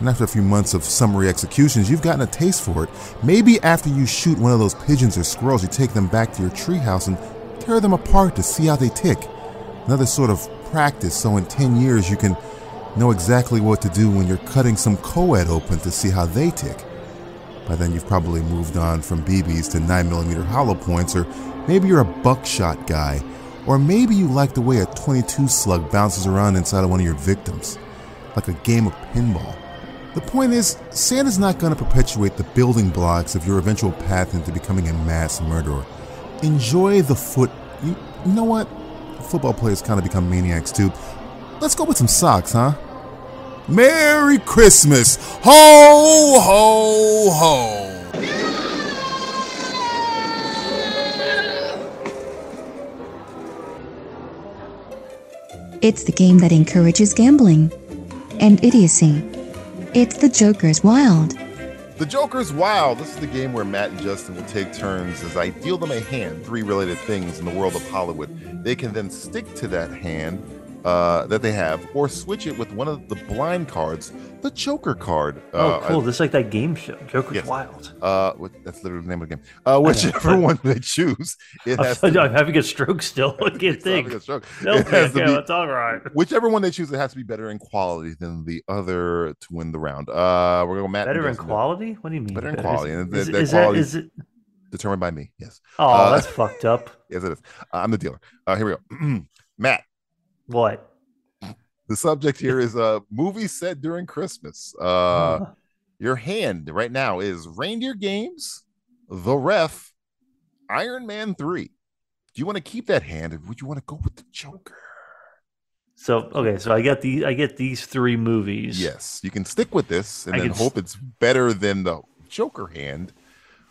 J: And after a few months of summary executions, you've gotten a taste for it. Maybe after you shoot one of those pigeons or squirrels, you take them back to your treehouse and tear them apart to see how they tick. Another sort of practice, so in 10 years you can know exactly what to do when you're cutting some co ed open to see how they tick. By then, you've probably moved on from BBs to 9mm hollow points, or maybe you're a buckshot guy, or maybe you like the way a 22 slug bounces around inside of one of your victims, like a game of pinball. The point is, Santa's not going to perpetuate the building blocks of your eventual path into becoming a mass murderer. Enjoy the foot. You, you know what? Football players kind of become maniacs too. Let's go with some socks, huh? Merry Christmas! Ho, ho, ho!
C: It's the game that encourages gambling and idiocy. It's the Joker's Wild.
D: The Joker's Wild. This is the game where Matt and Justin will take turns as I deal them a hand, three related things in the world of Hollywood. They can then stick to that hand uh, that they have or switch it with one of the blind cards, the Joker card.
F: Oh,
D: Uh,
F: cool. this is like that game show, Joker's
D: Yes.
F: Wild.
D: Uh, what, that's literally the name of the game.
F: *laughs*
D: Uh, whichever one they choose, it
F: I'm,
D: has
F: sorry,
D: to-
F: I'm having a stroke
D: *laughs*
F: still. *laughs* I can't think.
D: having a stroke.
F: No,
D: It has to
F: okay,
D: be-
F: that's all right.
D: whichever one they choose, it has to be better in quality than the other to win the round. Uh, we're going to go Matt. and
F: Better in
D: Justin.
F: quality? What do you mean?
D: Better in
F: Is-
D: quality, and
F: Is,
D: that- that
F: is that
D: quality-
F: is it?
D: Determined by me. Yes.
F: Oh,
D: Uh,
F: that's fucked up.
D: Yes, it is. Uh, I'm the dealer. Uh, here we go. *clears throat* Matt,
F: What?
D: the subject here is a movie set during Christmas. Uh, your hand right now is Reindeer Games, The Ref, Iron Man 3. Do you want to keep that hand or would you want to go with the Joker?
F: So okay, so I get the I get these three movies.
D: Yes, you can stick with this and
F: I
D: then
F: can
D: hope it's better than the Joker hand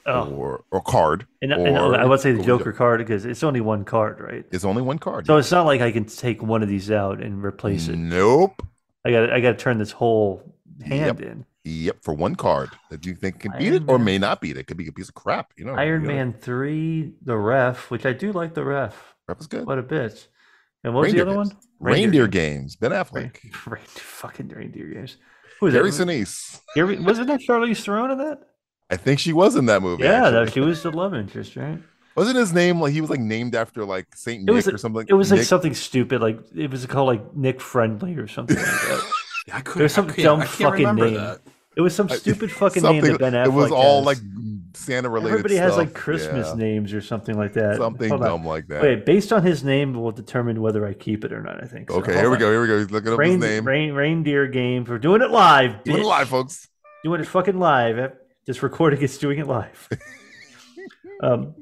F: Oh.
D: or, or card.
F: And, and I would say the
D: or
F: Joker card because it's only one card, right?
D: is only one card.
F: So it's not like I can take one of these out and replace it.
D: Nope.
F: I got I got to turn this whole hand
D: Yep.
F: in.
D: Yep, for one card that you think can beat it
F: Iron
D: or
F: Man.
D: may not beat it. Could be a piece of crap. You know,
F: Iron
D: you know,
F: Man three, the ref, which I do like the ref.
D: Ref is good.
F: What a bitch. And what was the other
D: games.
F: one?
D: Reindeer games. Ben Affleck.
F: *laughs* Reindeer, fucking reindeer games. Who is
D: Gary
F: that?
D: Sinise.
F: Gary, wasn't that Charlize Theron in that?
D: I think she was in that movie.
F: Yeah,
D: actually.
F: that, she was the love interest, right?
D: wasn't his name like he was like named after like Saint
F: It
D: Nick
F: was
D: or something.
F: It was like
D: Nick-
F: something stupid, like it was called like Nick Friendly or something like that.
N: I
F: There was some dumb fucking name. It was some
D: I- *laughs*
F: stupid fucking name
D: something-
F: that Ben Affleck.
D: It was all
F: has.
D: like Santa related.
F: everybody has like
D: stuff.
F: Christmas
D: Yeah.
F: names or something like that.
D: Something
F: Hold on.
D: dumb like that.
F: Wait, based on his name, will determine whether I keep it or not. I think. So,
D: Okay,
F: hold
D: here we
F: on.
D: go. Here we go. He's looking up
F: Rein-
D: his name.
F: rein- reindeer games. We're doing it live.
D: Doing it
F: bitch.
D: live, folks.
F: Doing it fucking live. eh? Just recording. It's doing
D: *laughs*
F: it live. um,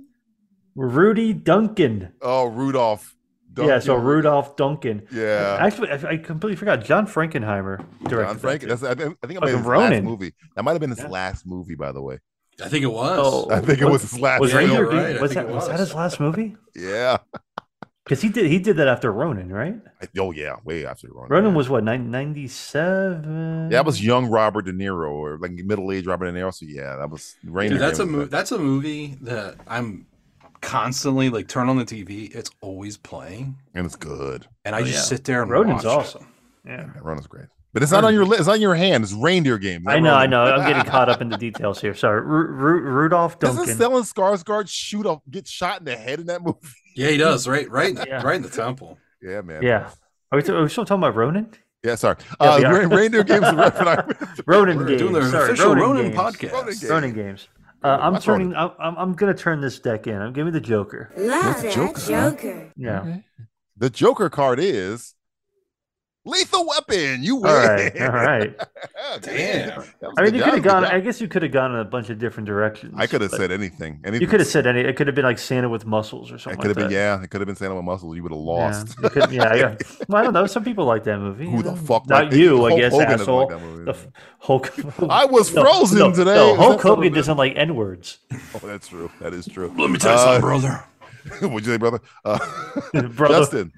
F: Rudy Duncan.
D: Oh, Rudolph.
F: Yeah, so
D: Duncan.
F: Rudolph Duncan.
D: Yeah.
F: Actually, I, I completely forgot. John Frankenheimer
D: John
F: directed. that
D: Frank.
F: too.
D: That's, I think I think it might have
F: Fucking
D: been his last
F: Ronin.
D: movie. That might have been his last movie, by the way.
N: I think it was.
F: Oh,
D: I think it was his last
F: Was
D: Yeah,
F: Reindeer
D: you're right.
F: Games-
N: I
F: Was
N: think
F: that
N: it
F: was that
N: was.
F: his last movie?
D: Yeah. *laughs*
F: Because he did he did that after Ronin, right?
D: I- Oh yeah, way after Ronin.
F: Ronin was what nine- 97?
D: That was young Robert De Niro or like middle aged Robert De Niro. So yeah, that was Rain.
N: Dude, that's a movie. That's a movie that I'm
E: constantly like turn on the TV, it's always playing,
D: and it's good.
E: And I
D: Oh,
E: just
D: yeah.
E: sit there and
D: Rodin's
E: watch it.
F: awesome. Yeah.
D: Ronan's great. But it's not on your list. It's on your hand. It's reindeer game.
F: I know, I know. I'm getting caught up in the details here. Sorry, Ru- Ru- Rudolph
D: Doesn't
F: Duncan.
D: Stellan Skarsgård shoot up, get shot in the head in that movie? *laughs*
E: Yeah, he does. Right, right, in the,
F: Yeah.
E: right in the temple.
D: Yeah, man.
F: yeah. Are we, are we still talking about Ronan?
D: Yeah, sorry.
F: Yeah,
D: Uh,
F: we are.
D: Rein- reindeer games. and
F: *laughs*
D: Ronin-
F: Ronin
D: We're
F: games.
D: doing their
F: Sorry,
D: official Ronin
F: games.
D: podcast. Ronin games.
F: Ronin games. Uh, I'm
D: That's all
F: turning. I'm, I'm- I'm gonna turn this deck in. I'm giving the Joker.
K: Love
D: that Joker, Joker.
F: Yeah.
D: The Joker card is Lethal Weapon. You win.
F: All right. All right.
D: Damn.
F: I mean, you could have gone. I guess you could have gone in a bunch of different directions.
D: I could have
F: but
D: said anything.
F: You
D: anything.
F: could have said any. It could have been like Santa with muscles or
D: It
F: something.
D: could have
F: like
D: been, yeah, it could have been Santa with Muscle. You would have lost.
F: that.
D: *laughs*
F: Yeah. it could- yeah, yeah. Well, I don't know. Some people like that movie.
D: Who
F: you
D: the
F: know?
D: fuck
F: Not
D: like-
F: you, I
D: Hulk
F: guess,
D: Hogan doesn't
F: asshole.
D: like that movie.
F: The f- Hulk.
D: *laughs* I was frozen
F: no,
D: today.
F: No,
D: Is
F: Hulk
D: that something
F: Hogan
D: that-
F: doesn't like n words.
D: Oh, that's true. That is true.
E: Let me tell you
D: Uh,
E: something, brother.
D: What'd you say, brother?
F: *laughs*
D: Uh, *laughs*
F: Brother.
D: Justin.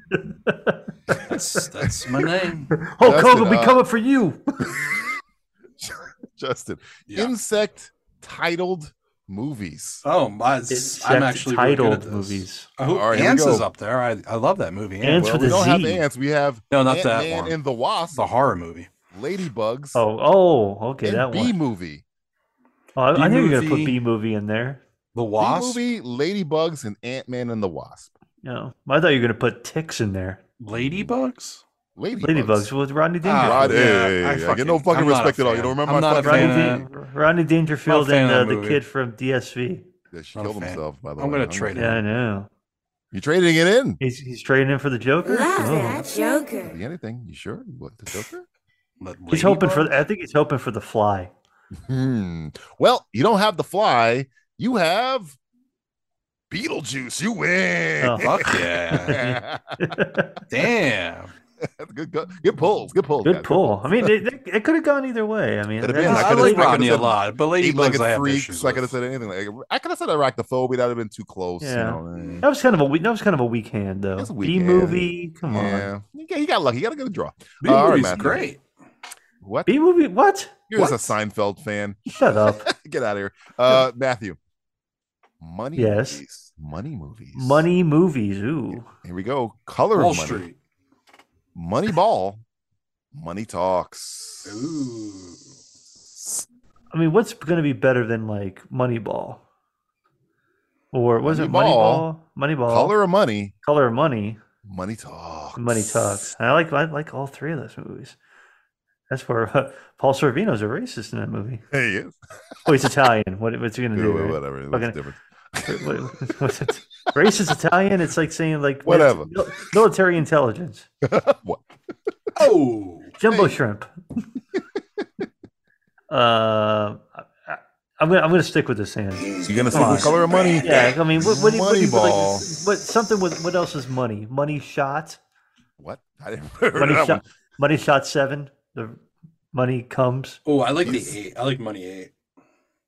E: That's that's my name.
F: Hulk
D: Justin,
F: Hogan,
D: uh,
F: Oh, we coming for you. *laughs*
D: Justin. Insect titled movies.
E: Oh, my, I'm actually really good at
F: titled
E: this.
F: movies.
E: Oh,
D: All right, here we
E: Ants is
D: go.
E: up there. I, I love that movie.
F: Ants
E: Well,
F: with
E: we
F: a
E: don't
D: We
E: have
D: have ants. We have
E: No, not that
D: Ant-Man
E: one.
D: and the Wasp,
E: the horror movie.
D: Ladybugs,
F: Oh, oh, okay,
D: and
F: that
D: B
F: one.
D: movie.
F: Oh, I, I knew you were gonna put
E: B-movie.
F: B movie in there.
E: The
D: B
E: Wasp,
D: movie, Ladybugs, and Ant Man and the Wasp.
F: No, I thought you were gonna put ticks in there.
E: Ladybugs.
D: Ladybugs.
F: Ladybugs with Rodney Dangerfield.
D: Rod,
E: yeah,
D: hey,
E: I
D: I, get
E: fucking-
D: no fucking
E: I'm not a
D: respect at all. You
E: fan.
D: don't remember
E: I'm
D: my
E: not a
D: fucking
E: fan.
F: Rodney,
E: Yeah.
F: Dan- Rodney
E: Not
F: Dangerfield
E: a fan
F: and uh,
E: of that
F: the
E: movie.
F: kid from DSV.
D: Yeah, she
E: Not a
D: killed
E: fan.
D: himself, by the
E: I'm
D: way.
E: gonna trade
F: Yeah, I know.
D: You trading it in?
F: He's he's trading in for the Joker. Oh.
L: Joker.
D: Could be anything. You sure? You want the Joker?
E: But
F: He's hoping
E: Ladybug?
F: for. I think he's hoping for the Fly.
D: Hmm. Well, you don't have the fly. You have Beetlejuice. You win.
F: Oh,
E: Fuck
F: *laughs*
E: yeah! Damn.
D: *laughs* good, good, good pulls. Good pulls.
F: Good
D: guys.
F: pull. I mean, it, it, could have gone either way. I mean,
D: Could have
F: that's-
D: been.
E: I
D: could've-
E: like
D: could've
E: Rodney a
D: said
E: lot, but Ladybugs
D: eight-legged
E: I have
D: freaks.
E: issues
D: I could have
E: with.
D: said anything. Like, I could have said arachnophobia. That would have been too close.
F: Yeah.
D: You know?
F: that was kind of a weak. That was kind of a weak hand, though.
D: That's a weak
F: B
D: hand.
F: movie. Come
D: yeah.
F: on.
D: He got- He got lucky. He got a good draw.
E: B
D: All right,
E: movie's
D: Matthew.
E: great.
D: What?
F: B movie. What?
D: You're just a Seinfeld
F: *laughs*
D: fan.
F: Shut
D: *laughs*
F: up.
D: Get out of here. Uh, Matthew. Money
F: Yes.
D: movies. Money movies.
F: Money movies. Ooh.
D: Here we go. Color
E: Wall
D: of money.
E: Street.
D: Money ball. Money talks.
E: Ooh.
F: I mean, what's going to be better than like Moneyball? Or was it
D: Moneyball.
F: Moneyball? Moneyball.
D: Color of money.
F: Color of Money.
D: Money talks.
F: Money Talks. And I like I like all three of those movies. That's where uh, Paul Sorvino's a racist in that movie.
D: Hey, you.
F: Oh, he's Italian. What, what's he gonna do?
D: Whatever. Whatever.
F: right? Fucking-
D: That's different.
F: what- what- *laughs* what's it? Racist Italian. It's like saying like mil-
D: Whatever.
F: mil- military intelligence.
D: What?
E: Oh,
F: Jumbo shrimp. uh, I, I'm gonna I'm gonna stick with this hand.
D: You're gonna
F: Come
D: see the
F: on.
D: color of money.
F: Yeah, I mean, what what, do you- what, do you like-
D: Moneyball.
F: what something with what else is money? Money shot.
D: What? I didn't *laughs* remember
F: Money
D: that one.
F: shot. Money shot seven. The money comes.
E: Oh, I like the eight. I like Money Eight.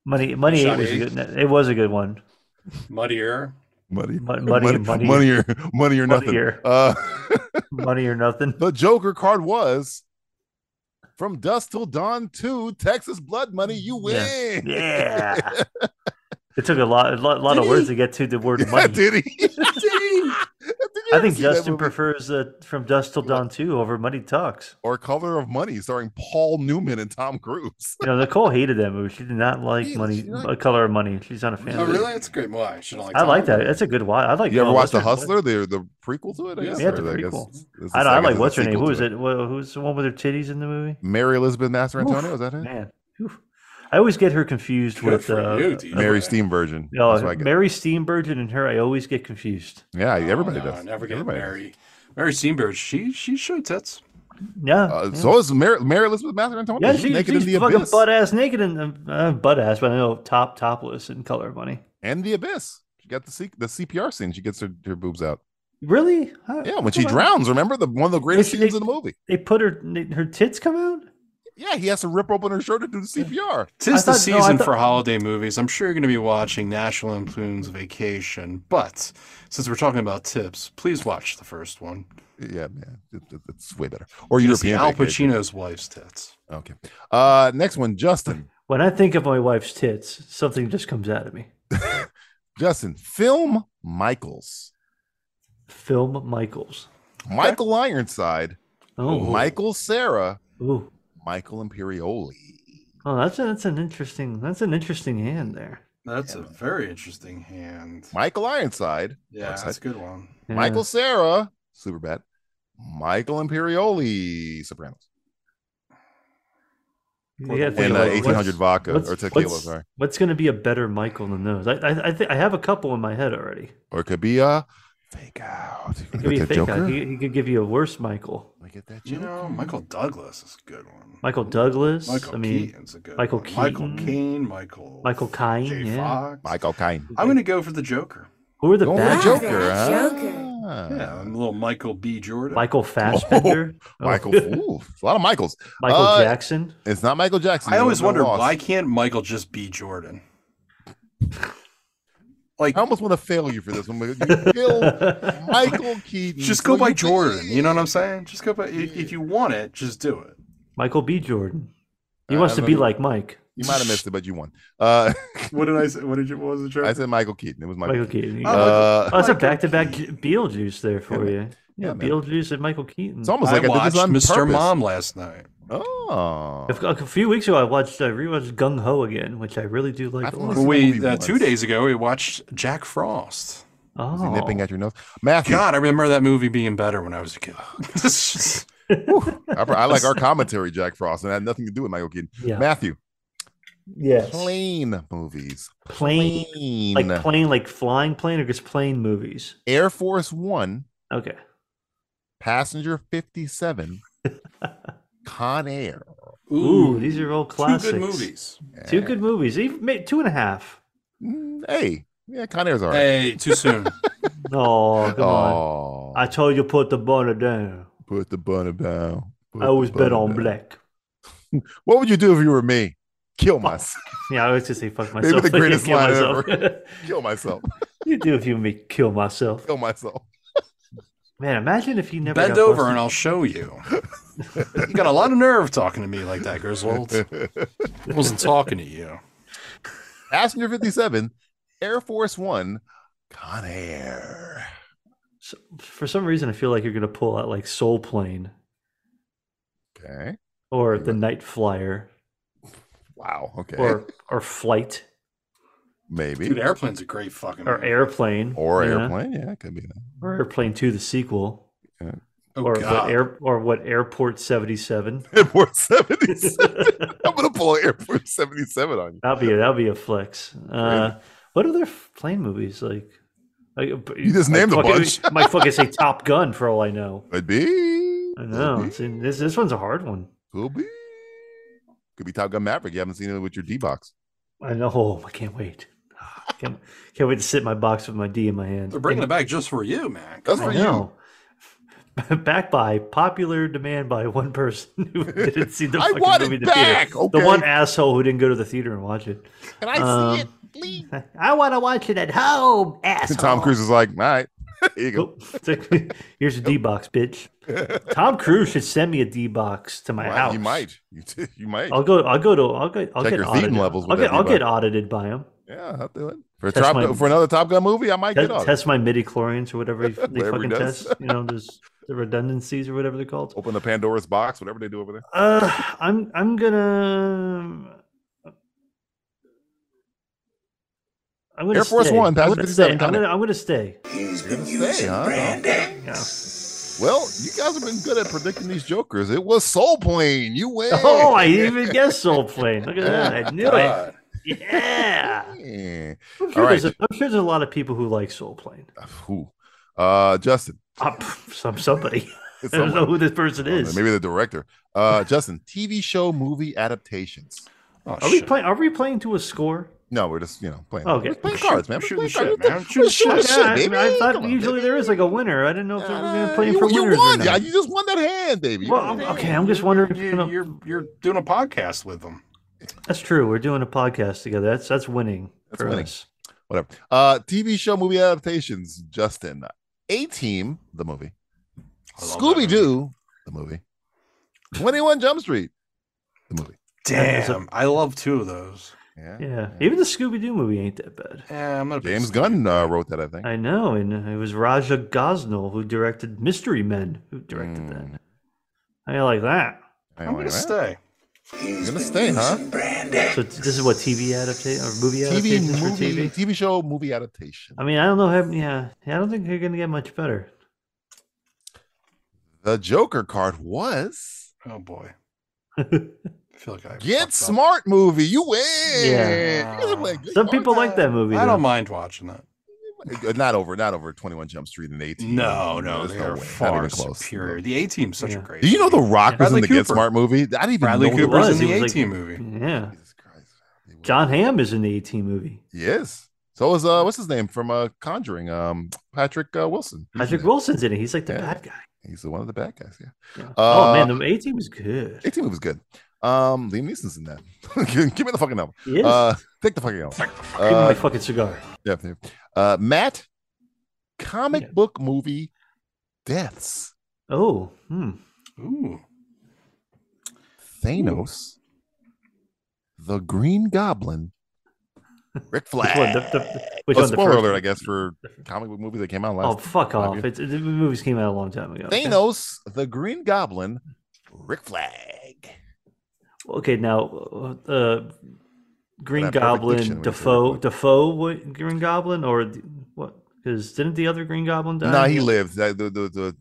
F: Money, money
E: Shot
F: eight was a
E: eight.
F: good. It was a good one.
E: Muddier.
D: Money.
F: Mon- money, money,
D: money, or money or nothing.
F: Money-er.
D: Uh, *laughs*
F: money or nothing.
D: the Joker card was from dusk till dawn to Texas blood *laughs* money. You
F: Yeah.
D: win. *laughs*
F: Yeah. it took a lot, a lot, lot of words to get to the word money.
D: Did
F: *laughs*
D: he? *laughs* Did
E: he?
F: I
D: ever
F: think
D: see that
F: Justin
D: movie?
F: prefers uh, from dusk till dawn two over money talks.
D: or Color of Money, starring Paul Newman and Tom Cruise.
F: You know, Nicole hated that movie. She did not like
D: Really?
F: money,
D: She liked-
F: uh, color of money. She's not a fan.
E: Oh,
F: of it.
E: really? That's a great. Why? I should like.
F: I like
E: Tom.
F: that. That's a good one. I like.
D: You ever
F: uh,
D: watch The
F: what's her- what-
D: Hustler, the the prequel to it? I
E: Yeah.
D: guess.
F: Yeah, the
D: or I guess
F: prequel.
D: it's- it's
F: I,
D: the
F: know,
D: second-
F: I like
D: it's a
F: what's her name.
D: sequel to
F: Who is it? Wha- Who's the one with her titties in the movie?
D: Mary Elizabeth Nasser
F: Oof,
D: Antonio. Is that it?
F: Man, Whew. I always get her confused
E: Good
F: with
E: for
F: uh,
E: you, dude.
D: Mary Steam version.
F: no,
D: That's what I get.
F: Mary Steenburgen and her. I always get confused.
D: yeah, everybody
E: No, I
F: Oh,
D: does.
E: never get
D: Everybody does.
E: Mary. Mary Steenburgen. She she showed tits.
F: Yeah,
D: Uh,
F: yeah.
D: So is Mary, Mary Elizabeth Mather Antonio.
F: Yeah,
D: she's
F: she,
D: naked
F: she's
D: in the
F: fucking
D: abyss.
F: butt ass naked in the uh, butt ass, but I know top topless in color of money.
D: And the abyss. She got the C- the CPR scene. She gets her, her boobs out.
F: Really? Huh?
D: Yeah, when she
F: Come on.
D: drowns. Remember the one of the greatest
F: They-
D: scenes
F: they-
D: in the movie.
F: they put her her tits come out.
D: Yeah, he has to rip open her shirt to do the CPR.
E: Tis the
F: I thought- no, I
E: season
F: thought-
E: for holiday movies. I'm sure you're going to be watching National Lampoon's Vacation, but since we're talking about tips, please watch the first one.
D: Yeah, man, it, it- it's way better. Or
E: You're gonna see
D: European.
E: Al
D: vacation.
E: Pacino's wife's tits.
D: Okay. Uh, next one, Justin.
F: When I think of my wife's tits, something just comes out of me.
D: Justin, film Michaels.
F: Film Michaels.
D: Michael Ironside.
F: Oh.
D: Michael Sarah.
F: Ooh.
D: Michael Imperioli.
F: Oh, that's a, that's an interesting that's an interesting hand there.
N: That's a very interesting hand.
D: Michael Ironside.
N: Yeah,
D: Ironside.
N: that's a good one.
D: Michael Sarah. Superbad. Michael Imperioli. Sopranos.
F: You gotta
D: And,
F: think
D: uh,
F: about
D: 1800
F: what's-
D: vodka,
F: what's-
D: or tequila,
F: what's-
D: sorry.
F: What's going to be a better Michael than those? I I, I think I have a couple in my head already.
D: Or it could be uh, a
F: He could be
D: Like
F: a
D: a
F: fake out.
D: Joker?
F: He, he could give you a worse Michael.
N: You know, Michael Douglas is a good one.
F: Michael Douglas.
N: Michael
F: I mean,
N: Keaton's a good
F: Michael
N: one.
F: Keaton.
N: Michael Caine, Michael
F: Michael Caine.
N: J.
F: yeah.
N: Fox.
D: Michael Caine.
N: I'm going to go for the Joker.
F: Who are the
D: Going
F: bad
D: with Joker,
F: guys?
D: huh?
N: Yeah, I'm a little Michael B. Jordan.
D: *laughs*
F: Michael Fassbender. *laughs*
D: Michael. Ooh, a lot of Michaels.
F: Oh. Michael
D: Uh,
F: Jackson.
D: It's not Michael Jackson.
N: I always
D: No
N: wonder
D: loss.
N: why can't Michael just be Jordan?
D: I almost want to fail you for this one. but You killed Michael Keaton.
N: Just go
D: So
N: by
D: you-
N: Jordan. You know what I'm saying? Just go by. If, if you want it, just do it.
F: Michael B. Jordan. He
D: Uh,
F: wants to
D: but
F: be
D: you-
F: like Mike.
D: You might have missed it, but you won. Uh, *laughs*
N: What did I say? What did you? What was the joke?
D: I said Michael Keaton. It was Michael,
F: Michael Keaton.
D: Uh,
F: Oh, that's a back-to-back Beetlejuice there for you. Yeah,
D: Yeah, man.
F: Beetlejuice and Michael Keaton.
D: It's almost like
N: I
D: I
N: watched
D: did this on
N: Mr.
D: purpose.
N: Mom last night.
D: Oh,
F: A f- a few weeks ago, I watched I rewatched Gung Ho again, which I really do like. a lot.
N: We uh, two days ago we watched Jack Frost.
D: Is he
F: Oh,
D: nipping at your nose, Matthew?
N: God, I remember that movie being better when I was a kid. *laughs*
D: I, I like our commentary, Jack Frost, and it had nothing to do with Michael Keaton.
F: Yeah.
D: Matthew,
G: Yes.
D: plain movies,
F: plane, like plane, like flying plane, or just plane movies.
D: Air Force One,
F: Okay,
D: Passenger Fifty
F: *laughs*
D: Seven, Con Air.
F: Ooh, these are all classics.
N: Two good movies.
F: Two good movies. Even made two and a half.
D: Mm, Hey, yeah, Con Air's all right.
N: Hey, too
F: *laughs*
N: soon.
F: Oh, come
D: Oh,
F: on! I told you put the bonnet down.
D: put the bunny down. Put
F: I always
D: the
F: bet
D: bunny
F: on
D: down.
F: black.
D: What would you do if you were me? Kill myself.
F: Yeah, I always just say fuck
D: Maybe
F: myself. *laughs*
D: the greatest
F: Kill
D: line
F: myself.
D: ever. *laughs* Kill myself.
F: *laughs* you do if you make kill myself.
D: Kill myself. *laughs*
F: Man, imagine if he never
N: Bend
F: got
N: over
F: busted.
N: and I'll show you. you got a lot of nerve talking to me like that, *laughs* Griswold. I wasn't talking to you.
D: Passenger 57, Air Force One, Con Air.
F: So, for some reason, I feel like you're gonna pull out like Soul Plane
D: Okay.
F: or The Night Flyer
D: Wow. Okay.
F: or or Flight
N: *laughs*
D: Maybe.
N: Dude, Airplane's a great fucking
F: or
N: movie.
F: Airplane
D: or
F: you know?
D: airplane. Yeah, it could be that. *laughs*
F: or Airplane Two, the sequel,
D: Yeah.
N: Oh,
F: or what
N: God.
F: air or what Airport Seventy Seven.
D: Airport
F: *laughs*
D: 77. I'm going to pull Airport 77 on you.
F: That'd be that'd be a flex. Uh, what other f- plane movies like? like you
D: just named a bunch.
F: *laughs* might fucking say Top Gun for all I know.
D: Could be.
F: I
D: *laughs*
F: know. it's in- this this one's a hard one.
D: Could be. Could be Top Gun Maverick. You haven't seen it with your D box.
F: I know. Oh, I can't wait. Ah, Can't, can't wait to sit in my box with my D in my hand.
N: They're bringing it back just for you, man.
D: That's
F: I
D: for you.
F: know. *laughs* Back by popular demand by one person
D: *laughs*
F: who didn't see the
D: I
F: fucking
D: want it
F: movie in the
D: back,
F: theater. The
D: okay.
F: one asshole who didn't go to the theater and watch it.
D: Can I
F: Um,
D: see it, please?
F: I want to watch it at home,
D: And
F: asshole.
D: Tom Cruise is like, all right. *laughs* Here you go.
F: Nope. *laughs* Here's a D box,
D: *laughs*
F: bitch. Tom Cruise should send me a D box to my
D: Wow,
F: house.
D: You might. You, t- you might.
F: I'll go. I'll go to. I'll get. I'll
D: Check
F: get
D: your
F: audited.
D: thetan levels with
F: I'll get.
D: that
F: I'll get
D: D-box.
F: audited by him.
D: yeah, I'll do it. For,
F: Test
D: Top,
F: my-
D: for another Top Gun movie, I might
F: Test,
D: get on. it.
F: test my midi chlorians or whatever they
D: Whatever he
F: fucking
D: does. Oh.
F: test. You know, there's the redundancies or whatever they're called.
D: Open the Pandora's box, whatever they do over there.
F: Uh, I'm I'm gonna. I'm gonna
D: Air Force
F: stay.
D: One,
F: I'm
D: Passenger
F: gonna stay.
D: 57,
F: I'm
D: come
F: gonna, I'm gonna stay.
D: You're gonna stay, huh?
F: Yeah.
D: Well, you guys have been good at predicting these jokers. It was Soul Plane.
F: *laughs*
D: You win.
F: Oh, I even guessed Soul Plane. Look at that. I knew it.
N: God.
F: Yeah.
D: Yeah.
F: I'm
D: All
F: sure,
D: right.
F: there's a, I'm sure there's a lot of people who like Soul Plane.
D: Who? Uh, Justin.
F: Uh, pff, some somebody. *laughs* I don't
D: Someone.
F: know who this person is.
D: Maybe the director. Uh, Justin. TV show, movie adaptations.
N: Oh,
F: Are we
N: shit.
F: playing? Are we playing to a score?
D: No, we're just you know playing.
F: Oh, Okay.
D: We're playing cards, man.
N: Shooting
D: We're playing
N: shit,
D: cards.
N: man.
D: We're
N: Shooting shit.
D: shooting shit,
F: I, mean,
D: baby.
F: I thought
D: Come on,
F: usually
D: baby.
F: there is like a winner. I didn't know if they were going to play
D: You-
F: for
D: you,
F: winners. or
D: won.
F: not.
D: Yeah, you just won that hand, baby. You
F: Well,
D: won
F: I'm-
D: that hand.
F: okay, I'm just wondering. If,
N: You-
F: you know,
N: You're you're doing a podcast with them.
F: that's true. We're doing a podcast together. That's that's winning
D: That's
F: for
D: winning.
F: us.
D: Whatever. Uh, TV show, movie adaptations. Justin. A Team, the movie.
N: I love that movie.
D: Scooby Doo, the movie. 21 Jump Street, the movie.
F: That is a-
N: Damn, I love two of those.
D: Yeah.
F: Yeah. Even the Scooby Doo movie ain't that bad.
D: Yeah, I'm gonna James Gunn uh, wrote that, I think.
F: I know, and it was Raja Gosnell who directed Mystery Men, who directed
D: Mm.
F: that. I like that.
D: I'm gonna
E: stay.
D: You're gonna stay, huh?
F: So t- this is what TV adaptation or movie
D: TV
F: adaptations for
D: movie,
F: TV.
D: TV show, movie adaptation.
F: I mean, I don't know. How, yeah, I don't think you're gonna get much better.
D: The Joker card was
N: Oh
F: *laughs*
N: boy. I feel like I
D: Get Smart movie. You win.
F: Yeah.
D: You guys are like,
F: Some people like that movie.
N: I
F: though.
N: don't mind watching that.
D: Uh, Not over, not over 21 Jump Street and 18.
N: No, no,
D: There's
N: they are
D: way. Not
N: far
D: even close.
N: superior. The A Team's such a great.
D: Do you know The Rock was in
N: Bradley
D: the Get
N: Cooper.
D: Smart movie? I didn't even
N: Bradley
D: know
N: Cooper's
D: was.
N: in
F: He
N: the A
F: was
N: Team
F: like-
N: movie.
F: Yeah. John Hamm is in the 18 movie.
D: Yes. So is uh, what's his name from uh, Conjuring? Um, Patrick uh, Wilson. He's
F: Patrick
D: in it.
F: Wilson's in it. He's like the bad guy.
D: He's the one of the bad guys. Yeah.
F: oh man,
D: Uh,
F: the A team is good.
D: 18 was good. Um, Liam Neeson's in that. *laughs* give, give me the fucking album.
F: He is.
D: Uh, take the fucking album.
F: Give me
D: Uh,
F: my fucking cigar.
D: yeah, yeah. Uh, Matt, comic book movie deaths.
F: Oh, hmm.
N: Ooh.
D: Thanos, the Green Goblin, Rick
F: *laughs* Which
D: Flag.
F: one? The- the- which
D: Oh,
F: one? The
D: spoiler
F: first
D: alert,
F: one?
D: I guess, for comic book movie that came out last.
F: Oh fuck
D: five
F: off!
D: years.
F: It's, it, the movies came out a long time ago. okay?
D: Thanos, the Green Goblin, Rick Flag.
F: Okay, now uh, uh, Green
D: That perfect diction
F: Goblin,
D: when you say
F: Defoe, Defoe, what, Green Goblin, or the- what? Because didn't the other Green Goblin die?
D: No, he lived. That- The the the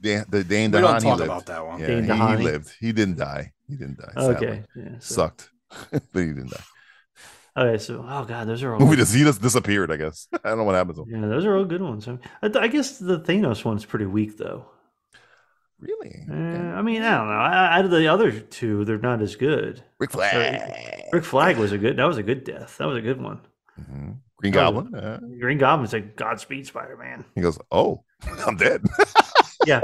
D: the, the Dane
N: We don't
D: DeHaan, he
N: talk
D: lived.
N: about that one.
D: Yeah,
F: Dane
D: he- he,
F: DeHaan.
D: lived. He didn't die. He didn't die.
F: Okay,
D: Okay,
F: yeah, so-
D: sucked, *laughs* but he didn't die.
F: Okay, so oh god, those are
D: *laughs*
F: all.
D: We just he just disappeared. I guess *laughs* I don't know what happened to him.
F: yeah, those are all good ones. I, I, I guess the Thanos one's pretty weak though.
D: Really,
F: Uh, I mean, I don't know. I- Out of the other two, they're not as good.
D: Rick Flag,
F: Rick Flag was a good. That was a good death. That was a good one.
D: Mm-hmm. Green
F: That was-
D: Goblin. uh,
F: Green Goblin's like Godspeed, Spider Man.
D: he goes, "Oh, *laughs* I'm dead."
F: Yeah.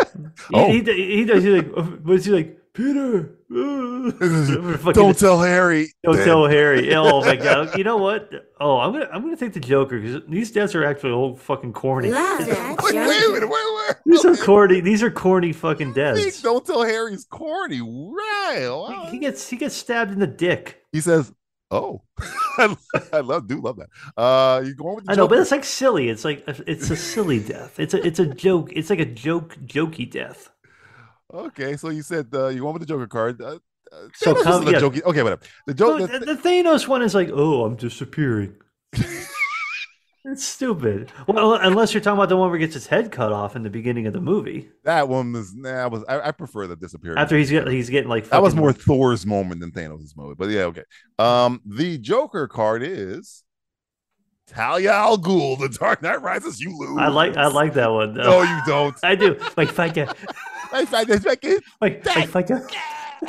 D: Oh.
F: *laughs* He, he, he does. He's like, but he's like,
D: *laughs*
F: Peter. uh," whatever fucking-
D: don't tell Harry.
F: Don't
D: Dead.
F: tell Harry. Oh my god. You know what? Oh, I'm gonna I'm gonna take the Joker because these deaths are actually all fucking
D: *laughs*
F: corny.
D: Wait, wait a minute, wait, wait.
F: *laughs* These are corny. These are corny fucking
D: Speak,
F: deaths.
D: Don't tell Harry's corny. Right. wow.
F: He gets he gets stabbed in the dick.
D: He says, "Oh, *laughs* I, I love, do love that." Uh, you going with the
F: I know, but
D: Joker?
F: it's like silly. It's like it's a silly death. It's a it's a joke. It's like a joke jokey death.
D: Okay, so you said uh, you went with the Joker card. Uh, uh,
F: So
D: Thanos
F: come-
D: was the
F: yeah.
D: jokey- Okay, whatever. The
F: So
D: Joker.
F: the, the Thanos one is like, oh, I'm disappearing. it's stupid. Well, unless you're talking about the one where he gets his head cut off in the beginning of the movie
D: that one was. Nah, I was. I, I prefer the disappearance.
F: after he's get, he's getting like
D: that was
F: fucking-
D: more Thor's moment than Thanos' moment, but yeah, okay. Um, the Joker card is Talia al Ghul. The Dark Knight Rises. You lose.
F: I like I like that one.
D: No, you don't.
F: *laughs* I do. Like Fika.
D: I find this fucking-
F: Like like Fika. I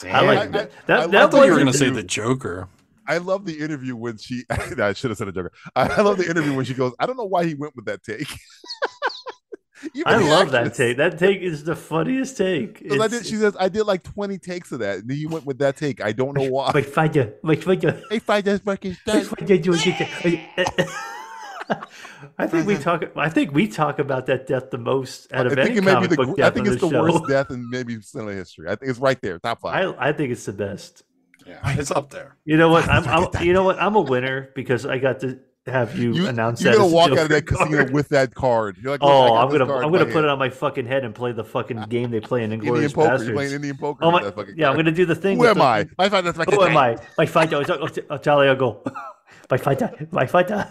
N: Damn.
F: like
D: I-
F: that. That,
D: I
N: I
F: that
D: love
N: thought you were
F: was-
N: gonna say the Joker.
D: I love the interview when she. *laughs* no, I should have said a Joker. I, I love the interview when she goes. I don't know why he went with that take. *laughs* Even
F: I
D: the
F: love that
D: actress-
F: take. That take is the funniest take.
D: 'cause I
F: It's-
D: did, she says I did like twenty takes of that. And then you went with that take. I
F: *laughs*
D: don't know why.
F: like Fika. Like Fika.
D: if I just fucking
F: That's
D: stand-
F: what they do in Japan. *laughs* I think we talk. I think we talk about that death the most out
D: I
F: of
D: think
F: any
D: it may be
F: comic
D: the.
F: book
D: gr- I
F: death
D: think
F: on
D: it's the
F: this show.
D: worst death in maybe cinema history. I think it's right there, top five.
F: I, I think it's the best.
N: Yeah, it's up there.
F: You know
D: *laughs*
F: what? I'm, I'm you know what? I'm a winner because I got to have you,
D: You,
F: announce
D: you're
F: that.
D: gonna
F: as a
D: walk out of
F: Joker
D: that
F: *laughs*
D: casino
F: card.
D: with that card. You're like, "Look, I
F: Oh,
D: got
F: I'm
D: this
F: gonna
D: card
F: I'm
D: in
F: gonna
D: my
F: put it
D: hand."
F: on my fucking head and play the fucking game they play
D: *laughs*
F: in
D: Indian
F: Inglourious
D: poker.
F: Bastards.
D: You're playing Indian poker.
F: Oh
D: with
F: my,
D: that fucking
F: yeah, I'm
D: card.
F: gonna do the thing.
D: Who
F: with
D: am
F: the-
D: I? I find that fucking
F: *laughs* Who am
D: take.
F: I? My fighter. is- oh, t- oh, Charlie, I go. My fighter. My fighter.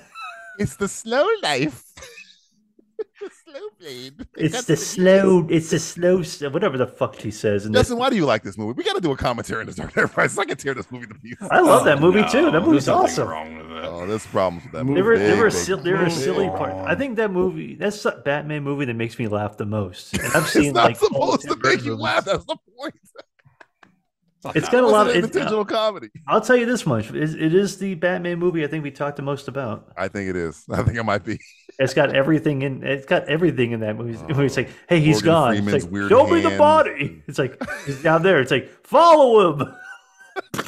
D: It's the slow life. *laughs* the slow blade.
F: It's the slow. It's the slow. s- Whatever the fuck she says. And
D: Justin, why do you like this movie? We got to do a commentary on this Dark Knight Rises. I can tear this movie to pieces.
F: I love that movie too. That
N: there's
F: movie's
N: nothing
F: awesome.
N: Wrong with
E: Uh,
N: it.
D: Oh, there's problems with that movie.
F: There were, there
D: Big,
F: were,
D: big-
F: sil- there were
N: movie.
F: silly parts. I think that movie, that's the Batman movie that makes me laugh
D: *laughs*
F: the most. And I've seen
D: It's not
F: like all
D: supposed to
F: Tim
D: make
F: Burton
D: you
F: movies.
D: laugh. That's the point.
F: It's got a
D: It's
F: lot of.
D: an
F: It's,
D: intentional comedy.
F: I'll tell you this much: it, it is the Batman movie I think we talked the most about.
D: I think it is. *laughs* I think it might be.
F: It's got everything in. It's got everything in that movie. Where It's like, hey, he's
D: Oh, Morgan
F: gone.
D: Freeman's
F: it's like,
D: weird
F: show me the
D: hands. *laughs*
F: body. It's like he's down there. It's like follow him. *laughs*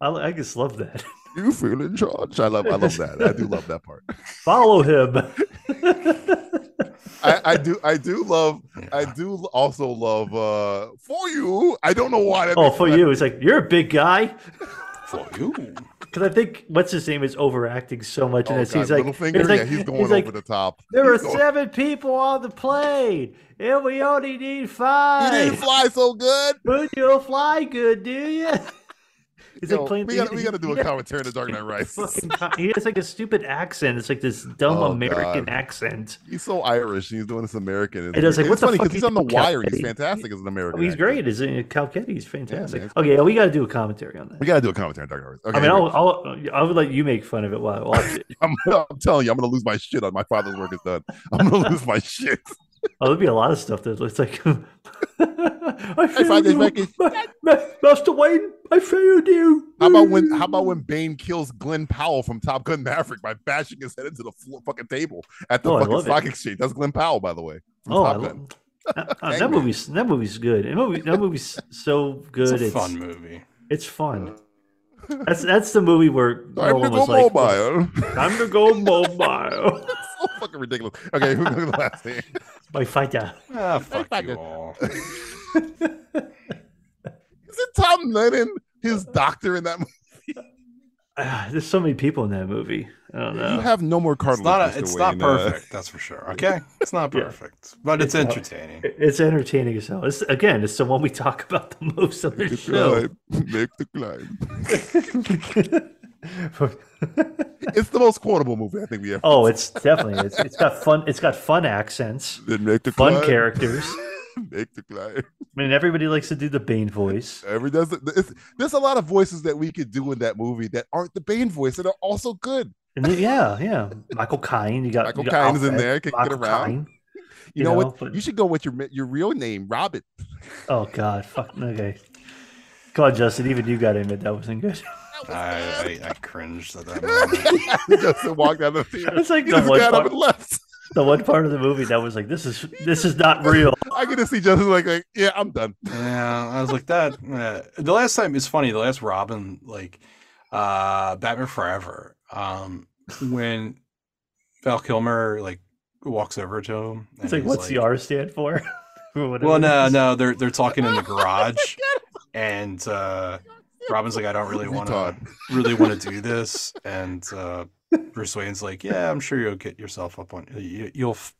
F: I, I just love that. *laughs*
D: You feel in *laughs* charge. I love. I love that. I do love that part.
F: Follow him.
D: I, I do I do love I do also love uh for you. I don't know why that
F: Oh,
D: makes
F: for
D: me-
F: you. It's like, you're a big guy.
E: For you.
F: Because I think, what's his name, is overacting so much.
D: Oh,
F: and it's,
D: God,
F: he's like,
D: Littlefinger?
F: he's like,
D: yeah, he's going
F: he's
D: over
F: like,
D: the top.
F: There are
D: He's going-
F: seven people on the plane, and we only need five.
D: You didn't fly so good.
F: But you don't fly good, do you? *laughs* He's
D: Yo,
F: like playing.
D: we gotta- we gotta do a
F: *laughs* he has
D: commentary on The Dark Knight Rises.
F: *laughs* fucking co- He has like a stupid accent. It's like this dumb
D: Oh,
F: American
D: God.
F: accent.
D: He's so Irish and he's doing this American.
F: And I was like,
D: it's
F: what the
D: funny
F: fuck
D: because he's
F: you
D: on the
F: do, Cal
D: wire. He's
F: Petty?
D: fantastic as an American.
F: Oh, he's
D: actor.
F: great. Is it Calcetti? He's fantastic.
D: it's-
F: okay, yeah, we got to do a commentary on that.
D: We gotta do a commentary on Dark Knight. Rises. Okay,
F: I mean,
D: anyway.
F: I'll, I'll, I would let you make fun of it while I
D: *laughs*
F: watch it.
D: I'm, I'm telling you, I'm gonna lose my shit on my father's work is done. I'm gonna lose my shit.
F: Oh, there'd be a lot of stuff that looks like. *laughs* I
D: find
F: failed
D: this
F: you,
D: Becky.
F: Ma- Ma- Master Wayne. I failed you.
D: How about when How
F: Mm.
D: about when Bane kills Glenn Powell from Top Gun Maverick by bashing his head into the floor, fucking table at the
F: Oh, I
D: fucking
F: love
D: stock
F: it.
D: exchange? That's Glenn Powell, by the way. from
F: Oh, I
D: Top Gun.
F: love, Uh, that movie's that movie's good. That, movie, that movie's so good.
E: It's a fun movie.
F: It's fun. That's that's the movie where
D: Time
F: Nolan
D: to
F: was
D: go
F: like,
D: mobile. *laughs*
F: "Time to go mobile." *laughs*
D: so fucking ridiculous. Okay, who's the last *laughs* thing?
F: My fighter.
E: Ah, fuck
D: Fuck
E: you
D: it.
E: all.
D: Isn't Tom Lennon his doctor in that movie?
F: Ah, *sighs* There's so many people in that movie. I don't know.
D: You have no more
E: It's
D: cartilage.
E: not, a,
D: Mr.
E: it's
D: Wayne,
E: not
D: uh, *laughs*
E: perfect, that's for sure. Okay? It's not
F: Yeah.
E: perfect, but it's
F: not-
E: entertaining.
F: It's entertaining as hell. It's, again, it's the one we talk about the *laughs* most on
D: Make
F: this
D: the
F: show.
D: climb. Make the
F: *laughs*
D: *laughs* climb. it's the most quotable movie I think we ever.
F: Oh, it's definitely it's, it's got fun. It's got fun accents,
D: Then make the
F: fun
D: climb.
F: characters.
D: *laughs* Make the climb.
F: I mean, everybody likes to do the Bane voice.
D: Every does it's, there's a lot of voices that we could do in that movie that aren't the Bane voice that are also good.
F: And then, yeah, yeah, Michael Caine. You got
D: Michael
F: you got
D: Caine's in
F: Alfred,
D: there, can get
F: Michael
D: around.
F: Caine,
D: You, know, what?
F: but-
D: You should go with your mi- your real name, Robin.
F: oh God, fuck. Okay, come on, Justin. Even you got to admit that wasn't good. *laughs*
D: *laughs*
E: *laughs* I, I, I cringed at that moment.
D: Justin walked out of the theater.
F: It's like
D: He
F: the
D: just
F: one
D: got up
F: part,
D: and left.
F: the one part of the movie that was like, this is this is not real.
D: I get to see Justin like, like, yeah, I'm done.
E: Yeah, I was like that. Uh, the last time it's funny. The last Robin, like uh, Batman Forever, um, when Val Kilmer like walks over to him. and
F: It's like,
E: he's
F: what's the R stand for? *laughs* Or whatever
E: Well,
F: it
E: no,
F: is.
E: no, they're they're talking in the garage, and uh, Robin's like, I don't really want to
D: Retard.
E: really
D: *laughs*
E: want to do this, and uh, Bruce Wayne's like, Yeah, I'm sure you'll get yourself up on you, you'll. f-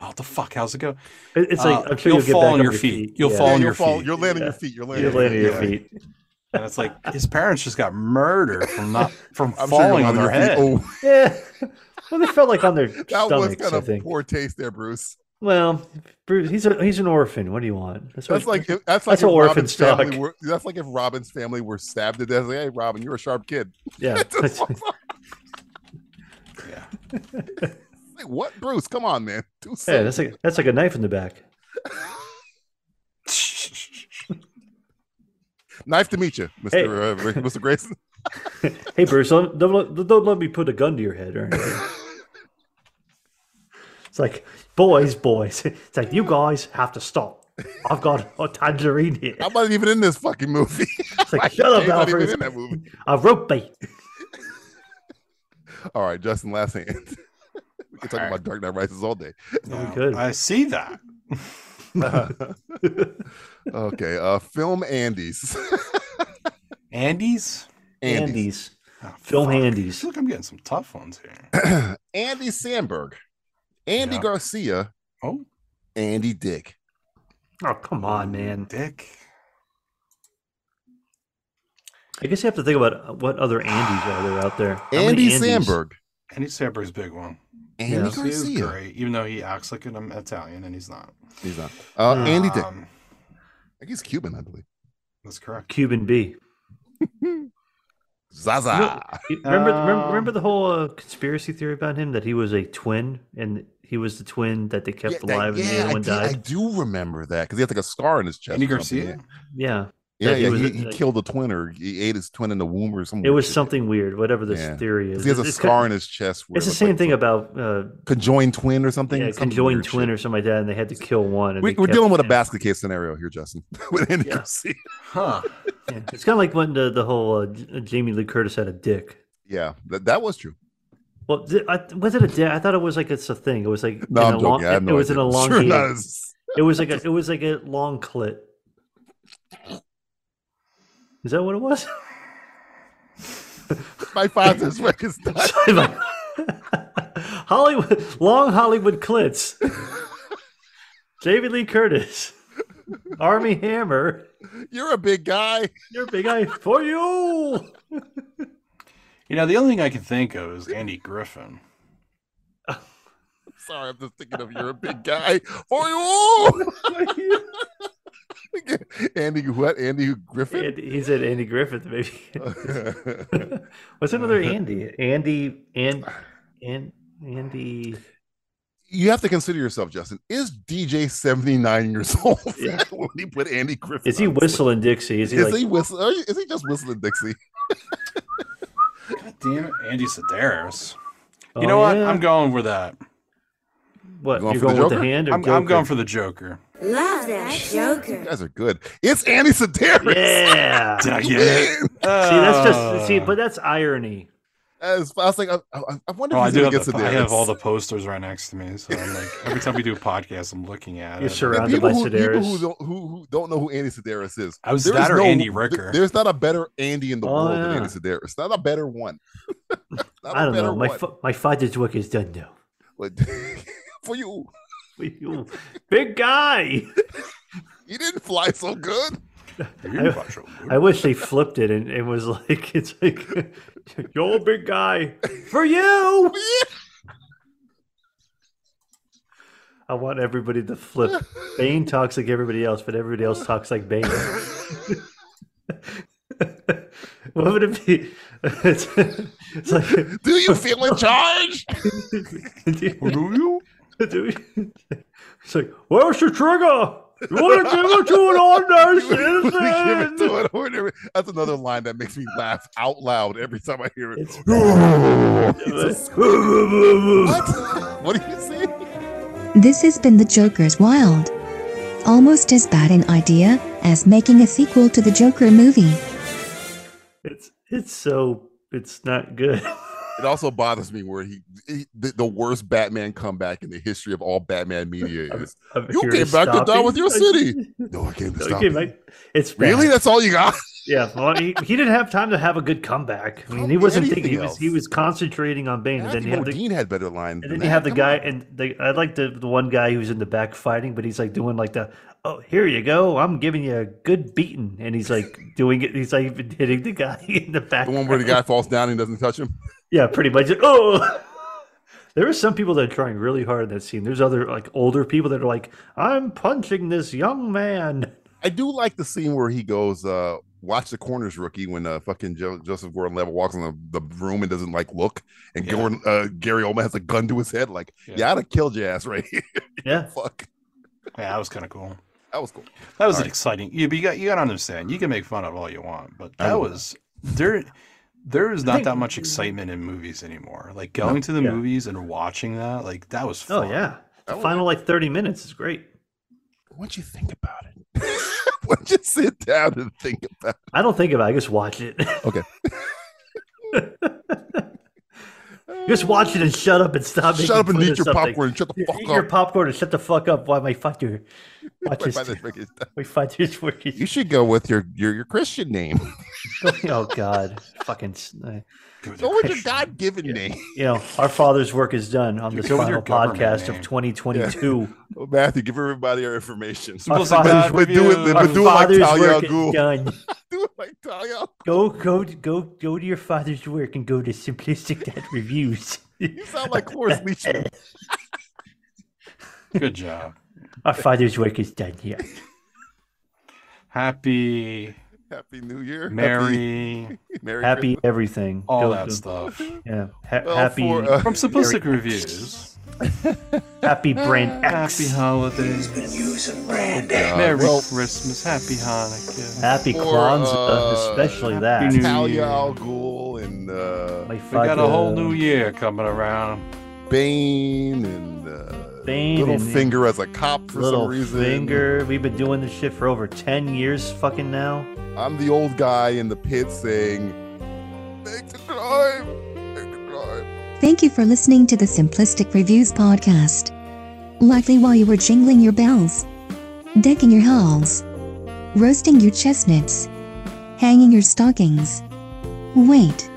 E: Oh, the fuck! How's it go?
F: It- It's like
E: Uh,
F: I'm sure
E: you'll
F: you'll, get
E: fall
F: back
E: on
F: on
E: your feet. You'll
F: Yeah.
E: fall on
D: you'll
E: your
D: fall-
E: feet.
D: You're landing
F: Yeah.
D: your feet. You're landing.
F: You're landing on your
E: Yeah.
F: feet.
E: And it's like his parents just got murdered from not from
D: I'm sure you're
E: falling on
D: landing
E: their
D: your
E: head.
D: feet. Oh,
F: Yeah. Well, they felt like on
D: *laughs*
F: their
D: that was
F: stomachs.
D: kind
F: I
D: of
F: think.
D: poor taste there, Bruce.
F: Well, Bruce, he's a he's an orphan. What do you want? what-
D: That's like if- that's like
F: That's how
D: if
F: orphans
D: Robin's family
F: talk.
D: were, that's like if Robin's family were stabbed to death. Like, hey, Robin, you're a sharp kid.
F: *laughs*
D: *laughs*
F: yeah.
D: Just walks off.
E: Yeah.
D: Like, what, Bruce? Come on, man. Do
F: *laughs* yeah,
D: something.
F: that's like that's like a knife in the back.
D: Knife to meet you, Mister uh, Rick- Mister Grayson.
F: Hey, Bruce, don't, don't, let- don't let me put a gun to your head or
D: *laughs*
F: anything. it's like, boys, boys. It's like, you guys have to stop. I've got a tangerine here.
D: *laughs* I'm not even in this fucking movie.
F: It's like,
D: Like,
F: *laughs* shut up,
D: he's not even
F: Alfred.
D: in that movie.
F: A rope bait.
D: All right, Justin. Last hand. *laughs* we can talk
E: All right.
D: about Dark Knight Rises all day.
E: Yeah,
F: good.
E: I see that.
D: Okay, uh, film Andes. *laughs*
E: Andy's.
D: Andy.
F: Andy's.
E: Oh,
F: Film
E: fuck. I
F: Andy's.
E: feel like I'm getting some tough ones here.
D: *coughs* Andy Sandberg, Andy
E: Yeah.
D: Garcia,
E: Oh,
D: Andy Dick.
F: Oh, come on, man.
E: Dick.
F: I guess you have to think about what other Andys are there out there. How many
D: Andy
F: Andys?
D: Sandberg.
E: Andy Samberg's big one.
D: Andy
F: Yeah.
E: He is
D: Garcia.
E: great, even though he acts like an Italian and he's not.
D: He's not.
F: Hmm.
D: Uh, Andy Dick.
E: Um,
D: I think he's Cuban, I believe.
E: That's correct.
F: Cuban B.
D: Zaza.
F: You- Remember, remember,
E: Um,
F: remember the whole uh, conspiracy theory about him that he was a twin and he was the twin that they kept
D: that-
F: alive and the
D: yeah,
F: other
D: I,
F: one
D: did- I
F: died.
D: do remember that because he had like a scar in his chest.
E: Andy
D: or something,
E: Garcia.
F: Yeah,
D: Yeah,
F: That he
D: yeah.
F: was
D: He,
F: a-
D: he
F: like-
D: killed a twin or he ate his twin in the womb or something.
F: it was something weird. Whatever this
D: Yeah.
F: theory is,
D: He has a
F: It's-
D: scar in his chest. where
F: It's
D: it
F: the
D: looks like
F: same thing about uh,
D: conjoined twin or something.
F: yeah,
D: some
F: conjoined
D: weird
F: twin
D: shit.
F: or something like that, and they had to kill one. And
D: We,
F: they
D: we're
F: kept-
D: dealing with a
F: yeah.
D: basket case scenario here, Justin. *laughs* with Andy
F: Yeah.
D: Garcia.
E: Huh.
F: Yeah. uh, It's kind of like when the, the whole uh, J- Jamie Lee Curtis had a dick.
D: Yeah, that, that was true.
F: Well, th- I, was it a day? I thought it was like it's a thing. It was like
D: No,
F: an
D: I'm joking. I have
F: it,
D: no
F: was an
D: idea. *laughs* Sure
F: elongated.
D: not as-
F: it was
D: *laughs*
F: like a it was like a long clit. Is that what it was? *laughs*
D: My father's work is done.
F: *laughs* Hollywood long Hollywood clits. Jamie Lee Curtis, Army Hammer.
D: You're a big guy.
F: You're a big guy for you.
N: You know, the only thing I can think of is Andy Griffin.
D: Sorry, I'm just thinking of you're a big guy for you. *laughs* Andy, what? Andy Griffin?
F: Andy, he said Andy Griffith, maybe.
D: *laughs*
F: What's another Andy? Andy and and Andy.
D: You have to consider yourself, Justin. Is DJ 79 years *laughs* old? when he put Andy Griffin.
F: Is he
D: on the
F: whistling Dixie? Is he
D: is
F: like?
D: he whistling? Are you- Is he just whistling Dixie?
N: God damn it, Andy Sedaris. You
F: Oh,
N: know what?
F: yeah.
N: I'm going with that.
F: What? Going You're for the going with the Joker? hand or
N: I'm, I'm
F: Joker?
N: going for the Joker.
L: Love that Joker.
D: You guys are good. It's Andy Sedaris.
F: Yeah.
N: Did I get it?
D: see,
F: see, that's just see, but that's irony.
D: *laughs* As, I was like, I, I, I wonder
N: Oh,
D: if
N: I
D: he's
N: do
D: going
N: have
D: to get
N: the, I have
D: Sedaris.
N: all the posters right next to me. So I'm like, every time we do a podcast, I'm looking at
F: You're
N: it.
F: surrounded
D: people
F: by
D: who, people who
F: Sedaris.
D: don't, who, who don't know who Andy Sedaris is.
N: I was
D: There
N: that
D: is
N: or Andy
D: th-
N: Ricker. Ah.
D: There's not a better Andy in the
F: Oh,
D: world
F: yeah.
D: than Andy Sedaris. Not a better one. *laughs* Not a
F: I don't
D: better
F: know. My
D: one.
F: fa- my father's work is done now.
D: Like, *laughs* for you,
F: You Big guy.
D: you didn't fly so good. *laughs*
F: I, *laughs* I wish they flipped it and it was like it's like you're a big guy for you. I want everybody to flip. Bane talks like everybody else, but everybody else talks like Bane. what would it be? It's, it's like,
D: Do you feel
N: *laughs*
D: in charge?
F: do
N: Oh,
F: you? It's like, where's your trigger? You want to give it to an ordinary
D: Give it
F: citizen?
D: to an ordinary- That's another line that makes me laugh out loud every time I hear it. *laughs* Jesus.
F: *laughs*
D: what? What do you say?
C: This has been The Joker's Wild. Almost as bad an idea as making a sequel to the Joker movie.
F: It's it's so it's not good. *laughs*
D: It also bothers me where he, he- the, the worst Batman comeback in the history of all Batman media is.
F: I'm
D: you
F: here
D: came
F: to
D: back to
F: stop
D: die
F: you." *laughs*
D: with your city. no, I came to
F: No,
D: stop.
F: okay,
D: you.
F: mate. It's bad.
D: Really? That's all you got?
F: yeah. Well, he, he didn't have time to have a good comeback. I mean, he
D: Come
F: wasn't
D: anything
F: thinking. He was,
D: else.
F: he was concentrating on Bane, and then
D: Anthony
F: you have the
D: Bourdain had better line.
F: and then you have the guy and the I like the, the one guy who's in the back fighting, but he's like doing like the oh here you go, I'm giving you a good beating, and
D: *laughs*
F: he's like doing it. He's like hitting the guy *laughs* in the back.
D: the one where the guy falls down and he doesn't touch him.
F: Yeah, pretty much. Oh, *laughs* there are some people that are trying really hard in that scene. There's other like older people that are like, I'm punching this young man.
D: I do like the scene where he goes, uh, watch the corners rookie when uh, fucking jo- Joseph Gordon Levitt walks in the, the room and doesn't like look. And Gordon, uh, Gary Oldman has a gun to his head, like, yeah, I'd have killed your ass right here. *laughs*
F: Yeah.
D: Fuck.
N: Yeah, that was kind of cool.
D: That was cool.
N: That was an exciting. Yeah, but you got you got to understand. You can make fun of all you want, but
D: I
N: that
D: know.
N: was there. There is
F: I
N: not
F: think-
N: that much excitement in movies anymore. Like going to the
F: Yeah.
N: movies and watching that, like that was
F: Oh
N: fun.
F: yeah, the
D: was-
F: final like 30 minutes is great.
D: What you think about *laughs* it? What you sit down and think about
F: I don't think about. it. I just watch it. *laughs*
D: it? *laughs* Okay.
F: just watch it and shut up and stop.
D: Shut
F: making
D: up and
F: fun
D: eat
F: of
D: your
F: something.
D: popcorn. Shut the
F: Yeah,
D: fuck
F: eat your
D: up.
F: popcorn and shut the fuck up. Why
D: *laughs*
F: my fucker watches?
D: Why the frick is that?
F: my father's working.
D: You should go with your your, your Christian *laughs* name.
F: oh God, fucking. s- uh,
D: go with your God given name. *laughs*
F: You know, our father's work is done on this
N: go with
F: final
N: your government
F: podcast
N: name.
F: of 2022.
D: Well, Oh, Matthew, give everybody our information. *laughs*
F: Our
N: Simplistic Dad
D: But do it,
N: Reviews.
D: but do it like
F: father's
D: Talia al
F: work is
D: Ghul.
F: done.
D: Do it like Talia al
F: Go, go, go, go to your father's work and go to simplistic dad reviews. *laughs*
D: You sound like Cloris *laughs* Leachman.
N: Good job.
F: Our father's work is done here.
N: Happy,
D: Happy New Year.
N: merry,
D: Happy, Merry
F: Happy
D: Christmas.
F: everything.
N: all
F: Go-
N: that
F: go-
N: stuff
F: Yeah. Ha-
D: Well,
F: happy,
D: for, uh,
N: from simplistic reviews.
F: *laughs* happy brand X.
N: Happy holidays. Merry Christmas. Happy Hanukkah.
F: Happy
D: for,
F: Kwanzaa,
D: uh,
F: especially
N: Happy
F: that.
N: New
D: Talia
N: Year.
D: al Ghul and uh,
F: My
N: We got a whole
F: father-
N: new year coming around.
D: Bane and uh,
F: Bane
D: Little
F: and-
D: Finger as a cop for
F: little
D: some reason.
F: finger. We've been doing this shit for over 10 years fucking now.
D: I'm the old guy in the pit saying, "Make the crime, make the crime."
C: Thank you for listening to the Simplistic Reviews podcast. Likely while you were jingling your bells, decking your halls, roasting your chestnuts, hanging your stockings. Wait.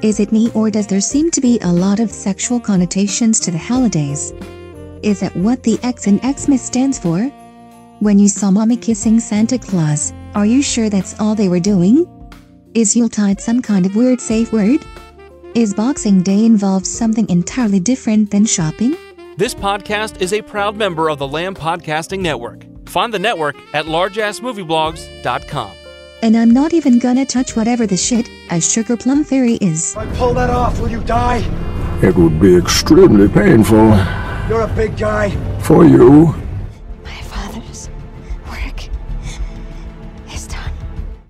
C: Is it me or does there seem to be a lot of sexual connotations to the holidays? Is that what the X in Xmas stands for? When you saw mommy kissing Santa Claus, are you sure that's all they were doing? Is Yuletide some kind of weird safe word? Is Boxing Day involved something entirely different than shopping?
I: This podcast is a proud member of the Lamb Podcasting Network. Find the network at largeassmovieblogs.com.
C: And I'm not even gonna touch whatever the shit a sugar plum fairy is.
M: If I pull that off, will you die?
D: It would be extremely painful
M: You're a big guy.
D: for you